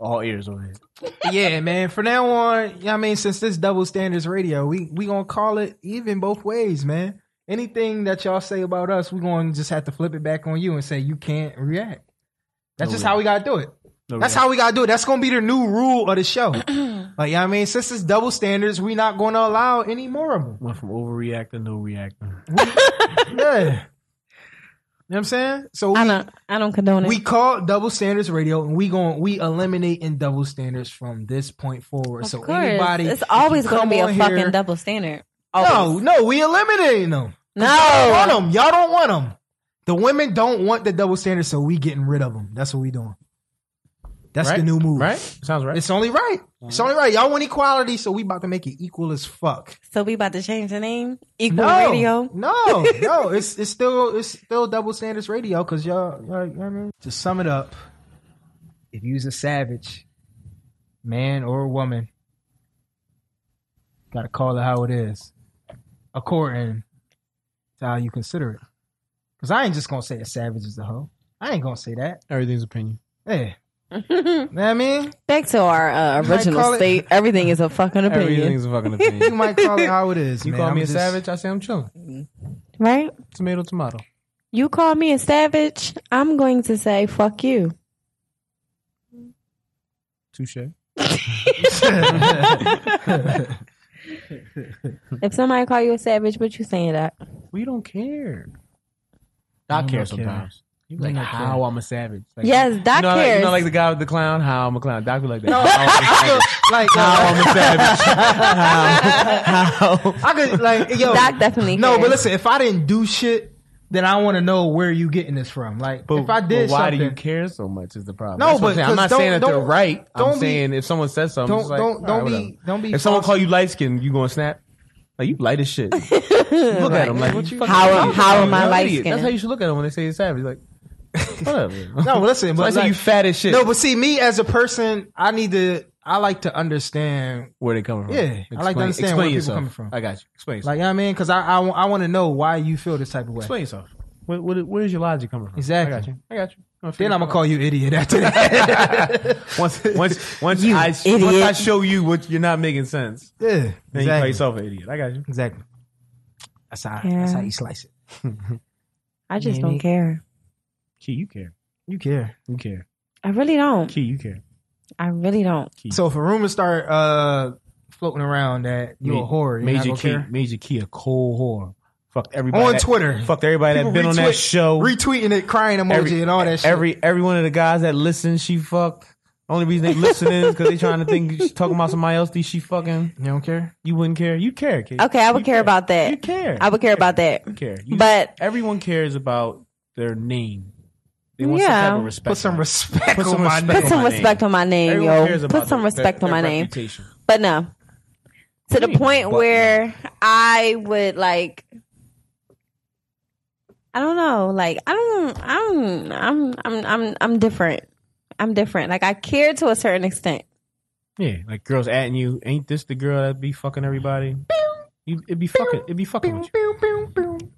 [SPEAKER 4] All ears on it.
[SPEAKER 3] Yeah, man. From now on, you know what I mean, since this double standards radio, we we gonna call it even both ways, man. Anything that y'all say about us, we gonna just have to flip it back on you and say you can't react. That's
[SPEAKER 4] No,
[SPEAKER 3] just
[SPEAKER 4] we-
[SPEAKER 3] how we gotta do it.
[SPEAKER 4] No,
[SPEAKER 3] That's
[SPEAKER 4] really.
[SPEAKER 3] how we gotta do it. That's gonna be the new rule of the show. like, you know what I mean, since it's double standards, we not gonna allow any more of them.
[SPEAKER 4] went from overreacting to reacting.
[SPEAKER 3] Yeah. You know what I'm saying? So
[SPEAKER 2] I
[SPEAKER 3] we,
[SPEAKER 2] don't. I don't condone it.
[SPEAKER 3] we call double standards radio, and we going we eliminating double standards from this point forward.
[SPEAKER 2] of
[SPEAKER 3] so
[SPEAKER 2] course,
[SPEAKER 3] anybody,
[SPEAKER 2] it's always
[SPEAKER 3] if you
[SPEAKER 2] going to
[SPEAKER 3] come
[SPEAKER 2] be a
[SPEAKER 3] on
[SPEAKER 2] fucking
[SPEAKER 3] here-
[SPEAKER 2] double standard. Oh.
[SPEAKER 3] No, no, we eliminating them. Y'all
[SPEAKER 2] No,
[SPEAKER 3] want them. Y'all don't want them. The women don't want the double standard, so we getting rid of them. That's what we doing. That's the
[SPEAKER 4] Right?
[SPEAKER 3] new move.
[SPEAKER 4] Right? Sounds right.
[SPEAKER 3] It's only right. It's only right. Y'all want equality, so we about to make it equal as fuck.
[SPEAKER 2] so we about to change the name. Equal
[SPEAKER 3] No,
[SPEAKER 2] Radio.
[SPEAKER 3] no, no. It's it's still it's still double standards radio because y'all, y'all, you know what I mean. To sum it up, if you's a savage, man or woman, gotta call it how it is, according to how you consider it. Because I ain't just gonna say a savage is a hoe. I ain't gonna say that.
[SPEAKER 4] Everything's opinion.
[SPEAKER 3] Hey, know what I mean,
[SPEAKER 2] Back to our uh,
[SPEAKER 3] might call
[SPEAKER 2] original
[SPEAKER 3] it-
[SPEAKER 2] state. Everything is a fucking opinion,
[SPEAKER 4] Everything's a fucking
[SPEAKER 3] you
[SPEAKER 4] opinion.
[SPEAKER 3] might call it how it is.
[SPEAKER 4] you
[SPEAKER 3] man.
[SPEAKER 4] call me
[SPEAKER 3] I'm
[SPEAKER 4] a
[SPEAKER 3] just-
[SPEAKER 4] savage, I say I'm chilling.
[SPEAKER 2] right?
[SPEAKER 4] Tomato, tomato.
[SPEAKER 2] You call me a savage. I'm going to say fuck you.
[SPEAKER 4] Touche.
[SPEAKER 2] If somebody call you a savage, what you saying that?
[SPEAKER 4] We don't care. I
[SPEAKER 3] don't
[SPEAKER 4] care
[SPEAKER 3] care.
[SPEAKER 4] sometimes. You
[SPEAKER 3] We
[SPEAKER 4] like
[SPEAKER 3] don't
[SPEAKER 4] how
[SPEAKER 3] care.
[SPEAKER 4] I'm a savage. Like,
[SPEAKER 2] Yes, Doc
[SPEAKER 4] you know, Like,
[SPEAKER 2] cares.
[SPEAKER 4] you know, like the guy with the clown. How I'm a clown. Doc be like that. How I'm a savage.
[SPEAKER 3] like,
[SPEAKER 4] How I'm
[SPEAKER 3] uh,
[SPEAKER 4] a savage. How? How?
[SPEAKER 3] I could like yo.
[SPEAKER 2] Doc definitely.
[SPEAKER 3] No,
[SPEAKER 2] cares.
[SPEAKER 3] but listen, if I didn't do shit, then I want to know where you getting this from. Like, if I did
[SPEAKER 4] but why
[SPEAKER 3] something,
[SPEAKER 4] do you care so much? Is the problem?
[SPEAKER 3] No,
[SPEAKER 4] That's what
[SPEAKER 3] but
[SPEAKER 4] I'm, saying. I'm
[SPEAKER 3] 'cause
[SPEAKER 4] not
[SPEAKER 3] don't-
[SPEAKER 4] saying that they're
[SPEAKER 3] don't-
[SPEAKER 4] right.
[SPEAKER 3] don't
[SPEAKER 4] I'm
[SPEAKER 3] be-
[SPEAKER 4] saying if someone says something,
[SPEAKER 3] don't
[SPEAKER 4] it's like,
[SPEAKER 3] don't
[SPEAKER 4] all right,
[SPEAKER 3] don't
[SPEAKER 4] whatever.
[SPEAKER 3] be don't be.
[SPEAKER 4] If someone
[SPEAKER 3] false-
[SPEAKER 4] call you light skinned, you gonna snap? Like you light as shit. look at him like
[SPEAKER 3] what you-
[SPEAKER 4] fucking
[SPEAKER 2] How am-
[SPEAKER 4] idiot.
[SPEAKER 2] how am I
[SPEAKER 4] You're an
[SPEAKER 2] light
[SPEAKER 4] idiot. That's
[SPEAKER 2] skinned?
[SPEAKER 4] how you should look at him when they say you're savage. Like whatever.
[SPEAKER 3] no, listen,
[SPEAKER 4] So I
[SPEAKER 3] but
[SPEAKER 4] say
[SPEAKER 3] like,
[SPEAKER 4] you fat as shit.
[SPEAKER 3] no, but see, me as a person, I need to. I like to understand.
[SPEAKER 4] where they coming from?
[SPEAKER 3] Yeah, I like to understand where people coming from.
[SPEAKER 4] I got you. Explain yourself.
[SPEAKER 3] Like, you know what I mean, because I I, want to know why you feel this type of way.
[SPEAKER 4] Explain yourself. What, what, where's your logic coming from?
[SPEAKER 3] Exactly.
[SPEAKER 4] I got you. I got you.
[SPEAKER 3] Then I'm gonna call you idiot after that.
[SPEAKER 4] once once once I once
[SPEAKER 2] idiot.
[SPEAKER 4] I show you what you're not making sense,
[SPEAKER 3] yeah,
[SPEAKER 4] then you call
[SPEAKER 3] exactly.
[SPEAKER 4] yourself an idiot. I got you.
[SPEAKER 3] exactly. That's how
[SPEAKER 2] Yeah.
[SPEAKER 3] that's how you slice it.
[SPEAKER 2] I just don't care.
[SPEAKER 4] Key, you care.
[SPEAKER 3] You care.
[SPEAKER 4] You care.
[SPEAKER 2] I really don't.
[SPEAKER 4] Key, you care.
[SPEAKER 2] I really don't.
[SPEAKER 3] So if a rumor start uh floating around that you
[SPEAKER 4] Ma-
[SPEAKER 3] a whore, you're not
[SPEAKER 4] Major
[SPEAKER 3] gonna
[SPEAKER 4] key.
[SPEAKER 3] care?
[SPEAKER 4] Major key. A cold whore. Fucked everybody
[SPEAKER 3] on
[SPEAKER 4] that-
[SPEAKER 3] Twitter.
[SPEAKER 4] Fucked everybody that
[SPEAKER 3] People
[SPEAKER 4] been on that
[SPEAKER 3] retweet-
[SPEAKER 4] show.
[SPEAKER 3] retweeting it, crying emoji,
[SPEAKER 4] Every-
[SPEAKER 3] and all that shit.
[SPEAKER 4] every every one of the guys that listen, she fucked. Only reason they listening is because they trying to think she's talking about somebody else. That she fucking.
[SPEAKER 3] you don't care.
[SPEAKER 4] You wouldn't care. You care, kid.
[SPEAKER 2] Okay, I would
[SPEAKER 4] You
[SPEAKER 2] care about that.
[SPEAKER 4] You care.
[SPEAKER 2] I would care about that.
[SPEAKER 4] You care. You-
[SPEAKER 2] But
[SPEAKER 4] everyone cares about their name. They want some
[SPEAKER 2] Yeah.
[SPEAKER 4] type of respect.
[SPEAKER 3] Put some
[SPEAKER 4] on it.
[SPEAKER 3] respect
[SPEAKER 4] Put
[SPEAKER 3] on
[SPEAKER 4] some
[SPEAKER 3] my
[SPEAKER 4] respect
[SPEAKER 3] name.
[SPEAKER 2] put some
[SPEAKER 4] my name.
[SPEAKER 2] respect on my name,
[SPEAKER 4] Everyone cares
[SPEAKER 2] yo.
[SPEAKER 4] about
[SPEAKER 2] Put some
[SPEAKER 4] their-
[SPEAKER 2] respect
[SPEAKER 4] their-
[SPEAKER 2] on my
[SPEAKER 4] their
[SPEAKER 2] name.
[SPEAKER 4] reputation.
[SPEAKER 2] But no. To the
[SPEAKER 4] mean,
[SPEAKER 2] point
[SPEAKER 4] but
[SPEAKER 2] where I would like I don't know, like I don't I'm I'm I'm I'm I'm different. I'm different. Like I care to a certain extent.
[SPEAKER 4] Yeah, like girls adding you. Ain't this the girl that be fucking everybody? You, it be fucking. It be fucking with you.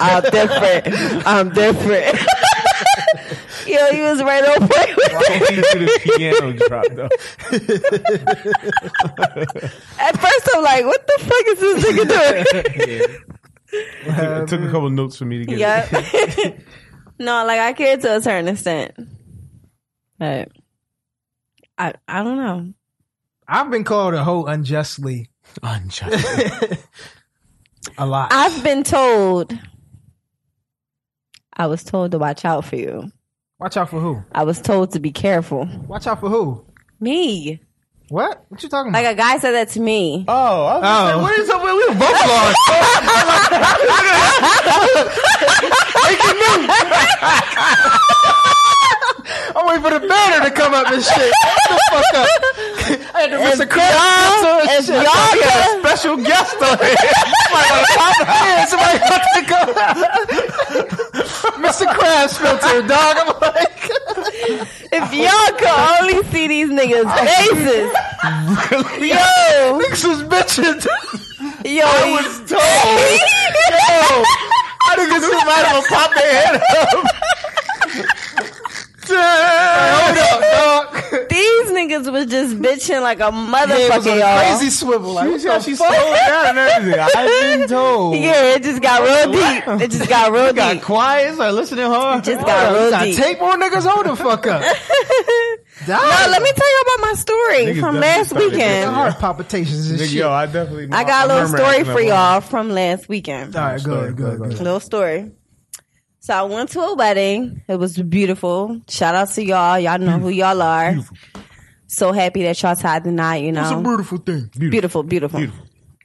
[SPEAKER 2] I'm different. I'm different. yo, you was right on point with it. At first I'm like, what the fuck is this nigga doing?
[SPEAKER 4] It took a couple notes for me to get. it.
[SPEAKER 2] Yep. no, like I care to a certain extent, but I I don't know.
[SPEAKER 3] I've been called a hoe unjustly
[SPEAKER 4] Unjust.
[SPEAKER 3] a lot.
[SPEAKER 2] I've been told. I was told to watch out for you.
[SPEAKER 3] Watch out for who?
[SPEAKER 2] I was told to be careful.
[SPEAKER 3] Watch out for who?
[SPEAKER 2] Me,
[SPEAKER 3] What? What you talking about?
[SPEAKER 2] like a guy said that to me.
[SPEAKER 4] Oh, I was
[SPEAKER 3] Oh.
[SPEAKER 4] like, what is up with we
[SPEAKER 3] both lost. I'm waiting for the banner to come up and shit. Shut the fuck up. I had to miss a crash.
[SPEAKER 2] If y'all
[SPEAKER 3] had a special guest on here. Somebody got to pop in. Somebody got to go. Mr. Krabs filter, dog. I'm like,
[SPEAKER 2] if y'all could only see these niggas' faces, yo,
[SPEAKER 3] this was bitching.
[SPEAKER 2] yo,
[SPEAKER 3] I was told. Yo, Oh, I think it's somebody gonna pop their head up. Damn. Hold up, dog.
[SPEAKER 2] these niggas was just bitching like a
[SPEAKER 3] It was
[SPEAKER 2] motherfucker,
[SPEAKER 3] on
[SPEAKER 2] y'all.
[SPEAKER 3] a crazy swivel. Like, what the
[SPEAKER 4] She's
[SPEAKER 3] fuck?
[SPEAKER 4] slowed down and everything. I've been told.
[SPEAKER 2] Yeah, it just got real deep. It just got real deep.
[SPEAKER 4] quiet. Started listening hard.
[SPEAKER 2] Just got real
[SPEAKER 3] I
[SPEAKER 2] deep.
[SPEAKER 3] take more niggas hold the fuck up.
[SPEAKER 2] No, let me tell you about my story
[SPEAKER 4] Niggas
[SPEAKER 2] from
[SPEAKER 4] definitely
[SPEAKER 2] last
[SPEAKER 4] started
[SPEAKER 2] weekend.
[SPEAKER 4] getting
[SPEAKER 3] Heart palpitations and
[SPEAKER 4] Nigga,
[SPEAKER 3] shit.
[SPEAKER 4] yo, I definitely.
[SPEAKER 2] I got a
[SPEAKER 4] I
[SPEAKER 2] little
[SPEAKER 4] remember
[SPEAKER 2] story
[SPEAKER 4] asking
[SPEAKER 2] for
[SPEAKER 4] that
[SPEAKER 2] y'all from last weekend.
[SPEAKER 3] All right, go ahead, go ahead, go
[SPEAKER 4] Story,
[SPEAKER 3] ahead.
[SPEAKER 2] Little story. So I went to a wedding. It was beautiful. Shout out to y'all. Y'all know who y'all are. So happy that y'all tied tonight, you know.
[SPEAKER 3] beautiful thing.
[SPEAKER 2] beautiful, beautiful.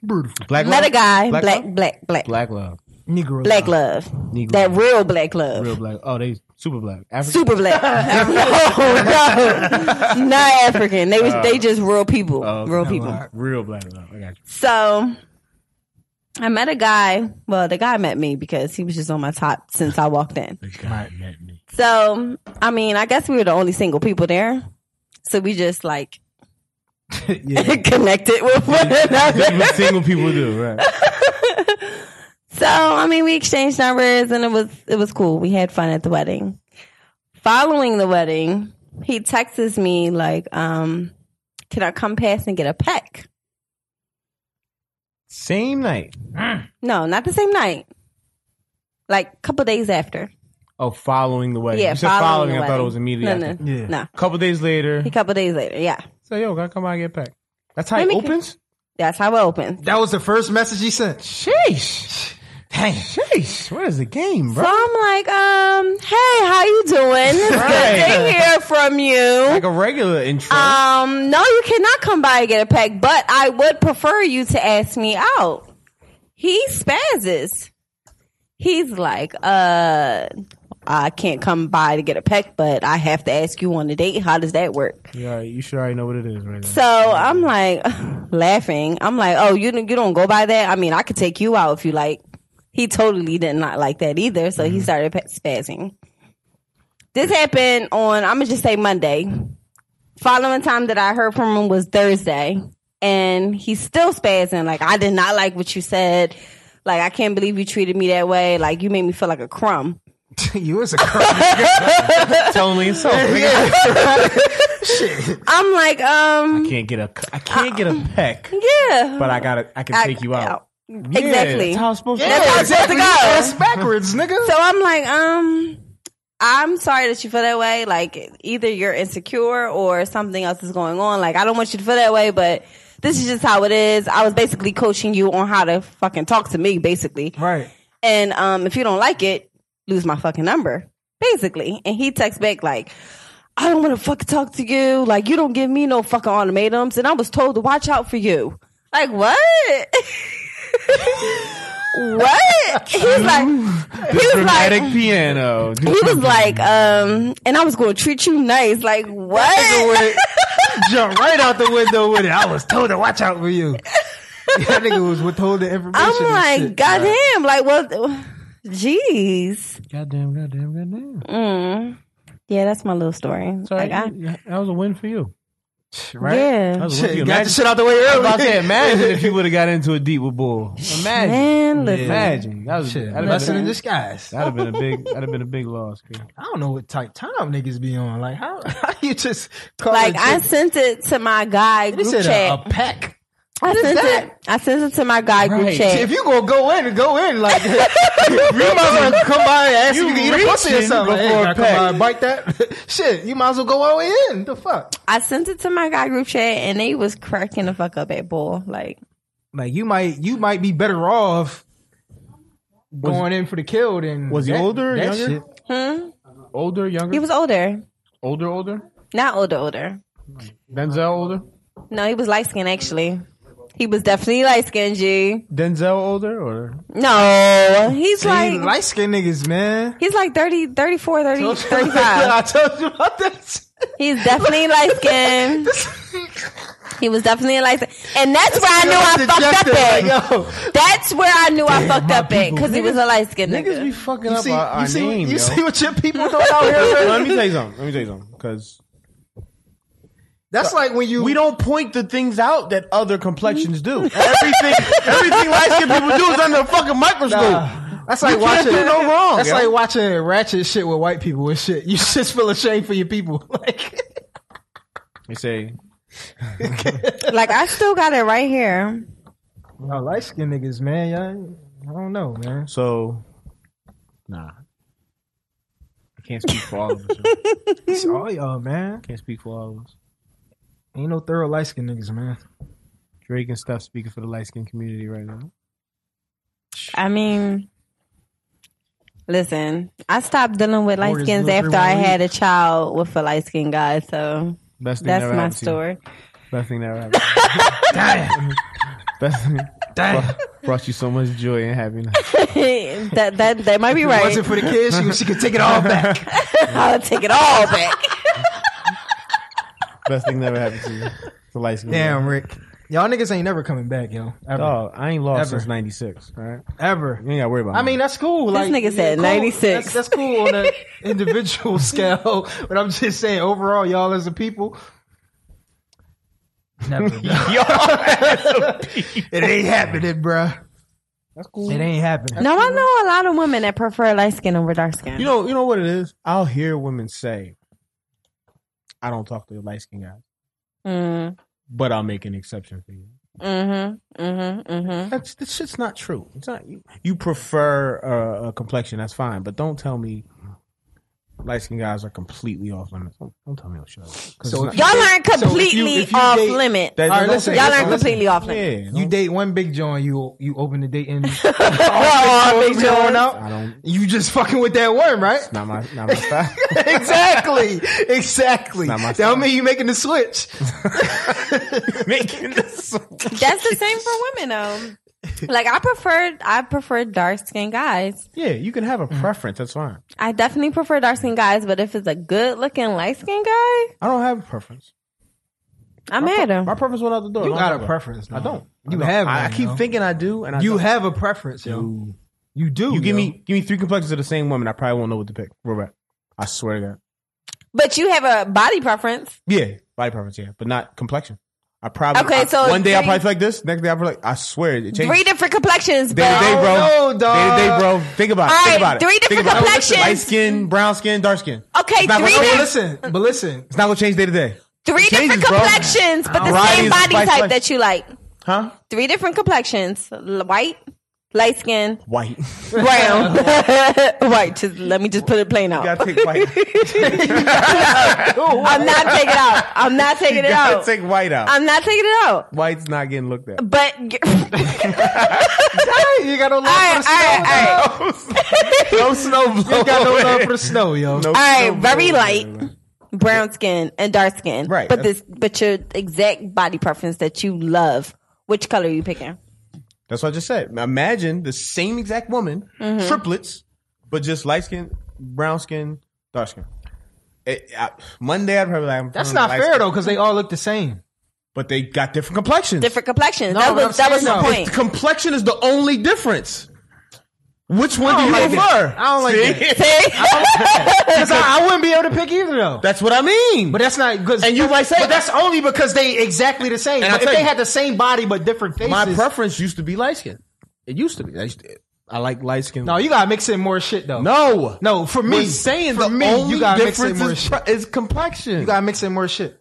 [SPEAKER 3] Beautiful.
[SPEAKER 4] Black
[SPEAKER 2] Met a
[SPEAKER 4] love?
[SPEAKER 2] guy,
[SPEAKER 4] Black
[SPEAKER 2] black,
[SPEAKER 4] love?
[SPEAKER 2] black, black, black,
[SPEAKER 4] Black love.
[SPEAKER 3] Negro.
[SPEAKER 2] love.
[SPEAKER 4] Negro.
[SPEAKER 2] That real black love.
[SPEAKER 4] Real black. Oh, they super black. African.
[SPEAKER 2] Super black. no, no, not African. They was they just real people,
[SPEAKER 4] Oh, okay.
[SPEAKER 2] real people.
[SPEAKER 4] Real black love. I got you.
[SPEAKER 2] So I met a guy. Well, the guy met me because he was just on my top since I walked in.
[SPEAKER 4] The guy met me.
[SPEAKER 2] So I mean, I guess we were the only single people there. So we just like connected with one
[SPEAKER 4] That's
[SPEAKER 2] another.
[SPEAKER 4] what single people do, right?
[SPEAKER 2] So I mean, we exchanged numbers, and it was it was cool. We had fun at the wedding. Following the wedding, he texts me like, um, "Can I come past and get a peck?"
[SPEAKER 4] Same night.
[SPEAKER 2] No, not the same night. Like a couple days after.
[SPEAKER 4] Oh, following the wedding.
[SPEAKER 2] Yeah,
[SPEAKER 4] you said
[SPEAKER 2] following
[SPEAKER 4] following.
[SPEAKER 2] the
[SPEAKER 4] I thought it
[SPEAKER 2] wedding.
[SPEAKER 4] was
[SPEAKER 2] No,
[SPEAKER 4] immediately.
[SPEAKER 2] no,
[SPEAKER 4] after.
[SPEAKER 3] Yeah.
[SPEAKER 2] no.
[SPEAKER 4] A couple days later.
[SPEAKER 2] A couple days later, yeah.
[SPEAKER 4] So yo, gotta come out and get back. That's how
[SPEAKER 2] Let
[SPEAKER 4] it
[SPEAKER 2] me-
[SPEAKER 4] opens.
[SPEAKER 2] That's how it opened.
[SPEAKER 3] That was the first message he sent.
[SPEAKER 4] Sheesh. Dang. Sheesh. What is the game,
[SPEAKER 2] So
[SPEAKER 4] bro?
[SPEAKER 2] I'm like, um, hey, how you doing? It's good to
[SPEAKER 4] Right.
[SPEAKER 2] hear from you.
[SPEAKER 4] Like a regular intro.
[SPEAKER 2] Um, no, you cannot come by and get a pack, but I would prefer you to ask me out. He spazzes. He's like, uh, I can't come by to get a peck, but I have to ask you on a date. How does that work?
[SPEAKER 4] yeah, you should already know what it is right now.
[SPEAKER 2] So I'm like laughing. I'm like, oh, you don't- you don't go by that. I mean, I could take you out if you like. He totally did not like that either, so
[SPEAKER 4] Mm-hmm.
[SPEAKER 2] he started pa- spazzing. This happened on I'm gonna just say Monday. Following time that I heard from him was Thursday, and he's still spazzing. Like I did not like what you said. Like I can't believe you treated me that way. Like you made me feel like a crumb.
[SPEAKER 3] you was a crazy
[SPEAKER 4] Totally himself. nigga.
[SPEAKER 2] I'm like, um,
[SPEAKER 4] Can't get a. I can't get a peck,
[SPEAKER 2] yeah,
[SPEAKER 4] but I gotta. I can
[SPEAKER 2] Uh-uh. I-
[SPEAKER 4] take you out. Yeah,
[SPEAKER 2] Exactly.
[SPEAKER 4] that's how it's supposed
[SPEAKER 2] That's how
[SPEAKER 4] to.
[SPEAKER 2] it's supposed to go.
[SPEAKER 3] backwards, nigga.
[SPEAKER 2] So I'm like, um, I'm sorry that you feel that way. Like either you're insecure or something else is going on. Like I don't want you to feel that way, but this is just how it is. I was basically coaching you on how to fucking talk to me, basically.
[SPEAKER 3] Right.
[SPEAKER 2] And um, if you don't like it, lose my fucking number, basically. And he texts back like, I don't want to fucking talk to you. Like you don't give me no fucking ultimatums, and I was told to watch out for you. Like what? what? He's like, he was
[SPEAKER 4] Dramatic
[SPEAKER 2] like,
[SPEAKER 4] piano.
[SPEAKER 2] he was like, um, and I was going to treat you nice. Like what?
[SPEAKER 3] Jump right out the window with it. I was told to watch out for you. that nigga was withholding information.
[SPEAKER 2] I'm
[SPEAKER 3] and
[SPEAKER 2] like,
[SPEAKER 3] shit.
[SPEAKER 2] goddamn! Like what? Jeez.
[SPEAKER 4] Goddamn! Goddamn! Goddamn!
[SPEAKER 2] Mm. Yeah, that's my little story. Like, I,
[SPEAKER 4] that was a win for you.
[SPEAKER 3] right?
[SPEAKER 2] Yeah.
[SPEAKER 4] was
[SPEAKER 3] Shit, got the shit out the way
[SPEAKER 4] I was about to
[SPEAKER 3] early.
[SPEAKER 4] say, imagine if you would have got into a deep with bull. Imagine.
[SPEAKER 2] Man, listen.
[SPEAKER 4] Imagine. That was.
[SPEAKER 3] Shit,
[SPEAKER 4] That'd have
[SPEAKER 3] blessing
[SPEAKER 4] been,
[SPEAKER 3] in disguise.
[SPEAKER 4] that'd have been a big. That'd have been a big loss. Kid.
[SPEAKER 3] I don't know what type time niggas be on. Like how, how you just call
[SPEAKER 2] Like
[SPEAKER 3] it
[SPEAKER 2] I sent it to my guy
[SPEAKER 3] they
[SPEAKER 2] group
[SPEAKER 3] said a, a
[SPEAKER 2] chat.
[SPEAKER 3] pack.
[SPEAKER 2] I
[SPEAKER 3] is
[SPEAKER 2] sent
[SPEAKER 3] that?
[SPEAKER 2] it. I sent it to my guy group
[SPEAKER 4] Right.
[SPEAKER 2] chat.
[SPEAKER 3] If you gonna go in, go in. Like you might as well come by and ask if you can eat a pussy or
[SPEAKER 4] reaching
[SPEAKER 3] something. Like, hey,
[SPEAKER 4] before
[SPEAKER 3] can I
[SPEAKER 4] a
[SPEAKER 3] come
[SPEAKER 4] pack.
[SPEAKER 3] by and bite that shit. You might as well go all the way in. The fuck.
[SPEAKER 2] I sent it to my guy group chat, and they was cracking the fuck up at bull. Like
[SPEAKER 3] Like you might you might be better off going in for the kill than
[SPEAKER 4] was he
[SPEAKER 3] that-
[SPEAKER 4] older or
[SPEAKER 3] that
[SPEAKER 4] younger?
[SPEAKER 3] shit.
[SPEAKER 4] Older, younger,
[SPEAKER 2] hmm? he was older,
[SPEAKER 4] older, older.
[SPEAKER 2] not older, older.
[SPEAKER 4] Denzel older.
[SPEAKER 2] No, he was light skinned actually. He was definitely light skinned. G.
[SPEAKER 4] Denzel older or
[SPEAKER 2] No, he's
[SPEAKER 3] See,
[SPEAKER 2] like
[SPEAKER 3] light skinned niggas, man.
[SPEAKER 2] he's like 30, 34, 30, 35.
[SPEAKER 3] I told you about that.
[SPEAKER 2] He's definitely light skinned. He was definitely light skinned. And that's where I knew I fucked up at.
[SPEAKER 3] Like, yo,
[SPEAKER 2] That's where I knew I fucked
[SPEAKER 3] my
[SPEAKER 2] up at because he was a light skinned
[SPEAKER 4] niggas be
[SPEAKER 2] nigga.
[SPEAKER 4] fucking
[SPEAKER 3] you
[SPEAKER 4] up
[SPEAKER 3] see,
[SPEAKER 4] our, our
[SPEAKER 3] you, see,
[SPEAKER 4] name.
[SPEAKER 3] you
[SPEAKER 4] yo.
[SPEAKER 3] see what your people doing out here?
[SPEAKER 4] Well, let me tell you something. Let me tell you something. Because
[SPEAKER 3] That's like when you
[SPEAKER 4] we don't point the things out that other complexions do. everything, everything light skinned people do is under a fucking microscope.
[SPEAKER 3] Nah. That's like
[SPEAKER 4] You can't
[SPEAKER 3] watching
[SPEAKER 4] do no wrong,
[SPEAKER 3] That's
[SPEAKER 4] yo.
[SPEAKER 3] like watching ratchet shit with white people and shit. You just feel ashamed for your people. Like
[SPEAKER 4] They say
[SPEAKER 2] Like I still got it right here.
[SPEAKER 3] y'all light skinned niggas, man. Y'all, I don't know, man.
[SPEAKER 4] so. Nah, Can't speak for all of us. yo.
[SPEAKER 3] It's all y'all, man.
[SPEAKER 4] Can't speak for all of us.
[SPEAKER 3] Ain't no thorough light skinned niggas, man.
[SPEAKER 4] Drake and stuff speaking for the light skin community right now.
[SPEAKER 2] I mean, listen, I stopped dealing with light
[SPEAKER 3] Warriors
[SPEAKER 2] skins
[SPEAKER 3] blew
[SPEAKER 2] after
[SPEAKER 3] three
[SPEAKER 2] I
[SPEAKER 3] one
[SPEAKER 2] had a child with a light skinned guy. So
[SPEAKER 4] Best thing that
[SPEAKER 2] that's
[SPEAKER 4] ever
[SPEAKER 2] my
[SPEAKER 4] happened to you.
[SPEAKER 2] story.
[SPEAKER 4] Best thing that ever happened. to you. Best thing. Brought, brought you so much joy and happiness.
[SPEAKER 2] that that that might be
[SPEAKER 3] It
[SPEAKER 2] right.
[SPEAKER 3] wasn't for the kids. She, she could take it all back.
[SPEAKER 2] I'll take it all back.
[SPEAKER 4] Best thing that ever happened to you. The light skin.
[SPEAKER 3] Damn, Rick. Y'all niggas ain't never coming back, yo. Ever.
[SPEAKER 4] Dog, I ain't lost
[SPEAKER 3] Ever.
[SPEAKER 4] since '96. All right,
[SPEAKER 3] Ever.
[SPEAKER 4] you ain't got to worry about.
[SPEAKER 3] I
[SPEAKER 4] me.
[SPEAKER 3] mean, that's cool. Like
[SPEAKER 2] nigga said
[SPEAKER 3] cool.
[SPEAKER 2] 96.
[SPEAKER 3] That's, that's cool on an individual scale, but I'm just saying overall, y'all as a people. Never. it ain't happening, bruh.
[SPEAKER 4] that's cool.
[SPEAKER 3] It ain't happening.
[SPEAKER 2] No, I know a lot of women that prefer light skin over dark skin.
[SPEAKER 4] You know, you know what it is. I'll hear women say, "I don't talk to the light skin guys,"
[SPEAKER 2] mm,
[SPEAKER 4] but I'll make an exception for you.
[SPEAKER 2] mm-hmm, mm-hmm, mm-hmm.
[SPEAKER 4] That's this shit's not true. It's not you. You prefer a, a complexion, that's fine, but don't tell me light skin guys are completely off limits. Don't, don't tell me no shit.
[SPEAKER 3] So if you-
[SPEAKER 2] Y'all aren't
[SPEAKER 3] if you-
[SPEAKER 2] completely
[SPEAKER 3] if you
[SPEAKER 2] off
[SPEAKER 3] date-
[SPEAKER 2] limit.
[SPEAKER 4] That-
[SPEAKER 3] All right,
[SPEAKER 4] don't
[SPEAKER 3] listen,
[SPEAKER 4] say-
[SPEAKER 2] Y'all
[SPEAKER 3] listen,
[SPEAKER 2] aren't completely off
[SPEAKER 4] Yeah,
[SPEAKER 2] limit.
[SPEAKER 3] You
[SPEAKER 4] you did.
[SPEAKER 3] date one Big John, you you open the date and
[SPEAKER 2] Oh, Big John.
[SPEAKER 3] out.
[SPEAKER 4] I don't.
[SPEAKER 3] You just fucking with that worm, right?
[SPEAKER 4] Not my. Not my style.
[SPEAKER 3] exactly, exactly.
[SPEAKER 4] Not my
[SPEAKER 3] That don't mean you making the switch.
[SPEAKER 4] Making this.
[SPEAKER 2] That's the same for women though. Like I prefer I prefer dark skinned guys.
[SPEAKER 4] Yeah, you can have a preference. That's fine.
[SPEAKER 2] I definitely prefer dark skinned guys, but if it's a good looking light skinned guy,
[SPEAKER 4] I don't have a preference.
[SPEAKER 2] I'm at him.
[SPEAKER 4] My preference went out the door.
[SPEAKER 3] You
[SPEAKER 4] long
[SPEAKER 3] got
[SPEAKER 4] time
[SPEAKER 3] a
[SPEAKER 4] ago.
[SPEAKER 3] preference?
[SPEAKER 4] I don't.
[SPEAKER 3] You
[SPEAKER 4] I don't.
[SPEAKER 3] have.
[SPEAKER 4] I, I
[SPEAKER 3] one,
[SPEAKER 4] keep
[SPEAKER 3] yo.
[SPEAKER 4] thinking I do, and I
[SPEAKER 3] You
[SPEAKER 4] don't.
[SPEAKER 3] have a preference, yo.
[SPEAKER 4] No.
[SPEAKER 3] You do.
[SPEAKER 4] You give
[SPEAKER 3] yo.
[SPEAKER 4] me give me three complexions of the same woman. I probably won't know what to pick. Real rap. I swear to God.
[SPEAKER 2] But you have a body preference.
[SPEAKER 4] Yeah, body preference. Yeah, but not complexion. I probably
[SPEAKER 2] Okay,
[SPEAKER 4] I-
[SPEAKER 2] so
[SPEAKER 4] one day I
[SPEAKER 2] three-
[SPEAKER 4] probably feel like this. Next day I feel like I swear it changes.
[SPEAKER 2] Three different complexions,
[SPEAKER 4] Day to
[SPEAKER 2] but
[SPEAKER 4] day,
[SPEAKER 3] Oh,
[SPEAKER 4] bro.
[SPEAKER 3] no,
[SPEAKER 4] day
[SPEAKER 3] dog.
[SPEAKER 4] to day, bro. Think about it.
[SPEAKER 2] All
[SPEAKER 4] Think
[SPEAKER 2] right,
[SPEAKER 4] about it.
[SPEAKER 2] three
[SPEAKER 4] Think
[SPEAKER 2] different
[SPEAKER 4] about it.
[SPEAKER 2] complexions.
[SPEAKER 4] Light skin, brown skin, dark skin.
[SPEAKER 2] okay,
[SPEAKER 4] Not
[SPEAKER 2] three
[SPEAKER 4] gonna-
[SPEAKER 3] But
[SPEAKER 2] different
[SPEAKER 3] listen, but listen.
[SPEAKER 4] It's not gonna change day to day,
[SPEAKER 2] three different
[SPEAKER 4] changes, bro.
[SPEAKER 2] complexions, but the
[SPEAKER 4] Varieties
[SPEAKER 2] same
[SPEAKER 4] of
[SPEAKER 2] body
[SPEAKER 4] spice
[SPEAKER 2] type
[SPEAKER 4] life.
[SPEAKER 2] that you like.
[SPEAKER 4] huh?
[SPEAKER 2] Three different complexions: L- white, light skin,
[SPEAKER 4] White.
[SPEAKER 2] brown, white. Just let me just put it plain out.
[SPEAKER 4] gotta take white.
[SPEAKER 2] I'm not taking it out. I'm not taking
[SPEAKER 4] You
[SPEAKER 2] it
[SPEAKER 4] gotta
[SPEAKER 2] out.
[SPEAKER 4] take white out.
[SPEAKER 2] I'm not taking it out.
[SPEAKER 4] White's not getting looked at.
[SPEAKER 2] But g-
[SPEAKER 3] You got no love
[SPEAKER 2] All
[SPEAKER 3] for the
[SPEAKER 2] right, all
[SPEAKER 3] snow.
[SPEAKER 2] right, all right.
[SPEAKER 4] no snow
[SPEAKER 3] You got no love for the snow, yo.
[SPEAKER 4] Oh, No
[SPEAKER 2] right,
[SPEAKER 4] snow
[SPEAKER 2] very
[SPEAKER 4] blower.
[SPEAKER 2] light. brown skin and dark skin.
[SPEAKER 4] Right.
[SPEAKER 2] But this, but your exact body preference that you love. Which color are you picking?
[SPEAKER 4] That's what I just said. Now Imagine the same exact woman,
[SPEAKER 3] Mm-hmm.
[SPEAKER 4] triplets, but just light skin, brown skin, dark skin. It- I- Monday, I'd probably be like, I'm
[SPEAKER 3] That's
[SPEAKER 4] feeling
[SPEAKER 3] not
[SPEAKER 4] light
[SPEAKER 3] fair
[SPEAKER 4] skin.
[SPEAKER 3] though, because they all look the same.
[SPEAKER 4] But they got different complexions.
[SPEAKER 2] Different complexions.
[SPEAKER 3] No,
[SPEAKER 2] that
[SPEAKER 3] but
[SPEAKER 2] was
[SPEAKER 3] I'm
[SPEAKER 2] that was the
[SPEAKER 3] saying no.
[SPEAKER 2] point.
[SPEAKER 4] The complexion is the only difference. Which one do
[SPEAKER 3] don't
[SPEAKER 4] you
[SPEAKER 3] like
[SPEAKER 4] prefer?
[SPEAKER 3] that. I don't like
[SPEAKER 4] See?
[SPEAKER 3] Because I, I wouldn't be able to pick either though.
[SPEAKER 4] That's what I mean.
[SPEAKER 3] But that's not because.
[SPEAKER 4] And you might say-
[SPEAKER 3] but that's only because they exactly the same.
[SPEAKER 4] And I
[SPEAKER 3] But if
[SPEAKER 4] tell
[SPEAKER 3] they
[SPEAKER 4] you-
[SPEAKER 3] had the same body but different faces,
[SPEAKER 4] my preference used to be light skin. It used to be. I, used to- I like light skin.
[SPEAKER 3] no, you gotta mix in more shit though.
[SPEAKER 4] no,
[SPEAKER 3] no, for me,
[SPEAKER 4] We're saying
[SPEAKER 3] for
[SPEAKER 4] the
[SPEAKER 3] me,
[SPEAKER 4] only
[SPEAKER 3] you gotta mix in
[SPEAKER 4] difference
[SPEAKER 3] more
[SPEAKER 4] is,
[SPEAKER 3] shit.
[SPEAKER 4] pre- is complexion.
[SPEAKER 3] You gotta mix in more shit.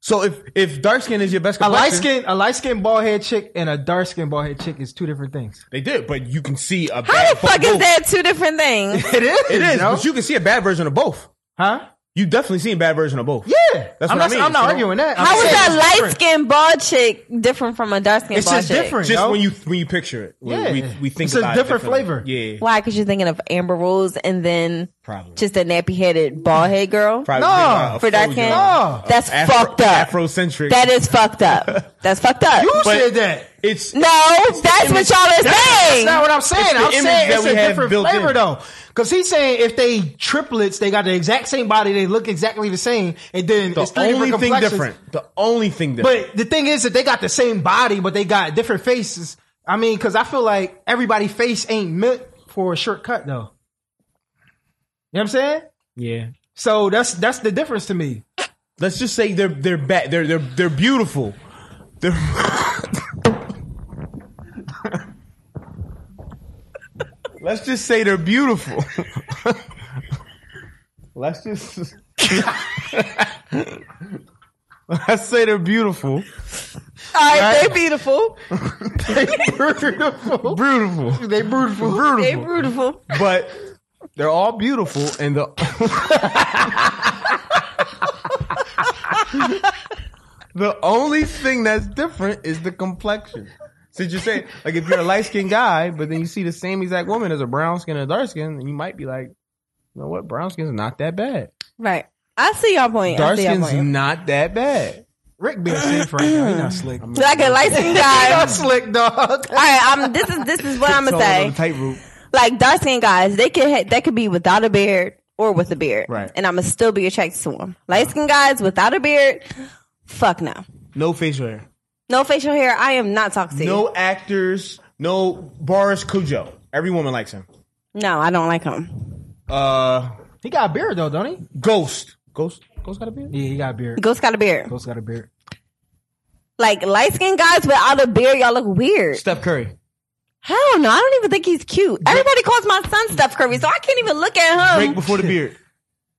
[SPEAKER 4] so if if dark skin is your best
[SPEAKER 3] A
[SPEAKER 4] complexion,
[SPEAKER 3] light skin, a light skin bald head chick and a dark skin bald head chick is two different things.
[SPEAKER 4] They did, but you can see a
[SPEAKER 2] How
[SPEAKER 4] bad
[SPEAKER 2] the fuck
[SPEAKER 4] both.
[SPEAKER 2] is that two different things?
[SPEAKER 3] It is,
[SPEAKER 4] It is,
[SPEAKER 3] yo.
[SPEAKER 4] but you can see a bad version of both.
[SPEAKER 3] huh?
[SPEAKER 4] You definitely seen a bad version of both.
[SPEAKER 3] Yeah,
[SPEAKER 4] That's
[SPEAKER 3] I'm
[SPEAKER 4] what I
[SPEAKER 3] not,
[SPEAKER 4] mean,
[SPEAKER 3] I'm not
[SPEAKER 4] so-
[SPEAKER 3] arguing that. I'm
[SPEAKER 2] How is
[SPEAKER 3] saying it's
[SPEAKER 2] that light
[SPEAKER 3] different.
[SPEAKER 2] skinned bald chick different from a dark skinned
[SPEAKER 3] It's
[SPEAKER 2] bald
[SPEAKER 3] just
[SPEAKER 2] chick?
[SPEAKER 3] different.
[SPEAKER 4] Just
[SPEAKER 3] yo.
[SPEAKER 4] when you when you picture it, we-
[SPEAKER 3] Yeah.
[SPEAKER 4] we, we think
[SPEAKER 3] It's a
[SPEAKER 4] about
[SPEAKER 3] different
[SPEAKER 4] it differently.
[SPEAKER 3] flavor.
[SPEAKER 4] Yeah,
[SPEAKER 2] Why? Because you're thinking of Amber Rose and then
[SPEAKER 4] probably.
[SPEAKER 2] just a nappy headed bald head girl.
[SPEAKER 4] Probably
[SPEAKER 3] No,
[SPEAKER 4] think about a
[SPEAKER 2] for dark
[SPEAKER 4] faux
[SPEAKER 2] skin.
[SPEAKER 4] young,
[SPEAKER 2] That's
[SPEAKER 4] Afro-
[SPEAKER 2] fucked up.
[SPEAKER 4] Afrocentric.
[SPEAKER 2] That is fucked up. That's fucked up.
[SPEAKER 3] Who
[SPEAKER 4] But-
[SPEAKER 3] said that?
[SPEAKER 4] it's
[SPEAKER 2] no, that's what y'all are saying.
[SPEAKER 3] That's not what I'm saying.
[SPEAKER 4] It's the
[SPEAKER 3] I'm
[SPEAKER 4] image
[SPEAKER 3] saying
[SPEAKER 4] that
[SPEAKER 3] it's
[SPEAKER 4] we
[SPEAKER 3] a
[SPEAKER 4] have
[SPEAKER 3] different
[SPEAKER 4] built
[SPEAKER 3] flavor
[SPEAKER 4] in.
[SPEAKER 3] though. Cause he's saying if they triplets, they got the exact same body, they look exactly the same, and then
[SPEAKER 4] the
[SPEAKER 3] it's three
[SPEAKER 4] only
[SPEAKER 3] different
[SPEAKER 4] thing
[SPEAKER 3] complexions.
[SPEAKER 4] different. The only thing different.
[SPEAKER 3] But the thing is that they got the same body, but they got different faces. I mean, because I feel like everybody face ain't meant for a shortcut though. You know what I'm saying?
[SPEAKER 4] yeah,
[SPEAKER 3] So that's that's the difference to me.
[SPEAKER 4] let's just say they're they're bad. They're they're they're beautiful. They're let's just say they're beautiful. let's just let's say they're
[SPEAKER 2] All
[SPEAKER 4] beautiful.
[SPEAKER 2] right, they're beautiful.
[SPEAKER 3] they beautiful.
[SPEAKER 4] Beautiful.
[SPEAKER 3] They beautiful.
[SPEAKER 2] They're beautiful.
[SPEAKER 4] But They're all beautiful, and the the only thing that's different is the complexion. Since you say like if you're a light skinned guy, but then you see the same exact woman as a brown skin and a dark skin, then you might be like, you know what, brown skin's not that bad.
[SPEAKER 2] Right. I see your point. I
[SPEAKER 4] Dark
[SPEAKER 2] see your
[SPEAKER 4] skin's
[SPEAKER 2] point.
[SPEAKER 4] not that bad.
[SPEAKER 3] Rick being safe right now. He not slick.
[SPEAKER 2] Like a licensed guy. All
[SPEAKER 3] slick dog.
[SPEAKER 2] right, I'm, this is this is what I'm gonna say.
[SPEAKER 4] Tightrope.
[SPEAKER 2] Like dark skinned guys, they could ha- they could be without a beard or with a beard,
[SPEAKER 4] Right.
[SPEAKER 2] And I'm gonna still be attracted to them. Light skinned guys without a beard, fuck no,
[SPEAKER 4] No facial hair.
[SPEAKER 2] no facial hair. I am not toxic.
[SPEAKER 4] No actors. No Boris Cujo. Every woman likes him.
[SPEAKER 2] no, I don't like them.
[SPEAKER 4] Uh,
[SPEAKER 3] He got a beard though, don't he?
[SPEAKER 4] Ghost. Ghost. Ghost got a beard.
[SPEAKER 3] Yeah, he got a beard.
[SPEAKER 2] Ghost got a beard.
[SPEAKER 3] Ghost got a beard.
[SPEAKER 2] Like light skinned guys without a beard, y'all look weird.
[SPEAKER 4] Steph Curry.
[SPEAKER 2] Hell no, I don't even think he's cute. Everybody calls my son Steph Curry, so I can't even look at him.
[SPEAKER 4] Break before the beard.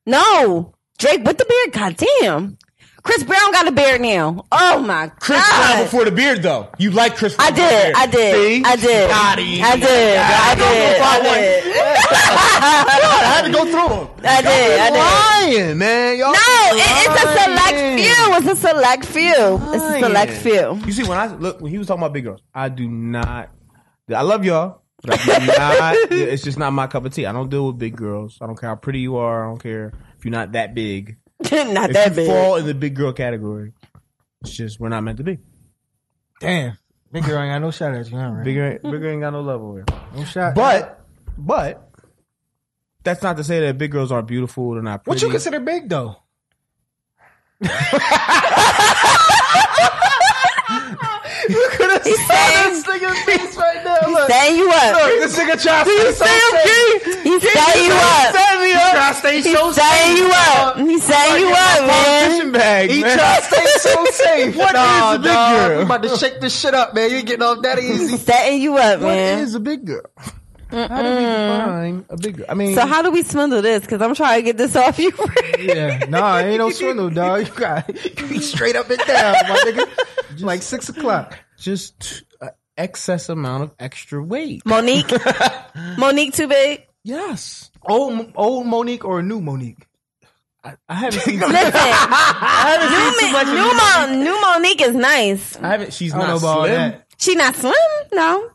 [SPEAKER 2] No, Drake with the beard. Goddamn, Chris Brown got a beard now. Oh my
[SPEAKER 4] Chris
[SPEAKER 2] god.
[SPEAKER 4] Brown before the beard, though. You like Chris?
[SPEAKER 2] I
[SPEAKER 4] Brown before the
[SPEAKER 2] did,
[SPEAKER 4] beard.
[SPEAKER 2] I did,
[SPEAKER 4] See?
[SPEAKER 2] I did, I did, I did, I did, I did,
[SPEAKER 4] I had to go through him.
[SPEAKER 2] I did, I did.
[SPEAKER 4] Lying, man. Y'all
[SPEAKER 2] No, it, it's a select
[SPEAKER 4] lying.
[SPEAKER 2] few. It's a select few. It's a select few.
[SPEAKER 4] You see, when I look, when he was talking about big girls, I do not. I love y'all, but I do not. it's just not my cup of tea. I don't deal with big girls. I don't care how pretty you are. I don't care if you're not that big.
[SPEAKER 2] Not
[SPEAKER 4] If
[SPEAKER 2] that
[SPEAKER 4] you
[SPEAKER 2] big.
[SPEAKER 4] fall in the big girl category, it's just we're not meant to be.
[SPEAKER 3] Damn. Big girl ain't got no shot at you, huh? Rick?
[SPEAKER 4] Bigger, bigger ain't got no level here.
[SPEAKER 3] No shot.
[SPEAKER 4] But, but that's not to say that big girls aren't beautiful. They're not pretty.
[SPEAKER 3] what you consider big though?
[SPEAKER 2] He's saying,
[SPEAKER 3] nigga's face right now. Look,
[SPEAKER 2] saying you up.
[SPEAKER 3] this nigga trying to
[SPEAKER 2] He's saying you up.
[SPEAKER 3] He trying to stay so
[SPEAKER 2] He's saying you up. He's saying you up, man.
[SPEAKER 4] Fishing bag,
[SPEAKER 3] He
[SPEAKER 4] man.
[SPEAKER 3] trying to stay so safe. What is
[SPEAKER 4] Nah,
[SPEAKER 3] a big
[SPEAKER 4] dog.
[SPEAKER 3] girl?
[SPEAKER 4] You
[SPEAKER 3] about to shake this shit up, man. You getting off that easy?
[SPEAKER 2] He's setting you up,
[SPEAKER 4] What
[SPEAKER 2] man.
[SPEAKER 4] is a big girl? How do we
[SPEAKER 3] Mm.
[SPEAKER 4] define a big girl? I mean,
[SPEAKER 2] So how do we swindle this? Because I'm trying to get this off you.
[SPEAKER 3] yeah, nah, ain't no swindle, dog. You got you be straight up and down, my nigga. Like six o'clock.
[SPEAKER 4] just uh, excess amount of extra weight.
[SPEAKER 2] Monique, Monique, too big.
[SPEAKER 4] Yes,
[SPEAKER 3] Old old Monique or new Monique?
[SPEAKER 4] I, I haven't seen.
[SPEAKER 2] Listen,
[SPEAKER 4] I haven't
[SPEAKER 2] new,
[SPEAKER 4] seen too much.
[SPEAKER 2] Mo- new,
[SPEAKER 4] of this.
[SPEAKER 2] Mo- new Monique is nice.
[SPEAKER 4] I haven't. She's
[SPEAKER 3] I don't know
[SPEAKER 4] not
[SPEAKER 3] about
[SPEAKER 4] slim.
[SPEAKER 2] She not slim, no.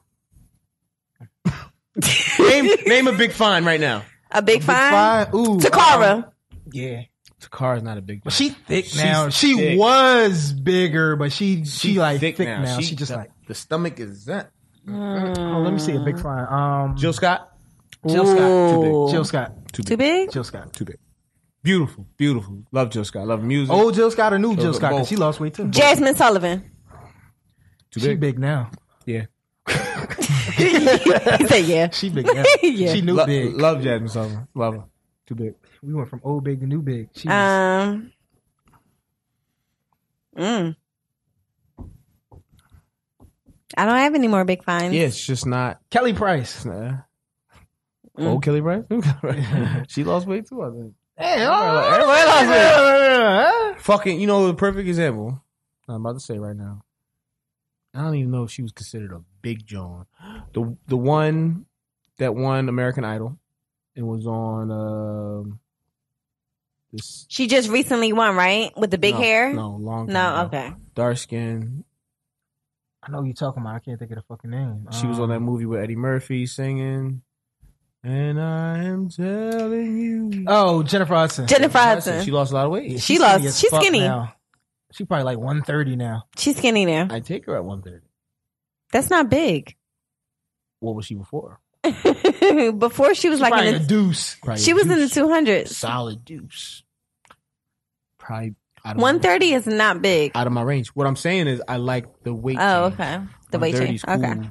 [SPEAKER 4] Name, name a big fine right now.
[SPEAKER 2] A big fine.
[SPEAKER 3] that. Fine. Ooh,
[SPEAKER 2] Takara.
[SPEAKER 3] yeah.
[SPEAKER 4] Takara's not a big.
[SPEAKER 3] But she thick
[SPEAKER 4] She's
[SPEAKER 3] now. She
[SPEAKER 4] thick.
[SPEAKER 3] was bigger, but she she, like thick, now. She, just
[SPEAKER 4] the-
[SPEAKER 3] like
[SPEAKER 4] the stomach is that.
[SPEAKER 3] oh, let me see a big fine. Um,
[SPEAKER 4] Jill Scott.
[SPEAKER 3] Jill Scott. Too
[SPEAKER 2] Mm. Ooh.
[SPEAKER 3] big. Jill Scott.
[SPEAKER 2] Too big?
[SPEAKER 3] Jill Scott.
[SPEAKER 4] Too big. Beautiful, beautiful. Love Jill Scott. Love music.
[SPEAKER 3] Old Jill Scott or new Jill
[SPEAKER 4] are
[SPEAKER 3] Scott?
[SPEAKER 4] both.
[SPEAKER 3] Cause she lost weight too.
[SPEAKER 2] Jasmine Sullivan.
[SPEAKER 4] too
[SPEAKER 3] She big now.
[SPEAKER 4] Yeah.
[SPEAKER 2] He said, yeah.
[SPEAKER 3] She big now.
[SPEAKER 2] Yeah.
[SPEAKER 3] She new
[SPEAKER 4] Lo-
[SPEAKER 3] big.
[SPEAKER 4] Love Jasmine Sullivan. Love her. Too big.
[SPEAKER 3] we went from old big to new big. She was-
[SPEAKER 2] Um. Mm. I don't have any more big finds.
[SPEAKER 4] Yeah, it's just not.
[SPEAKER 3] Kelly Price.
[SPEAKER 4] Nah. Old Kelly Bryant. she lost weight too. I think.
[SPEAKER 3] Hey,
[SPEAKER 4] Everybody lost weight.
[SPEAKER 3] oh,
[SPEAKER 4] Fucking, you know, the perfect example. I'm about to say right now. I don't even know if she was considered a big John. The the one that won American Idol and was on um this
[SPEAKER 2] She just recently won, right? With the big
[SPEAKER 4] no,
[SPEAKER 2] hair?
[SPEAKER 4] No, long.
[SPEAKER 2] No,
[SPEAKER 4] time ago.
[SPEAKER 2] okay.
[SPEAKER 4] Dark skin.
[SPEAKER 3] I know who you're talking about. I can't think of the fucking name.
[SPEAKER 4] She was on
[SPEAKER 3] Um,
[SPEAKER 4] that movie with Eddie Murphy singing. And I am telling you.
[SPEAKER 3] Oh, Jennifer Hudson.
[SPEAKER 2] Jennifer Hudson.
[SPEAKER 4] She lost a lot of weight.
[SPEAKER 3] Yeah,
[SPEAKER 2] She
[SPEAKER 3] she's
[SPEAKER 2] lost-
[SPEAKER 3] skinny as
[SPEAKER 2] she's
[SPEAKER 3] fuck
[SPEAKER 2] skinny.
[SPEAKER 3] now. She probably like 130 now.
[SPEAKER 2] She's skinny now.
[SPEAKER 4] I take her at one thirty.
[SPEAKER 2] That's not big.
[SPEAKER 4] What was she before?
[SPEAKER 2] Before she was like
[SPEAKER 3] probably
[SPEAKER 2] in
[SPEAKER 3] a
[SPEAKER 2] the,
[SPEAKER 3] deuce.
[SPEAKER 4] Probably
[SPEAKER 2] she
[SPEAKER 4] a
[SPEAKER 2] was in the
[SPEAKER 4] deuce.
[SPEAKER 2] two hundreds.
[SPEAKER 4] solid deuce. Probably I don't know.
[SPEAKER 2] One thirty is not big.
[SPEAKER 4] out of my range. What I'm saying is I like the weight.
[SPEAKER 2] Oh,
[SPEAKER 4] change.
[SPEAKER 2] okay. The weight
[SPEAKER 4] 130
[SPEAKER 2] change.
[SPEAKER 4] is
[SPEAKER 2] Okay.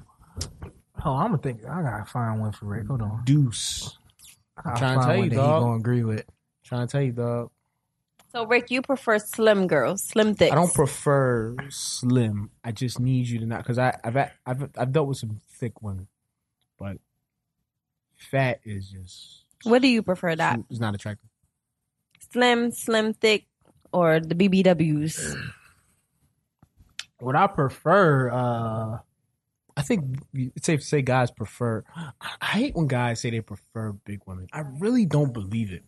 [SPEAKER 4] cool.
[SPEAKER 3] Oh, I'm gonna think. I gotta find one for Rick. Hold on.
[SPEAKER 4] Deuce.
[SPEAKER 3] I'm
[SPEAKER 4] trying to tell you, dog.
[SPEAKER 3] He gonna agree with.
[SPEAKER 4] Trying to tell you, dog.
[SPEAKER 2] So Rick, you prefer slim girls, slim thick.
[SPEAKER 4] I don't prefer slim. I just need you to not because I I've, had- I've I've dealt with some thick women, but fat is just
[SPEAKER 2] what do you prefer that?
[SPEAKER 4] it's not attractive.
[SPEAKER 2] Slim, slim thick, or the BBWs?
[SPEAKER 3] What I prefer, uh,
[SPEAKER 4] I think it's safe to say guys prefer. I, I hate when guys say they prefer big women. I really don't believe it.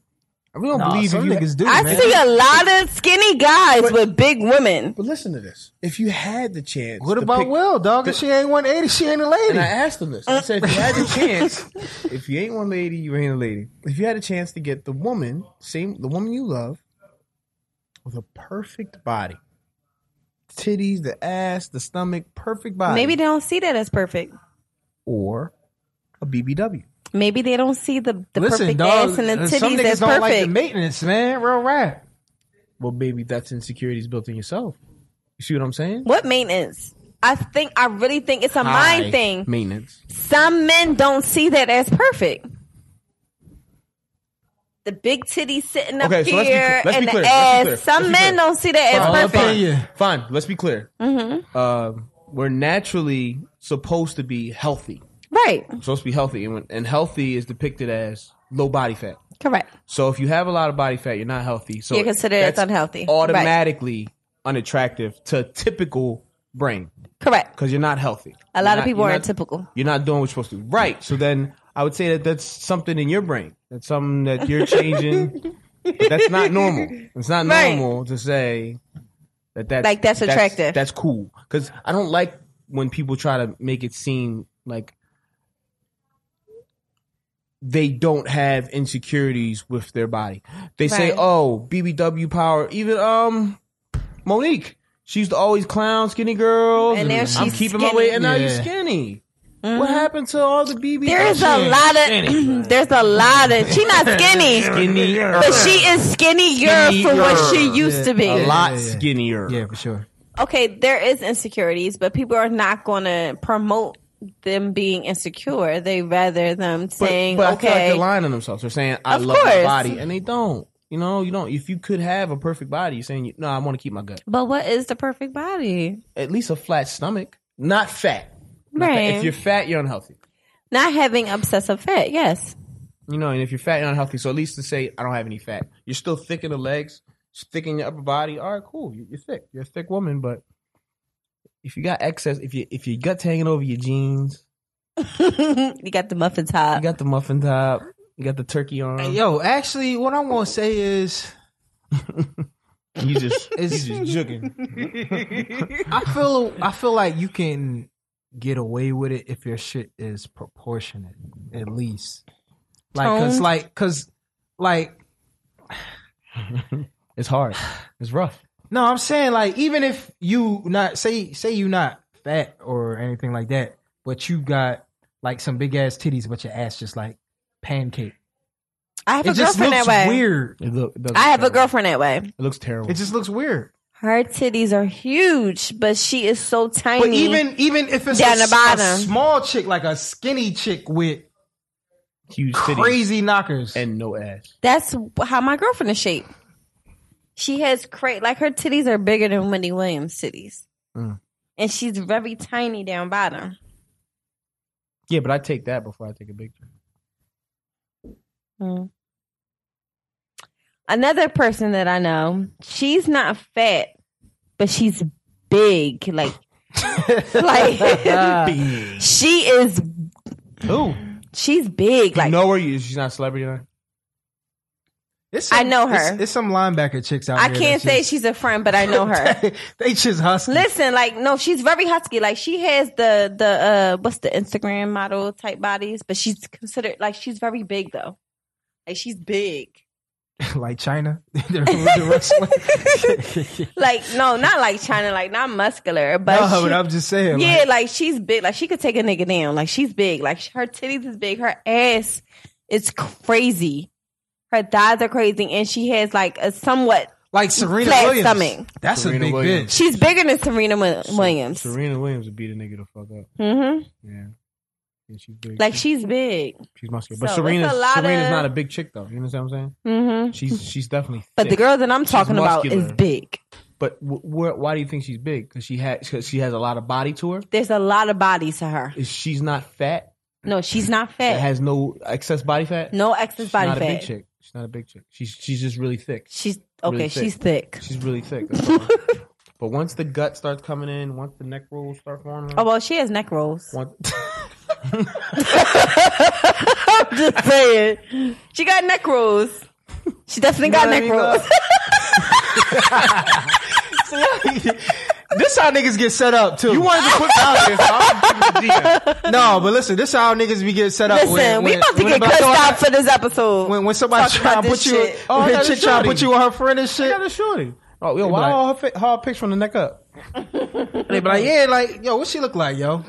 [SPEAKER 4] I really don't
[SPEAKER 3] Nah,
[SPEAKER 4] believe if
[SPEAKER 3] some
[SPEAKER 4] you
[SPEAKER 3] niggas do,
[SPEAKER 2] I
[SPEAKER 3] man.
[SPEAKER 2] see a lot of skinny guys with big women.
[SPEAKER 4] But listen to this: if you had the chance,
[SPEAKER 3] What
[SPEAKER 4] to
[SPEAKER 3] about
[SPEAKER 4] pick-
[SPEAKER 3] Will, dog? If she ain't 180, she ain't a lady.
[SPEAKER 4] And I asked him this. I said, if you had the chance, if you ain't one lady, you ain't a lady. If you had a chance to get the woman, same the woman you love, with a perfect body, titties, the ass, the stomach, perfect body,
[SPEAKER 2] Maybe they don't see that as perfect.
[SPEAKER 4] or a BBW.
[SPEAKER 2] Maybe they don't see the, the
[SPEAKER 3] Listen,
[SPEAKER 2] perfect
[SPEAKER 3] dog.
[SPEAKER 2] ass and the
[SPEAKER 3] some
[SPEAKER 2] titties
[SPEAKER 3] niggas
[SPEAKER 2] that's
[SPEAKER 3] don't like the
[SPEAKER 2] perfect.
[SPEAKER 3] maintenance, man. Real rap.
[SPEAKER 4] Well, maybe that's insecurities built in yourself. You see what I'm saying?
[SPEAKER 2] what maintenance? I think I really think it's a
[SPEAKER 4] High
[SPEAKER 2] mind thing.
[SPEAKER 4] Maintenance.
[SPEAKER 2] Some men don't see that as perfect. The big titty sitting up
[SPEAKER 4] Okay, so
[SPEAKER 2] here
[SPEAKER 4] let's be clear- let's be
[SPEAKER 2] and
[SPEAKER 4] clear,
[SPEAKER 2] the
[SPEAKER 4] let's be
[SPEAKER 2] ass.
[SPEAKER 4] clear,
[SPEAKER 2] Some
[SPEAKER 4] let's be
[SPEAKER 2] men
[SPEAKER 4] clear.
[SPEAKER 2] don't see that
[SPEAKER 4] Fine,
[SPEAKER 2] as perfect.
[SPEAKER 4] Fine. Fine. Let's be clear.
[SPEAKER 2] Mm-hmm.
[SPEAKER 4] Um, we're naturally supposed to be healthy.
[SPEAKER 2] Right.
[SPEAKER 4] We're supposed to be healthy, and, when, and healthy is depicted as low body fat.
[SPEAKER 2] Correct.
[SPEAKER 4] So if you have a lot of body fat, you're not healthy. So
[SPEAKER 2] You're considered as
[SPEAKER 4] that's
[SPEAKER 2] unhealthy. Right.
[SPEAKER 4] Automatically unattractive to typical brain
[SPEAKER 2] Correct.
[SPEAKER 4] because you're not healthy.
[SPEAKER 2] A
[SPEAKER 4] You're
[SPEAKER 2] lot
[SPEAKER 4] not-
[SPEAKER 2] of people
[SPEAKER 4] you're
[SPEAKER 2] aren't
[SPEAKER 4] not-
[SPEAKER 2] typical.
[SPEAKER 4] You're not doing what you're supposed to. Right. So then I would say that that's something in your brain. That's something that you're changing. but that's not normal. It's not
[SPEAKER 2] Right.
[SPEAKER 4] normal to say that that's
[SPEAKER 2] Like, that's attractive.
[SPEAKER 4] That's, cool. Because I don't like when people try to make it seem like they don't have insecurities with their body. They say,
[SPEAKER 2] Right.
[SPEAKER 4] "Oh, BBW power." Even um, Monique. She used to always clown skinny girls.
[SPEAKER 2] And now
[SPEAKER 4] I'm
[SPEAKER 2] she's
[SPEAKER 4] keeping my
[SPEAKER 2] skinny.
[SPEAKER 4] weight, and now you
[SPEAKER 3] Yeah.
[SPEAKER 4] skinny. What happened to all the BB?
[SPEAKER 2] There's a lot of there's a lot of she not skinny,
[SPEAKER 4] skinnier,
[SPEAKER 2] but she is skinnier from what she used to be.
[SPEAKER 4] a lot
[SPEAKER 3] yeah, yeah.
[SPEAKER 4] skinnier.
[SPEAKER 3] Yeah, for sure.
[SPEAKER 2] Okay, there is insecurities, but people are not going to promote them being insecure. They rather them
[SPEAKER 4] But,
[SPEAKER 2] saying,
[SPEAKER 4] but I feel like
[SPEAKER 2] "Okay,
[SPEAKER 4] they're lying to themselves. They're saying, "I
[SPEAKER 2] Of
[SPEAKER 4] love my
[SPEAKER 2] course.
[SPEAKER 4] body," and they don't. You know, you don't. If you could have a perfect body, you're saying, "No, I want to keep my gut.
[SPEAKER 2] but what is the perfect body?"
[SPEAKER 4] At least a flat stomach, not fat. Not fat.
[SPEAKER 2] Right.
[SPEAKER 4] If you're fat, you're unhealthy.
[SPEAKER 2] Not having obsessive fat. Yes,
[SPEAKER 4] You know, and if you're fat, you're unhealthy. So at least to say, I don't have any fat. You're still thick in the legs, thick in your upper body. All right, cool. You- You're thick. You're a thick woman, but if you got excess, if you if your guts hanging over your jeans,
[SPEAKER 2] you got the muffin
[SPEAKER 4] you
[SPEAKER 2] top.
[SPEAKER 4] got the muffin top, you got the turkey arm.
[SPEAKER 3] Yo, actually, what I want to say is,
[SPEAKER 4] You just
[SPEAKER 3] is
[SPEAKER 4] you just jugging.
[SPEAKER 3] I feel I feel like you can get away with it if your shit is proportionate, at least. Like, cause
[SPEAKER 2] Toned.
[SPEAKER 3] like, cause like,
[SPEAKER 4] It's hard. It's rough.
[SPEAKER 3] no, I'm saying like, even if you not say say you not fat or anything like that, but you got like some big ass titties, but your ass just like pancake.
[SPEAKER 2] I have
[SPEAKER 3] It
[SPEAKER 2] a
[SPEAKER 3] just
[SPEAKER 2] girlfriend that
[SPEAKER 3] looks
[SPEAKER 2] way.
[SPEAKER 3] weird.
[SPEAKER 4] It look, it does
[SPEAKER 2] I
[SPEAKER 4] look
[SPEAKER 2] have a
[SPEAKER 4] terrible.
[SPEAKER 2] girlfriend that way.
[SPEAKER 4] It looks terrible.
[SPEAKER 3] It just looks weird.
[SPEAKER 2] Her titties are huge, but she is so tiny.
[SPEAKER 3] But even even if it's a,
[SPEAKER 2] Down the
[SPEAKER 3] s- a
[SPEAKER 2] bottom.
[SPEAKER 3] small chick, like a skinny chick with
[SPEAKER 4] huge titties
[SPEAKER 3] crazy knockers,
[SPEAKER 4] and no ass.
[SPEAKER 2] that's how my girlfriend is shaped. She has cra like her titties are bigger than Wendy Williams' titties, and she's very tiny down bottom.
[SPEAKER 4] Yeah, but I take that before I take a picture.
[SPEAKER 2] Another person that I know, she's not fat, but she's big. Like, like
[SPEAKER 4] Big.
[SPEAKER 2] she is.
[SPEAKER 4] Who?
[SPEAKER 2] She's big. Like,
[SPEAKER 4] you know where you? She's not a celebrity. Now?
[SPEAKER 3] It's
[SPEAKER 2] I know her.
[SPEAKER 3] It's, it's some linebacker chicks out
[SPEAKER 2] I
[SPEAKER 3] there.
[SPEAKER 2] can't
[SPEAKER 3] that
[SPEAKER 2] say
[SPEAKER 3] just-
[SPEAKER 2] she's a friend, but I know her.
[SPEAKER 3] they just hustling.
[SPEAKER 2] Listen, like no, she's very husky. Like she has the the uh what's the Instagram model type bodies, but she's considered like she's very big though. Like she's big.
[SPEAKER 3] like China. They're they're wrestling.
[SPEAKER 2] Like no, not like China, like not muscular, but,
[SPEAKER 3] no,
[SPEAKER 2] she-
[SPEAKER 3] but I'm just saying.
[SPEAKER 2] yeah,
[SPEAKER 3] like,
[SPEAKER 2] like, she's big. Like she could take a nigga down. Like she's big. Like her titties is big. Her ass is crazy. Her thighs are crazy, and she has like a somewhat.
[SPEAKER 3] like Serena
[SPEAKER 2] flat
[SPEAKER 3] Williams.
[SPEAKER 2] stomach.
[SPEAKER 3] That's
[SPEAKER 4] Serena
[SPEAKER 3] a big
[SPEAKER 4] Williams.
[SPEAKER 3] bitch.
[SPEAKER 2] She's bigger than Serena Wi- Uh, Williams.
[SPEAKER 4] Serena Williams would beat a nigga the fuck up.
[SPEAKER 2] hmm
[SPEAKER 4] Yeah. Yeah, she's big.
[SPEAKER 2] Like she's big.
[SPEAKER 4] she's muscular. But
[SPEAKER 2] so,
[SPEAKER 4] Serena's,
[SPEAKER 2] it's a lot
[SPEAKER 4] Serena's
[SPEAKER 2] of-
[SPEAKER 4] not a big chick though. You know what I'm saying?
[SPEAKER 2] hmm
[SPEAKER 4] She's she's definitely.
[SPEAKER 2] But the
[SPEAKER 4] thick.
[SPEAKER 2] girl that I'm talking about is
[SPEAKER 4] muscular.
[SPEAKER 2] big.
[SPEAKER 4] But wh- wh- why do you think she's big? Because she has cause she has a lot of body to her.
[SPEAKER 2] There's a lot of body to her.
[SPEAKER 4] Is she's not fat?
[SPEAKER 2] No, she's not
[SPEAKER 4] That
[SPEAKER 2] fat.
[SPEAKER 4] has no excess body fat.
[SPEAKER 2] no excess
[SPEAKER 4] she's
[SPEAKER 2] body
[SPEAKER 4] not
[SPEAKER 2] fat.
[SPEAKER 4] a big chick. She's not a big chick. She's she's just really thick.
[SPEAKER 2] She's okay.
[SPEAKER 4] Really thick.
[SPEAKER 2] She's thick.
[SPEAKER 4] She's really thick. that's all. but But once the gut starts coming in, once the neck rolls start forming,
[SPEAKER 2] Oh well, she has neck rolls.
[SPEAKER 4] once-
[SPEAKER 2] I'm just saying, she got neck rolls. She definitely got neck rolls.
[SPEAKER 3] This how niggas get set up too.
[SPEAKER 4] you wanted to put it out there, so I'm giving it to you.
[SPEAKER 3] no, but listen, this how niggas be get set up.
[SPEAKER 2] Listen,
[SPEAKER 3] when,
[SPEAKER 2] we
[SPEAKER 3] when-
[SPEAKER 2] about to
[SPEAKER 3] when
[SPEAKER 2] get
[SPEAKER 3] about-
[SPEAKER 2] cussed out for this episode.
[SPEAKER 3] When, when somebody
[SPEAKER 2] Talking
[SPEAKER 3] try
[SPEAKER 2] about
[SPEAKER 3] to put
[SPEAKER 2] this
[SPEAKER 3] you,
[SPEAKER 2] shit.
[SPEAKER 3] oh,
[SPEAKER 4] I
[SPEAKER 3] when
[SPEAKER 4] got a
[SPEAKER 3] chick try to
[SPEAKER 4] shorty.
[SPEAKER 3] put you on her friend and shit.
[SPEAKER 4] I got a shorty. Oh, yo,
[SPEAKER 3] They
[SPEAKER 4] why
[SPEAKER 3] be like-
[SPEAKER 4] all her, fi- all her pics from the neck up?
[SPEAKER 3] They be like, yeah, like yo, what she look like, yo?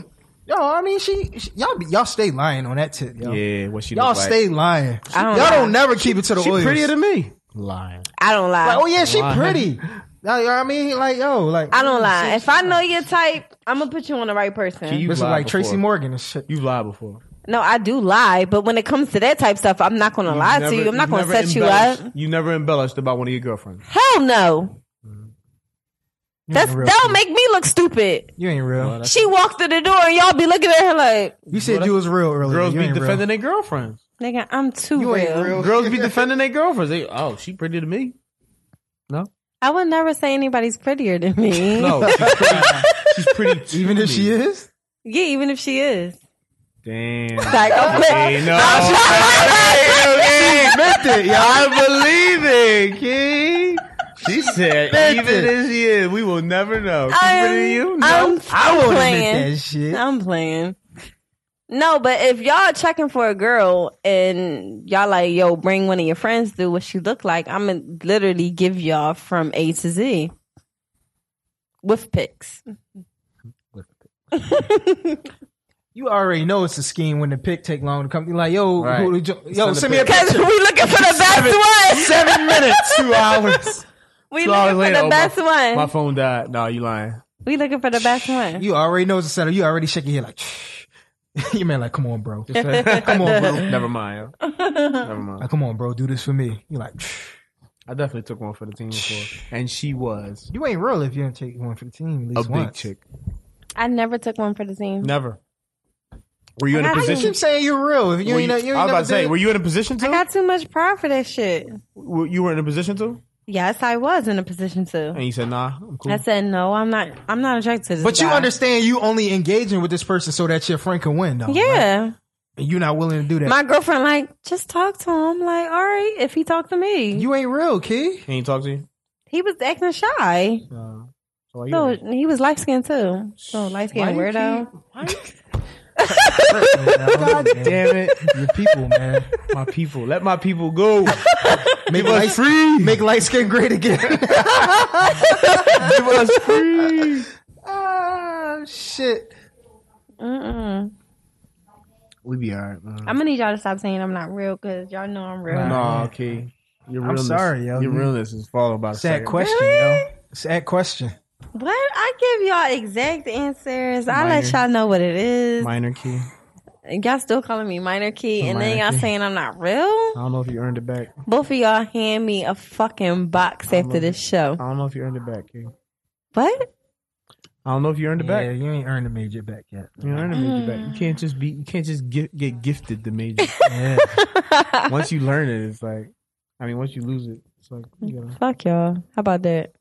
[SPEAKER 3] Yo, I mean, she, she y'all be, y'all stay lying on that tip, yo.
[SPEAKER 4] Yeah, what she
[SPEAKER 3] Y'all
[SPEAKER 4] look
[SPEAKER 3] stay lying.
[SPEAKER 2] I don't
[SPEAKER 3] y'all
[SPEAKER 2] lie.
[SPEAKER 3] don't never keep it to the
[SPEAKER 4] She
[SPEAKER 3] oils.
[SPEAKER 4] prettier than me. Lying.
[SPEAKER 2] I don't lie.
[SPEAKER 3] Like, oh yeah, she
[SPEAKER 4] Lying.
[SPEAKER 3] pretty. Now, you know what I mean? Like, yo, like
[SPEAKER 2] I don't lie.
[SPEAKER 3] she-
[SPEAKER 2] If I know your type, I'm gonna put you on the right person.
[SPEAKER 4] You
[SPEAKER 3] This is
[SPEAKER 4] lied
[SPEAKER 3] like
[SPEAKER 4] before.
[SPEAKER 3] Tracy Morgan and shit.
[SPEAKER 4] You've lied before.
[SPEAKER 2] no, I do lie, but when it comes to that type stuff, I'm not gonna lie to you. I'm not gonna set you up.
[SPEAKER 4] You never embellished about one of your girlfriends.
[SPEAKER 2] Hell no. That's
[SPEAKER 3] real
[SPEAKER 2] that'll make me look stupid.
[SPEAKER 3] You ain't real.
[SPEAKER 4] that's-
[SPEAKER 2] She walked through the door and y'all be looking at her like,
[SPEAKER 3] you said you was real earlier.
[SPEAKER 4] Girls
[SPEAKER 3] Oh, you
[SPEAKER 4] be
[SPEAKER 3] ain't real.
[SPEAKER 4] defending their girlfriends.
[SPEAKER 2] nigga, I'm too
[SPEAKER 3] You ain't
[SPEAKER 2] real.
[SPEAKER 3] real.
[SPEAKER 4] Girls be defending their girlfriends. They, oh, she pretty to me.
[SPEAKER 2] I would never say anybody's prettier than me.
[SPEAKER 4] No, she's pretty. she's pretty to
[SPEAKER 3] Even if
[SPEAKER 4] me.
[SPEAKER 3] she is,
[SPEAKER 2] Yeah, even if she is.
[SPEAKER 4] Damn.
[SPEAKER 2] Like, I'm
[SPEAKER 4] Hey, no. She meant it. I believe it, Key. She said,
[SPEAKER 3] meant
[SPEAKER 4] even
[SPEAKER 3] it.
[SPEAKER 4] if she is, we will never know. She's
[SPEAKER 2] I'm-
[SPEAKER 4] pretty to you? No.
[SPEAKER 2] I'm,
[SPEAKER 3] I won't admit
[SPEAKER 2] playing.
[SPEAKER 3] that shit.
[SPEAKER 2] I'm playing. No, but if y'all checking for a girl and y'all like, yo, bring one of your friends through what she look like, I'm gonna literally give y'all from A to Z with pics.
[SPEAKER 3] You already know it's a scheme when the pick take long to come. You're like, yo,
[SPEAKER 4] Right.
[SPEAKER 3] who- yo,
[SPEAKER 4] Send a
[SPEAKER 3] send me a
[SPEAKER 4] pic.
[SPEAKER 3] pic.
[SPEAKER 2] Cause we looking for the best one.
[SPEAKER 4] Seven minutes, two hours.
[SPEAKER 2] We
[SPEAKER 4] Two
[SPEAKER 2] looking
[SPEAKER 4] hours
[SPEAKER 2] for
[SPEAKER 4] later,
[SPEAKER 2] the
[SPEAKER 4] oh,
[SPEAKER 2] best
[SPEAKER 4] My
[SPEAKER 2] one.
[SPEAKER 4] phone died. No, you lying.
[SPEAKER 2] We looking for the best one.
[SPEAKER 3] You already know it's a setup. You already shaking your head like, Shh. your man like, come on, bro, come on, bro,
[SPEAKER 4] Never mind. yo. Never mind.
[SPEAKER 3] like, come on, bro, do this for me. You like, Shh.
[SPEAKER 4] I definitely took one for the team before, and she was
[SPEAKER 3] you ain't real if you don't take one for the team. At
[SPEAKER 4] a
[SPEAKER 3] least
[SPEAKER 4] big
[SPEAKER 3] once.
[SPEAKER 4] chick.
[SPEAKER 2] I never took one for the team.
[SPEAKER 4] Never. Were you in
[SPEAKER 2] I
[SPEAKER 4] a
[SPEAKER 2] got
[SPEAKER 3] You
[SPEAKER 4] position?
[SPEAKER 3] keep saying you're real. If you
[SPEAKER 4] were
[SPEAKER 3] ain't, you,
[SPEAKER 4] you-
[SPEAKER 3] ain't
[SPEAKER 4] I was about
[SPEAKER 3] never
[SPEAKER 4] to say,
[SPEAKER 3] did-
[SPEAKER 4] were you in a position
[SPEAKER 2] I
[SPEAKER 4] to?
[SPEAKER 2] got too much pride for that shit.
[SPEAKER 4] Were- You were in a position to,
[SPEAKER 2] Yes, I was in a position to.
[SPEAKER 4] and you said, "Nah, I'm cool."
[SPEAKER 2] I said no, I'm not. I'm not attracted to this.
[SPEAKER 3] but you
[SPEAKER 2] guy."
[SPEAKER 3] understand you only engaging with this person so that your friend can win, though. right?
[SPEAKER 2] Yeah,
[SPEAKER 3] And you're not willing to do that.
[SPEAKER 2] my girlfriend like just talk to him. Like, all right, if he talked to me,
[SPEAKER 3] you ain't real, Key.
[SPEAKER 4] Can you talk to you?
[SPEAKER 2] he was acting shy.
[SPEAKER 4] Uh, so why you
[SPEAKER 2] No,
[SPEAKER 4] in?
[SPEAKER 2] he was light skinned too. So light
[SPEAKER 4] Why
[SPEAKER 2] skinned
[SPEAKER 4] you
[SPEAKER 2] weirdo.
[SPEAKER 4] keep- why you-
[SPEAKER 3] God
[SPEAKER 4] Damn it,
[SPEAKER 3] Your people, man.
[SPEAKER 4] my people! Let my people go.
[SPEAKER 3] Make light, free. Make light skin great again.
[SPEAKER 4] Give us free.
[SPEAKER 3] Ah, shit.
[SPEAKER 2] Mm-mm.
[SPEAKER 4] We be alright, man.
[SPEAKER 2] I'm gonna need y'all to stop saying I'm not real because y'all know I'm real.
[SPEAKER 4] Nah, okay. Your
[SPEAKER 3] I'm
[SPEAKER 4] realness,
[SPEAKER 3] sorry, yo.
[SPEAKER 4] Your realness is followed by a
[SPEAKER 3] Sad
[SPEAKER 4] second.
[SPEAKER 3] question, yo. Sad question.
[SPEAKER 2] What? I give y'all exact answers. I
[SPEAKER 4] Minor.
[SPEAKER 2] let y'all know what it is.
[SPEAKER 4] Minor key.
[SPEAKER 2] And Y'all still calling me minor key, and then
[SPEAKER 4] Minor
[SPEAKER 2] y'all
[SPEAKER 4] key.
[SPEAKER 2] saying I'm not real.
[SPEAKER 4] I don't know if you earned it back.
[SPEAKER 2] Both of y'all hand me a fucking box after
[SPEAKER 4] love
[SPEAKER 2] this show.
[SPEAKER 4] I don't know if you earned it back, King.
[SPEAKER 2] What?
[SPEAKER 4] I don't know if you earned it
[SPEAKER 3] Yeah,
[SPEAKER 4] back.
[SPEAKER 3] you ain't earned a major back yet.
[SPEAKER 4] You earned a major back.
[SPEAKER 2] Mm.
[SPEAKER 4] You can't just be. You can't just get get gifted the major.
[SPEAKER 3] Yeah.
[SPEAKER 4] once you learn it, it's like. I mean, once you lose it, it's like you know.
[SPEAKER 2] Fuck y'all. How about that?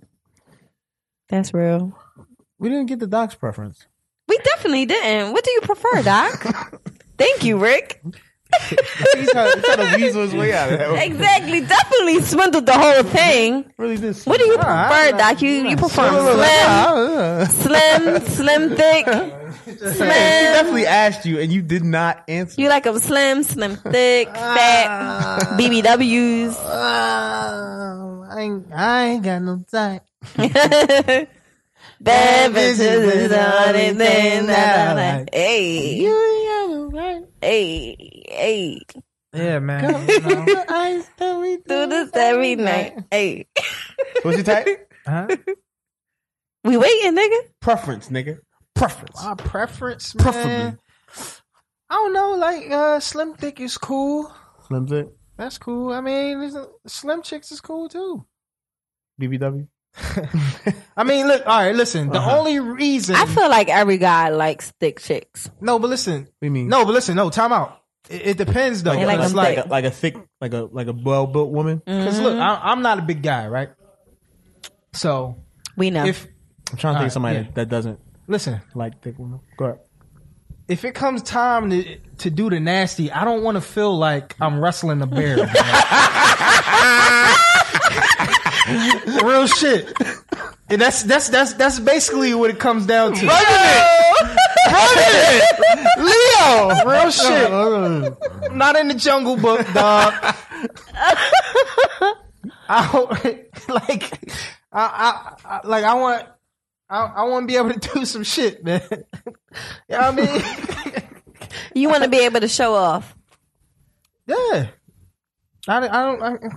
[SPEAKER 2] That's real.
[SPEAKER 4] We didn't get the doc's preference.
[SPEAKER 2] We definitely didn't. What do you prefer, Doc? Thank you, Rick.
[SPEAKER 4] He's trying, he's trying to weasel his way out of that. one.
[SPEAKER 2] Exactly. Definitely swindled the whole thing.
[SPEAKER 4] Really, this. Oh,
[SPEAKER 2] What do you
[SPEAKER 3] I-
[SPEAKER 2] prefer, Doc? You you prefer slim, slim, slim, thick, slim.
[SPEAKER 4] definitely asked you, and you did not answer.
[SPEAKER 2] You like them slim, slim, thick, fat, BBWs.
[SPEAKER 3] Oh, I, ain't, I ain't got no time.
[SPEAKER 2] Beverages is the only thing that I like. Hey,
[SPEAKER 3] You ain't got no right.
[SPEAKER 2] hey, hey.
[SPEAKER 3] Yeah, man. You know?
[SPEAKER 4] eyes that we
[SPEAKER 2] do this every night. Hey,
[SPEAKER 4] What's your type?
[SPEAKER 3] huh?
[SPEAKER 2] we waiting, nigga.
[SPEAKER 4] Preference, nigga. Preference.
[SPEAKER 3] My preference, man.
[SPEAKER 4] Preferably.
[SPEAKER 3] I don't know. Like, uh, slim thick is cool.
[SPEAKER 4] Slim Thick,
[SPEAKER 3] That's cool. I mean, there's a- slim chicks is cool too.
[SPEAKER 4] BBW.
[SPEAKER 3] I mean, look. All right, listen. The
[SPEAKER 4] Uh-huh.
[SPEAKER 3] only reason
[SPEAKER 2] I feel like every guy likes thick chicks.
[SPEAKER 3] no, but listen,
[SPEAKER 4] We mean
[SPEAKER 3] no, but listen, no. Time out. It, it depends though.
[SPEAKER 2] They like
[SPEAKER 3] It's
[SPEAKER 2] them
[SPEAKER 3] like,
[SPEAKER 2] thick. Mm. Mm-hmm.
[SPEAKER 4] like a thick, like a like a well built woman.
[SPEAKER 3] Because look, I, I'm not a big guy, right? So
[SPEAKER 2] We know.
[SPEAKER 3] if
[SPEAKER 4] I'm trying to think of somebody
[SPEAKER 3] yeah.
[SPEAKER 4] that, that doesn't
[SPEAKER 3] Listen,
[SPEAKER 4] like thick women. Go ahead.
[SPEAKER 3] if it comes time to to do the nasty, I don't want to feel like I'm wrestling a bear. man. Real shit. And that's that's that's that's basically what it comes down to. Run it, Leo. Real shit. Not in the Jungle Book, dog. I don't, like I, I, I like I want I, I want to be able to do some shit, man. you know what I mean?
[SPEAKER 2] You want to be able to show off.
[SPEAKER 3] Yeah. I, don't- I don't. I,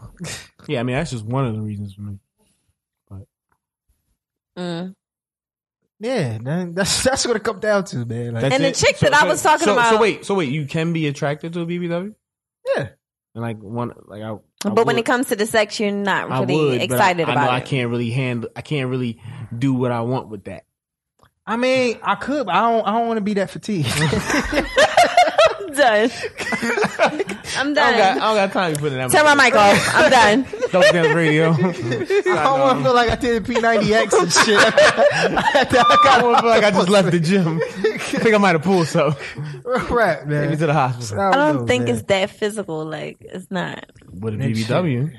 [SPEAKER 4] Yeah, I mean that's just one of the reasons for me.
[SPEAKER 2] Mm.
[SPEAKER 3] yeah, that- that's that's what it comes down to, man. Like,
[SPEAKER 4] That's
[SPEAKER 2] And the
[SPEAKER 4] it.
[SPEAKER 2] chick that I was talking
[SPEAKER 4] so- So
[SPEAKER 2] about-
[SPEAKER 4] wait, so wait, you can be attracted to a BBW?
[SPEAKER 3] Yeah.
[SPEAKER 4] And like one, like I. I
[SPEAKER 2] But when
[SPEAKER 4] would-
[SPEAKER 2] it comes to the sex, you're not
[SPEAKER 4] I
[SPEAKER 2] really
[SPEAKER 4] would, but
[SPEAKER 2] excited
[SPEAKER 4] I, I
[SPEAKER 2] about
[SPEAKER 4] know
[SPEAKER 2] it.
[SPEAKER 4] I can't really handle. I can't really do what I want with that.
[SPEAKER 3] I mean, I could. But I don't. I don't want to be that fatigued.
[SPEAKER 2] I'm done. I'm
[SPEAKER 4] I don't got, I
[SPEAKER 2] done.
[SPEAKER 4] don't got time to put it that
[SPEAKER 2] Turn my mic off. I'm done.
[SPEAKER 4] Dope Dance Radio.
[SPEAKER 3] I don't want to feel like I did P90X and shit.
[SPEAKER 4] I don't feel like I just left the gym. I think I might have pulled so.
[SPEAKER 3] Crap,
[SPEAKER 4] Take me
[SPEAKER 3] man.
[SPEAKER 4] to the hospital.
[SPEAKER 2] I don't think
[SPEAKER 3] man.
[SPEAKER 2] it's that physical. Like it's not.
[SPEAKER 4] With a
[SPEAKER 3] That shit.
[SPEAKER 4] BBW.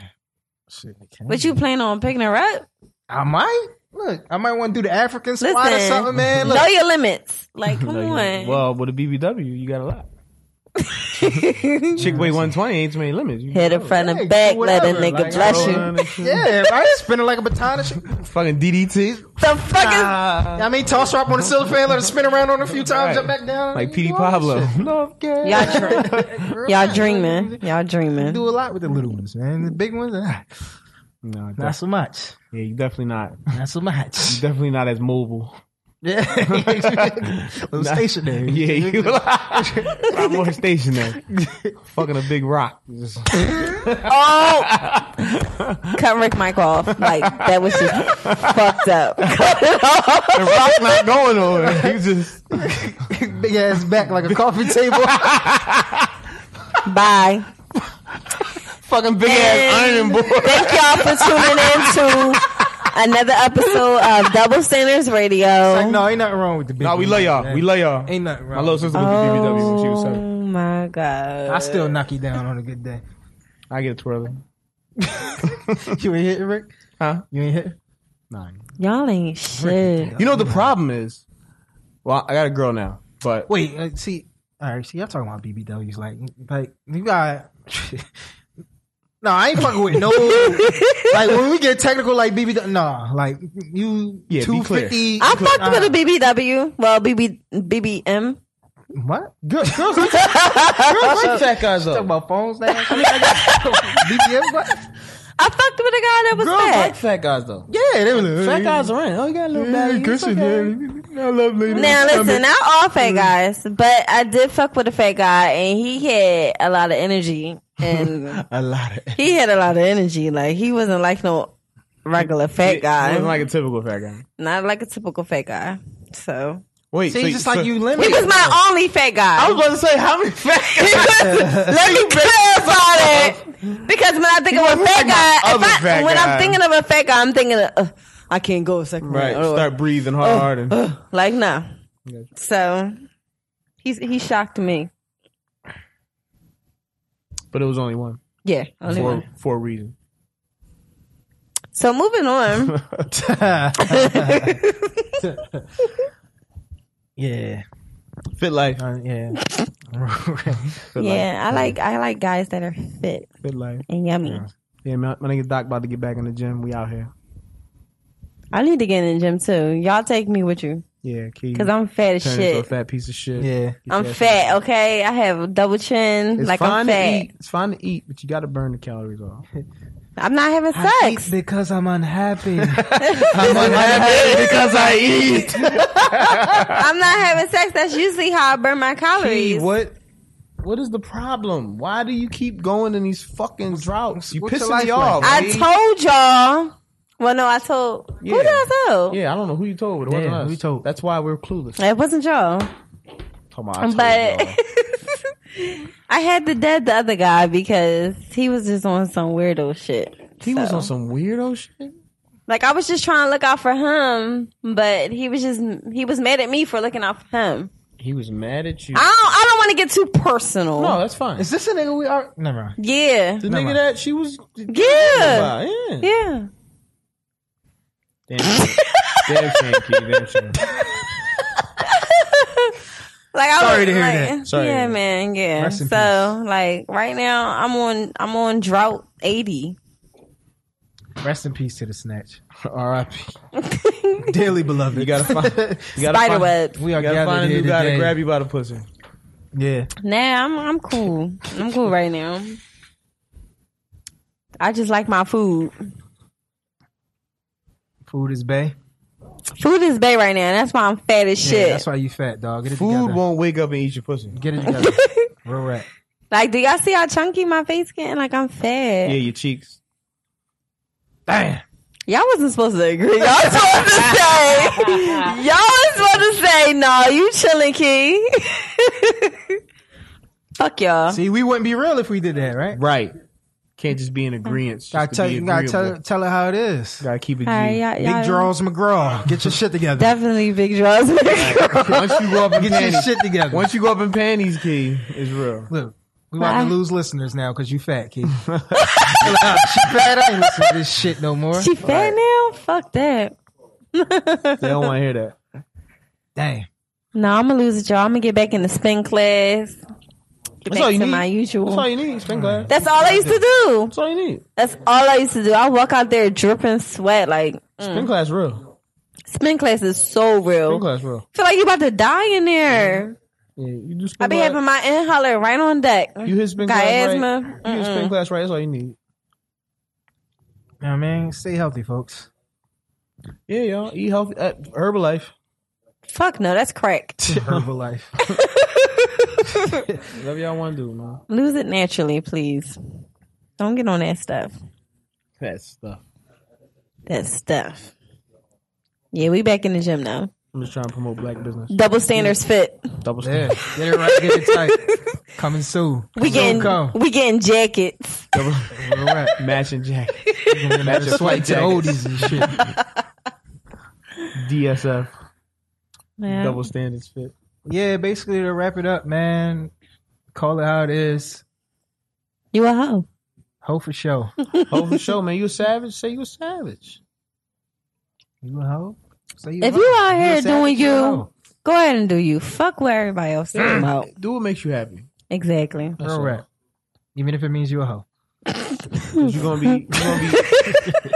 [SPEAKER 2] But you plan on picking her up?
[SPEAKER 3] I might look. I might want to do the African squad or
[SPEAKER 2] Listen.
[SPEAKER 3] something, man. Look,
[SPEAKER 2] Know your limits. Like come
[SPEAKER 4] No, you-
[SPEAKER 2] on.
[SPEAKER 4] uh, Well, with a BBW, you got a lot. Chick weigh 120 ain't too many limits. You
[SPEAKER 2] Hit her front
[SPEAKER 3] Yeah,
[SPEAKER 2] and back. Let a
[SPEAKER 3] whatever.
[SPEAKER 2] nigga
[SPEAKER 3] Like,
[SPEAKER 2] bless
[SPEAKER 3] I
[SPEAKER 2] you.
[SPEAKER 3] don't-
[SPEAKER 4] Yeah.
[SPEAKER 3] yeah, I ain't spinning like a baton. And shit.
[SPEAKER 4] Fucking DDT.
[SPEAKER 2] The fuck is
[SPEAKER 3] I mean, toss her up on the cellophane, let her spin around on her a few times,
[SPEAKER 4] Right.
[SPEAKER 3] jump back down.
[SPEAKER 4] Like Petey Pablo. Love girl.
[SPEAKER 2] y'all? Dream, y'all dreaming? Y'all dreaming?
[SPEAKER 3] do a lot with the little ones, man. The big ones, ah,
[SPEAKER 4] No,
[SPEAKER 3] not
[SPEAKER 4] def-
[SPEAKER 3] so much.
[SPEAKER 4] yeah, you definitely not.
[SPEAKER 3] Not so much.
[SPEAKER 4] You definitely not as mobile.
[SPEAKER 3] Yeah. little
[SPEAKER 4] Nah.
[SPEAKER 3] stationary.
[SPEAKER 4] Yeah, you I'm more stationary. Fucking a big rock. Just- Oh!
[SPEAKER 2] Cut Rick Mike off. Like that was just fucked up.
[SPEAKER 4] the rock not going nowhere. You just
[SPEAKER 3] Big ass back like a coffee table.
[SPEAKER 2] Bye.
[SPEAKER 4] fucking big ass
[SPEAKER 2] And-
[SPEAKER 4] iron board.
[SPEAKER 2] Thank y'all for tuning in to another episode of Double Standards Radio.
[SPEAKER 3] like, no, ain't nothing wrong with the big
[SPEAKER 4] Nah, we
[SPEAKER 3] ones,
[SPEAKER 4] love y'all.
[SPEAKER 3] man.
[SPEAKER 4] We love y'all.
[SPEAKER 3] Ain't nothing
[SPEAKER 4] My
[SPEAKER 3] wrong.
[SPEAKER 4] little sister was the BBW when she was seven.
[SPEAKER 2] Oh my god!
[SPEAKER 3] I still knock you down on a good day.
[SPEAKER 4] I get a twirly.
[SPEAKER 3] You ain't hit, Rick?
[SPEAKER 4] Huh?
[SPEAKER 3] You ain't hit?
[SPEAKER 4] Nah.
[SPEAKER 2] Y'all ain't shit.
[SPEAKER 4] You know the problem is, well, I got a girl now, but
[SPEAKER 3] Wait, uh, see, all right, see, y'all talking about BBWs. Like, like you got. no, I ain't fucking with no. like, when we get technical, like BBW, nah, like, you
[SPEAKER 4] Yeah, be clear.
[SPEAKER 3] 250.
[SPEAKER 2] I fucked
[SPEAKER 4] Uh-huh.
[SPEAKER 2] with a BBW. Well, BB BBM.
[SPEAKER 3] What? Girls, girls, like, girls like fat guys up. Talking about phones now. I mean, I got BBM, what?
[SPEAKER 2] I fucked with a guy that was
[SPEAKER 4] girls like
[SPEAKER 2] fat.
[SPEAKER 4] fat guys though.
[SPEAKER 3] Yeah, they were like,
[SPEAKER 4] Fat guys around. Oh, you got a little belly. It's okay.
[SPEAKER 3] I love ladies.
[SPEAKER 2] Now listen, not all
[SPEAKER 4] Mm-hmm.
[SPEAKER 2] fat guys, but I did fuck with a fat guy, and he had a lot of energy, and
[SPEAKER 4] A lot of
[SPEAKER 2] he had a lot of energy. Like he wasn't like no regular fat guy,
[SPEAKER 4] Wasn't like a typical fat guy.
[SPEAKER 2] not like a typical fat guy. So
[SPEAKER 4] Wait, Oh,
[SPEAKER 3] See,
[SPEAKER 4] so-
[SPEAKER 3] just
[SPEAKER 4] so-
[SPEAKER 3] like you
[SPEAKER 2] he
[SPEAKER 3] limit.
[SPEAKER 2] was my only fat guy.
[SPEAKER 4] I was about to say how many fat guys.
[SPEAKER 2] Let me clarify that. Because when I think of a fat
[SPEAKER 4] like my
[SPEAKER 2] guy, if
[SPEAKER 4] other
[SPEAKER 2] I,
[SPEAKER 4] fat
[SPEAKER 2] when
[SPEAKER 4] guy.
[SPEAKER 2] I'm thinking of a fat guy, I'm thinking, of, uh, I can't go a second.
[SPEAKER 4] right,
[SPEAKER 2] round.
[SPEAKER 4] start breathing hard, hard, and
[SPEAKER 2] Oh. Uh, like no. So he's he shocked me.
[SPEAKER 4] but it was only one
[SPEAKER 2] Yeah, only
[SPEAKER 4] for
[SPEAKER 2] one.
[SPEAKER 4] for a reason.
[SPEAKER 2] So moving on.
[SPEAKER 3] yeah.
[SPEAKER 4] Fit life,
[SPEAKER 3] Uh, yeah.
[SPEAKER 4] fit life,
[SPEAKER 2] yeah, I like I like guys that are fit
[SPEAKER 4] fit life.
[SPEAKER 2] and yummy.
[SPEAKER 4] Yeah, my, my nigga Doc about to get back in the gym. We out here.
[SPEAKER 2] I need to get in the gym too. Y'all take me with you
[SPEAKER 4] Yeah, key.
[SPEAKER 2] because I'm fat as
[SPEAKER 4] turn into a
[SPEAKER 2] shit.
[SPEAKER 4] fat piece of shit.
[SPEAKER 3] yeah.
[SPEAKER 2] I'm fat, okay? I have a double chin.
[SPEAKER 4] It's
[SPEAKER 2] like
[SPEAKER 4] fine
[SPEAKER 2] I'm
[SPEAKER 4] to
[SPEAKER 2] fat.
[SPEAKER 4] eat. It's fine to eat, but you got to burn the calories off.
[SPEAKER 2] I'm not having
[SPEAKER 3] I eat
[SPEAKER 2] sex.
[SPEAKER 3] because I'm unhappy. I'm
[SPEAKER 4] happy because I eat.
[SPEAKER 2] I'm not having sex. That's usually how I burn my calories.
[SPEAKER 4] what? What is the problem? Why do you keep going in these fucking droughts? You
[SPEAKER 3] what's your
[SPEAKER 4] pissing
[SPEAKER 3] life
[SPEAKER 4] me off.
[SPEAKER 3] like?
[SPEAKER 2] I
[SPEAKER 4] Reed.
[SPEAKER 2] told y'all. Well, no, I told. Who
[SPEAKER 4] Yeah.
[SPEAKER 2] did I tell?
[SPEAKER 4] yeah, I don't know who you told, but it
[SPEAKER 3] Yeah,
[SPEAKER 4] wasn't us.
[SPEAKER 3] who you told?
[SPEAKER 4] That's why we're clueless.
[SPEAKER 2] It wasn't y'all.
[SPEAKER 4] Come on, I told y'all.
[SPEAKER 2] but I had to dead the other guy because he was just on some weirdo shit.
[SPEAKER 4] he was
[SPEAKER 2] So,
[SPEAKER 4] on some weirdo shit.
[SPEAKER 2] Like I was just trying to look out for him, but he was just he was mad at me for looking out for him.
[SPEAKER 4] He was mad at you.
[SPEAKER 2] I don't I don't want to get too personal.
[SPEAKER 4] no, that's fine.
[SPEAKER 3] Is this a nigga we are? Never mind.
[SPEAKER 2] Yeah.
[SPEAKER 4] the nigga that she was.
[SPEAKER 2] Yeah.
[SPEAKER 4] Wow, yeah.
[SPEAKER 2] Yeah.
[SPEAKER 4] Damn, damn Frankie, damn shame.
[SPEAKER 2] Like I
[SPEAKER 3] Sorry
[SPEAKER 2] was
[SPEAKER 3] to hear
[SPEAKER 2] like,
[SPEAKER 3] that.
[SPEAKER 4] Sorry to
[SPEAKER 2] Yeah,
[SPEAKER 4] hear that.
[SPEAKER 2] man. Yeah.
[SPEAKER 3] Rest in
[SPEAKER 2] so like right now I'm on I'm on drought 80.
[SPEAKER 3] Rest in peace to the snatch.
[SPEAKER 4] R.I.P.
[SPEAKER 3] Dearly beloved.
[SPEAKER 4] You gotta find. You gotta
[SPEAKER 2] Spider
[SPEAKER 4] find,
[SPEAKER 2] webs.
[SPEAKER 3] We are
[SPEAKER 4] You gotta
[SPEAKER 3] gathered
[SPEAKER 4] find a
[SPEAKER 3] here
[SPEAKER 4] new guy
[SPEAKER 3] today.
[SPEAKER 4] to grab you by the pussy.
[SPEAKER 3] Yeah.
[SPEAKER 2] Nah, I'm I'm cool. I'm cool right now. I just like my food.
[SPEAKER 3] Food is bae.
[SPEAKER 2] Food is bay right now. and That's why I'm fat as
[SPEAKER 3] Yeah,
[SPEAKER 2] shit.
[SPEAKER 3] that's why you fat, dog. Get it
[SPEAKER 4] Food
[SPEAKER 3] together.
[SPEAKER 4] won't wake up and eat your pussy.
[SPEAKER 3] Get it together. Real rap.
[SPEAKER 2] Like, do y'all see how chunky my face getting? Like, I'm fat.
[SPEAKER 4] Yeah, your cheeks.
[SPEAKER 3] Damn.
[SPEAKER 2] Y'all wasn't supposed to agree. Y'all was supposed to say. Y'all was supposed to say, no, you chilling, Key. Fuck y'all.
[SPEAKER 3] See, we wouldn't be real if we did that, right?
[SPEAKER 4] Right. Can't just
[SPEAKER 2] Mm.
[SPEAKER 4] be in agreement.
[SPEAKER 3] I tell you, gotta tell,
[SPEAKER 4] Gotta
[SPEAKER 3] tell her how it is.
[SPEAKER 4] keep it. G.
[SPEAKER 2] All right, y'all, y'all
[SPEAKER 3] Big Charles McGraw, get your shit together.
[SPEAKER 2] Definitely big drugs.
[SPEAKER 4] Once you go up in
[SPEAKER 3] get your
[SPEAKER 4] panties,
[SPEAKER 3] shit together.
[SPEAKER 4] once you go up in panties, key is real.
[SPEAKER 3] Look, we about to
[SPEAKER 2] Bye.
[SPEAKER 3] lose listeners now because you fat, kid. she fat. I ain't listen to this shit no more.
[SPEAKER 2] she fat now? Fuck that.
[SPEAKER 4] They don't want to hear that.
[SPEAKER 3] Damn.
[SPEAKER 2] No, I'm gonna lose it, y'all. I'm gonna get back in the spin class. Get back
[SPEAKER 4] all
[SPEAKER 2] to
[SPEAKER 4] you need.
[SPEAKER 2] my usual.
[SPEAKER 4] That's all you need. Spin glass.
[SPEAKER 2] That's all I used to do.
[SPEAKER 4] That's all you need.
[SPEAKER 2] That's all I used to do. I walk out there dripping sweat. Like mm.
[SPEAKER 4] Spin class real.
[SPEAKER 2] spin class is so
[SPEAKER 4] Spin
[SPEAKER 2] real.
[SPEAKER 4] class real.
[SPEAKER 2] feel like you about to die in there.
[SPEAKER 4] Yeah, you do spin
[SPEAKER 2] I be
[SPEAKER 4] class.
[SPEAKER 2] having my inhaler right on deck.
[SPEAKER 4] you hit spin
[SPEAKER 2] Got
[SPEAKER 4] class right.
[SPEAKER 2] asthma.
[SPEAKER 4] You hit
[SPEAKER 2] Mm-mm.
[SPEAKER 4] spin class right. That's all you need.
[SPEAKER 3] Now, man, stay healthy, folks.
[SPEAKER 4] Yeah, y'all eat healthy. Uh, Herbalife.
[SPEAKER 2] Fuck no, that's crack.
[SPEAKER 3] Herbal life.
[SPEAKER 4] Whatever y'all want to do, man.
[SPEAKER 2] Lose it naturally, please. Don't get on that stuff.
[SPEAKER 4] That stuff.
[SPEAKER 2] That stuff. Yeah, we back in the gym now.
[SPEAKER 4] I'm just trying to promote black business.
[SPEAKER 2] Double standards fit.
[SPEAKER 4] Double
[SPEAKER 3] Yeah,
[SPEAKER 4] standards.
[SPEAKER 3] get it right, get it tight. Coming soon.
[SPEAKER 2] We
[SPEAKER 3] Soon
[SPEAKER 2] getting
[SPEAKER 3] come.
[SPEAKER 2] we getting jackets.
[SPEAKER 4] Double
[SPEAKER 3] Real rap.
[SPEAKER 4] matching jacket.
[SPEAKER 3] Match
[SPEAKER 4] Matching
[SPEAKER 3] swipe
[SPEAKER 4] sweat
[SPEAKER 3] to the
[SPEAKER 4] jacket.
[SPEAKER 3] oldies and shit.
[SPEAKER 4] DSF.
[SPEAKER 2] Man,
[SPEAKER 4] Double standards fit.
[SPEAKER 3] Yeah, basically to wrap it up, man. Call it how it is.
[SPEAKER 2] you a hoe.
[SPEAKER 3] Hoe for show.
[SPEAKER 4] Hold the show, man. You a savage? Say you a savage.
[SPEAKER 3] You a hoe? So you
[SPEAKER 2] If
[SPEAKER 3] a
[SPEAKER 2] you
[SPEAKER 3] hoe.
[SPEAKER 2] out
[SPEAKER 3] a
[SPEAKER 2] here
[SPEAKER 3] savage,
[SPEAKER 2] doing
[SPEAKER 3] a
[SPEAKER 2] you,
[SPEAKER 3] hoe.
[SPEAKER 2] Go ahead and do you. Fuck where everybody else is
[SPEAKER 4] Mm.
[SPEAKER 2] about.
[SPEAKER 4] Do what makes you happy.
[SPEAKER 2] Exactly.
[SPEAKER 4] That's
[SPEAKER 3] Real
[SPEAKER 4] all.
[SPEAKER 3] rap. Even if it means you a hoe.
[SPEAKER 4] 'Cause You're gonna be. You're gonna be.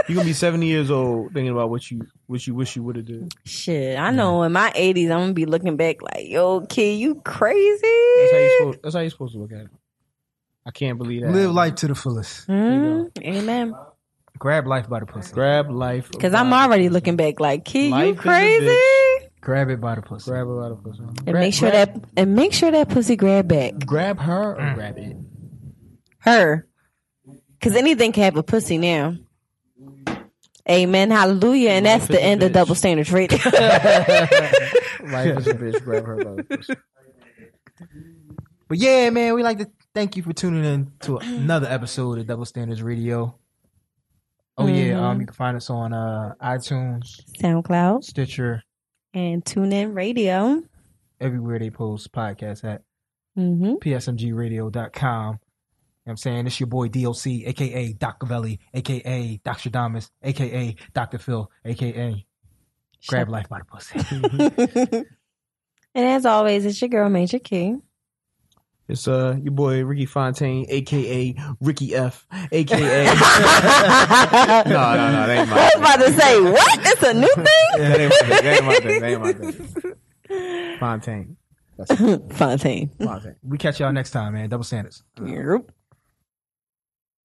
[SPEAKER 4] You're gonna be 70 years old thinking about what you what you wish you would have did.
[SPEAKER 2] Shit, I know in my 80s, I'm gonna be looking back like, yo, kid, you
[SPEAKER 4] That's how you
[SPEAKER 2] crazy.
[SPEAKER 4] supposed. That's how you're supposed to look at it. I can't believe that.
[SPEAKER 3] Live life to the fullest.
[SPEAKER 2] Mm, amen.
[SPEAKER 3] Grab life by the pussy.
[SPEAKER 4] Grab life.
[SPEAKER 2] Because I'm already looking back like, kid,
[SPEAKER 4] Life
[SPEAKER 2] you
[SPEAKER 4] is a
[SPEAKER 2] crazy.
[SPEAKER 3] Grab it by the pussy.
[SPEAKER 4] Grab a lot of pussy.
[SPEAKER 2] And make sure that and make sure that pussy grab back
[SPEAKER 4] Grab her or grab it.
[SPEAKER 2] her. Cause anything can have a pussy now. Amen. Hallelujah. And that's the end of double standards right
[SPEAKER 4] Life is a bitch. Grab her by the pussy.
[SPEAKER 3] But yeah, man, we like to thank you for tuning in to another episode of Double Standards Radio. Oh
[SPEAKER 2] Mm-hmm.
[SPEAKER 3] yeah, um, you can find us on uh, iTunes,
[SPEAKER 2] SoundCloud
[SPEAKER 3] Stitcher,
[SPEAKER 2] and tune in radio.
[SPEAKER 3] everywhere they post podcasts at
[SPEAKER 2] Mm-hmm.
[SPEAKER 3] psmgradio.com. You know what I'm saying it's your boy DOC, aka Doc Cavelli, aka Dr. Damas, aka Dr. Phil, aka Grab Life by the Pussy.
[SPEAKER 2] and as always, it's your girl Major Key.
[SPEAKER 4] It's uh your boy Ricky Fontaine, aka Ricky F, aka.
[SPEAKER 2] I
[SPEAKER 4] no, no, no, that ain't my
[SPEAKER 2] was about to say, what? It's a new thing?
[SPEAKER 4] That ain't my thing. That ain't my thing. That ain't my thing. Fontaine.
[SPEAKER 2] Fontaine.
[SPEAKER 4] Fontaine.
[SPEAKER 3] we catch y'all next time, man. Double Standards.
[SPEAKER 2] Yep.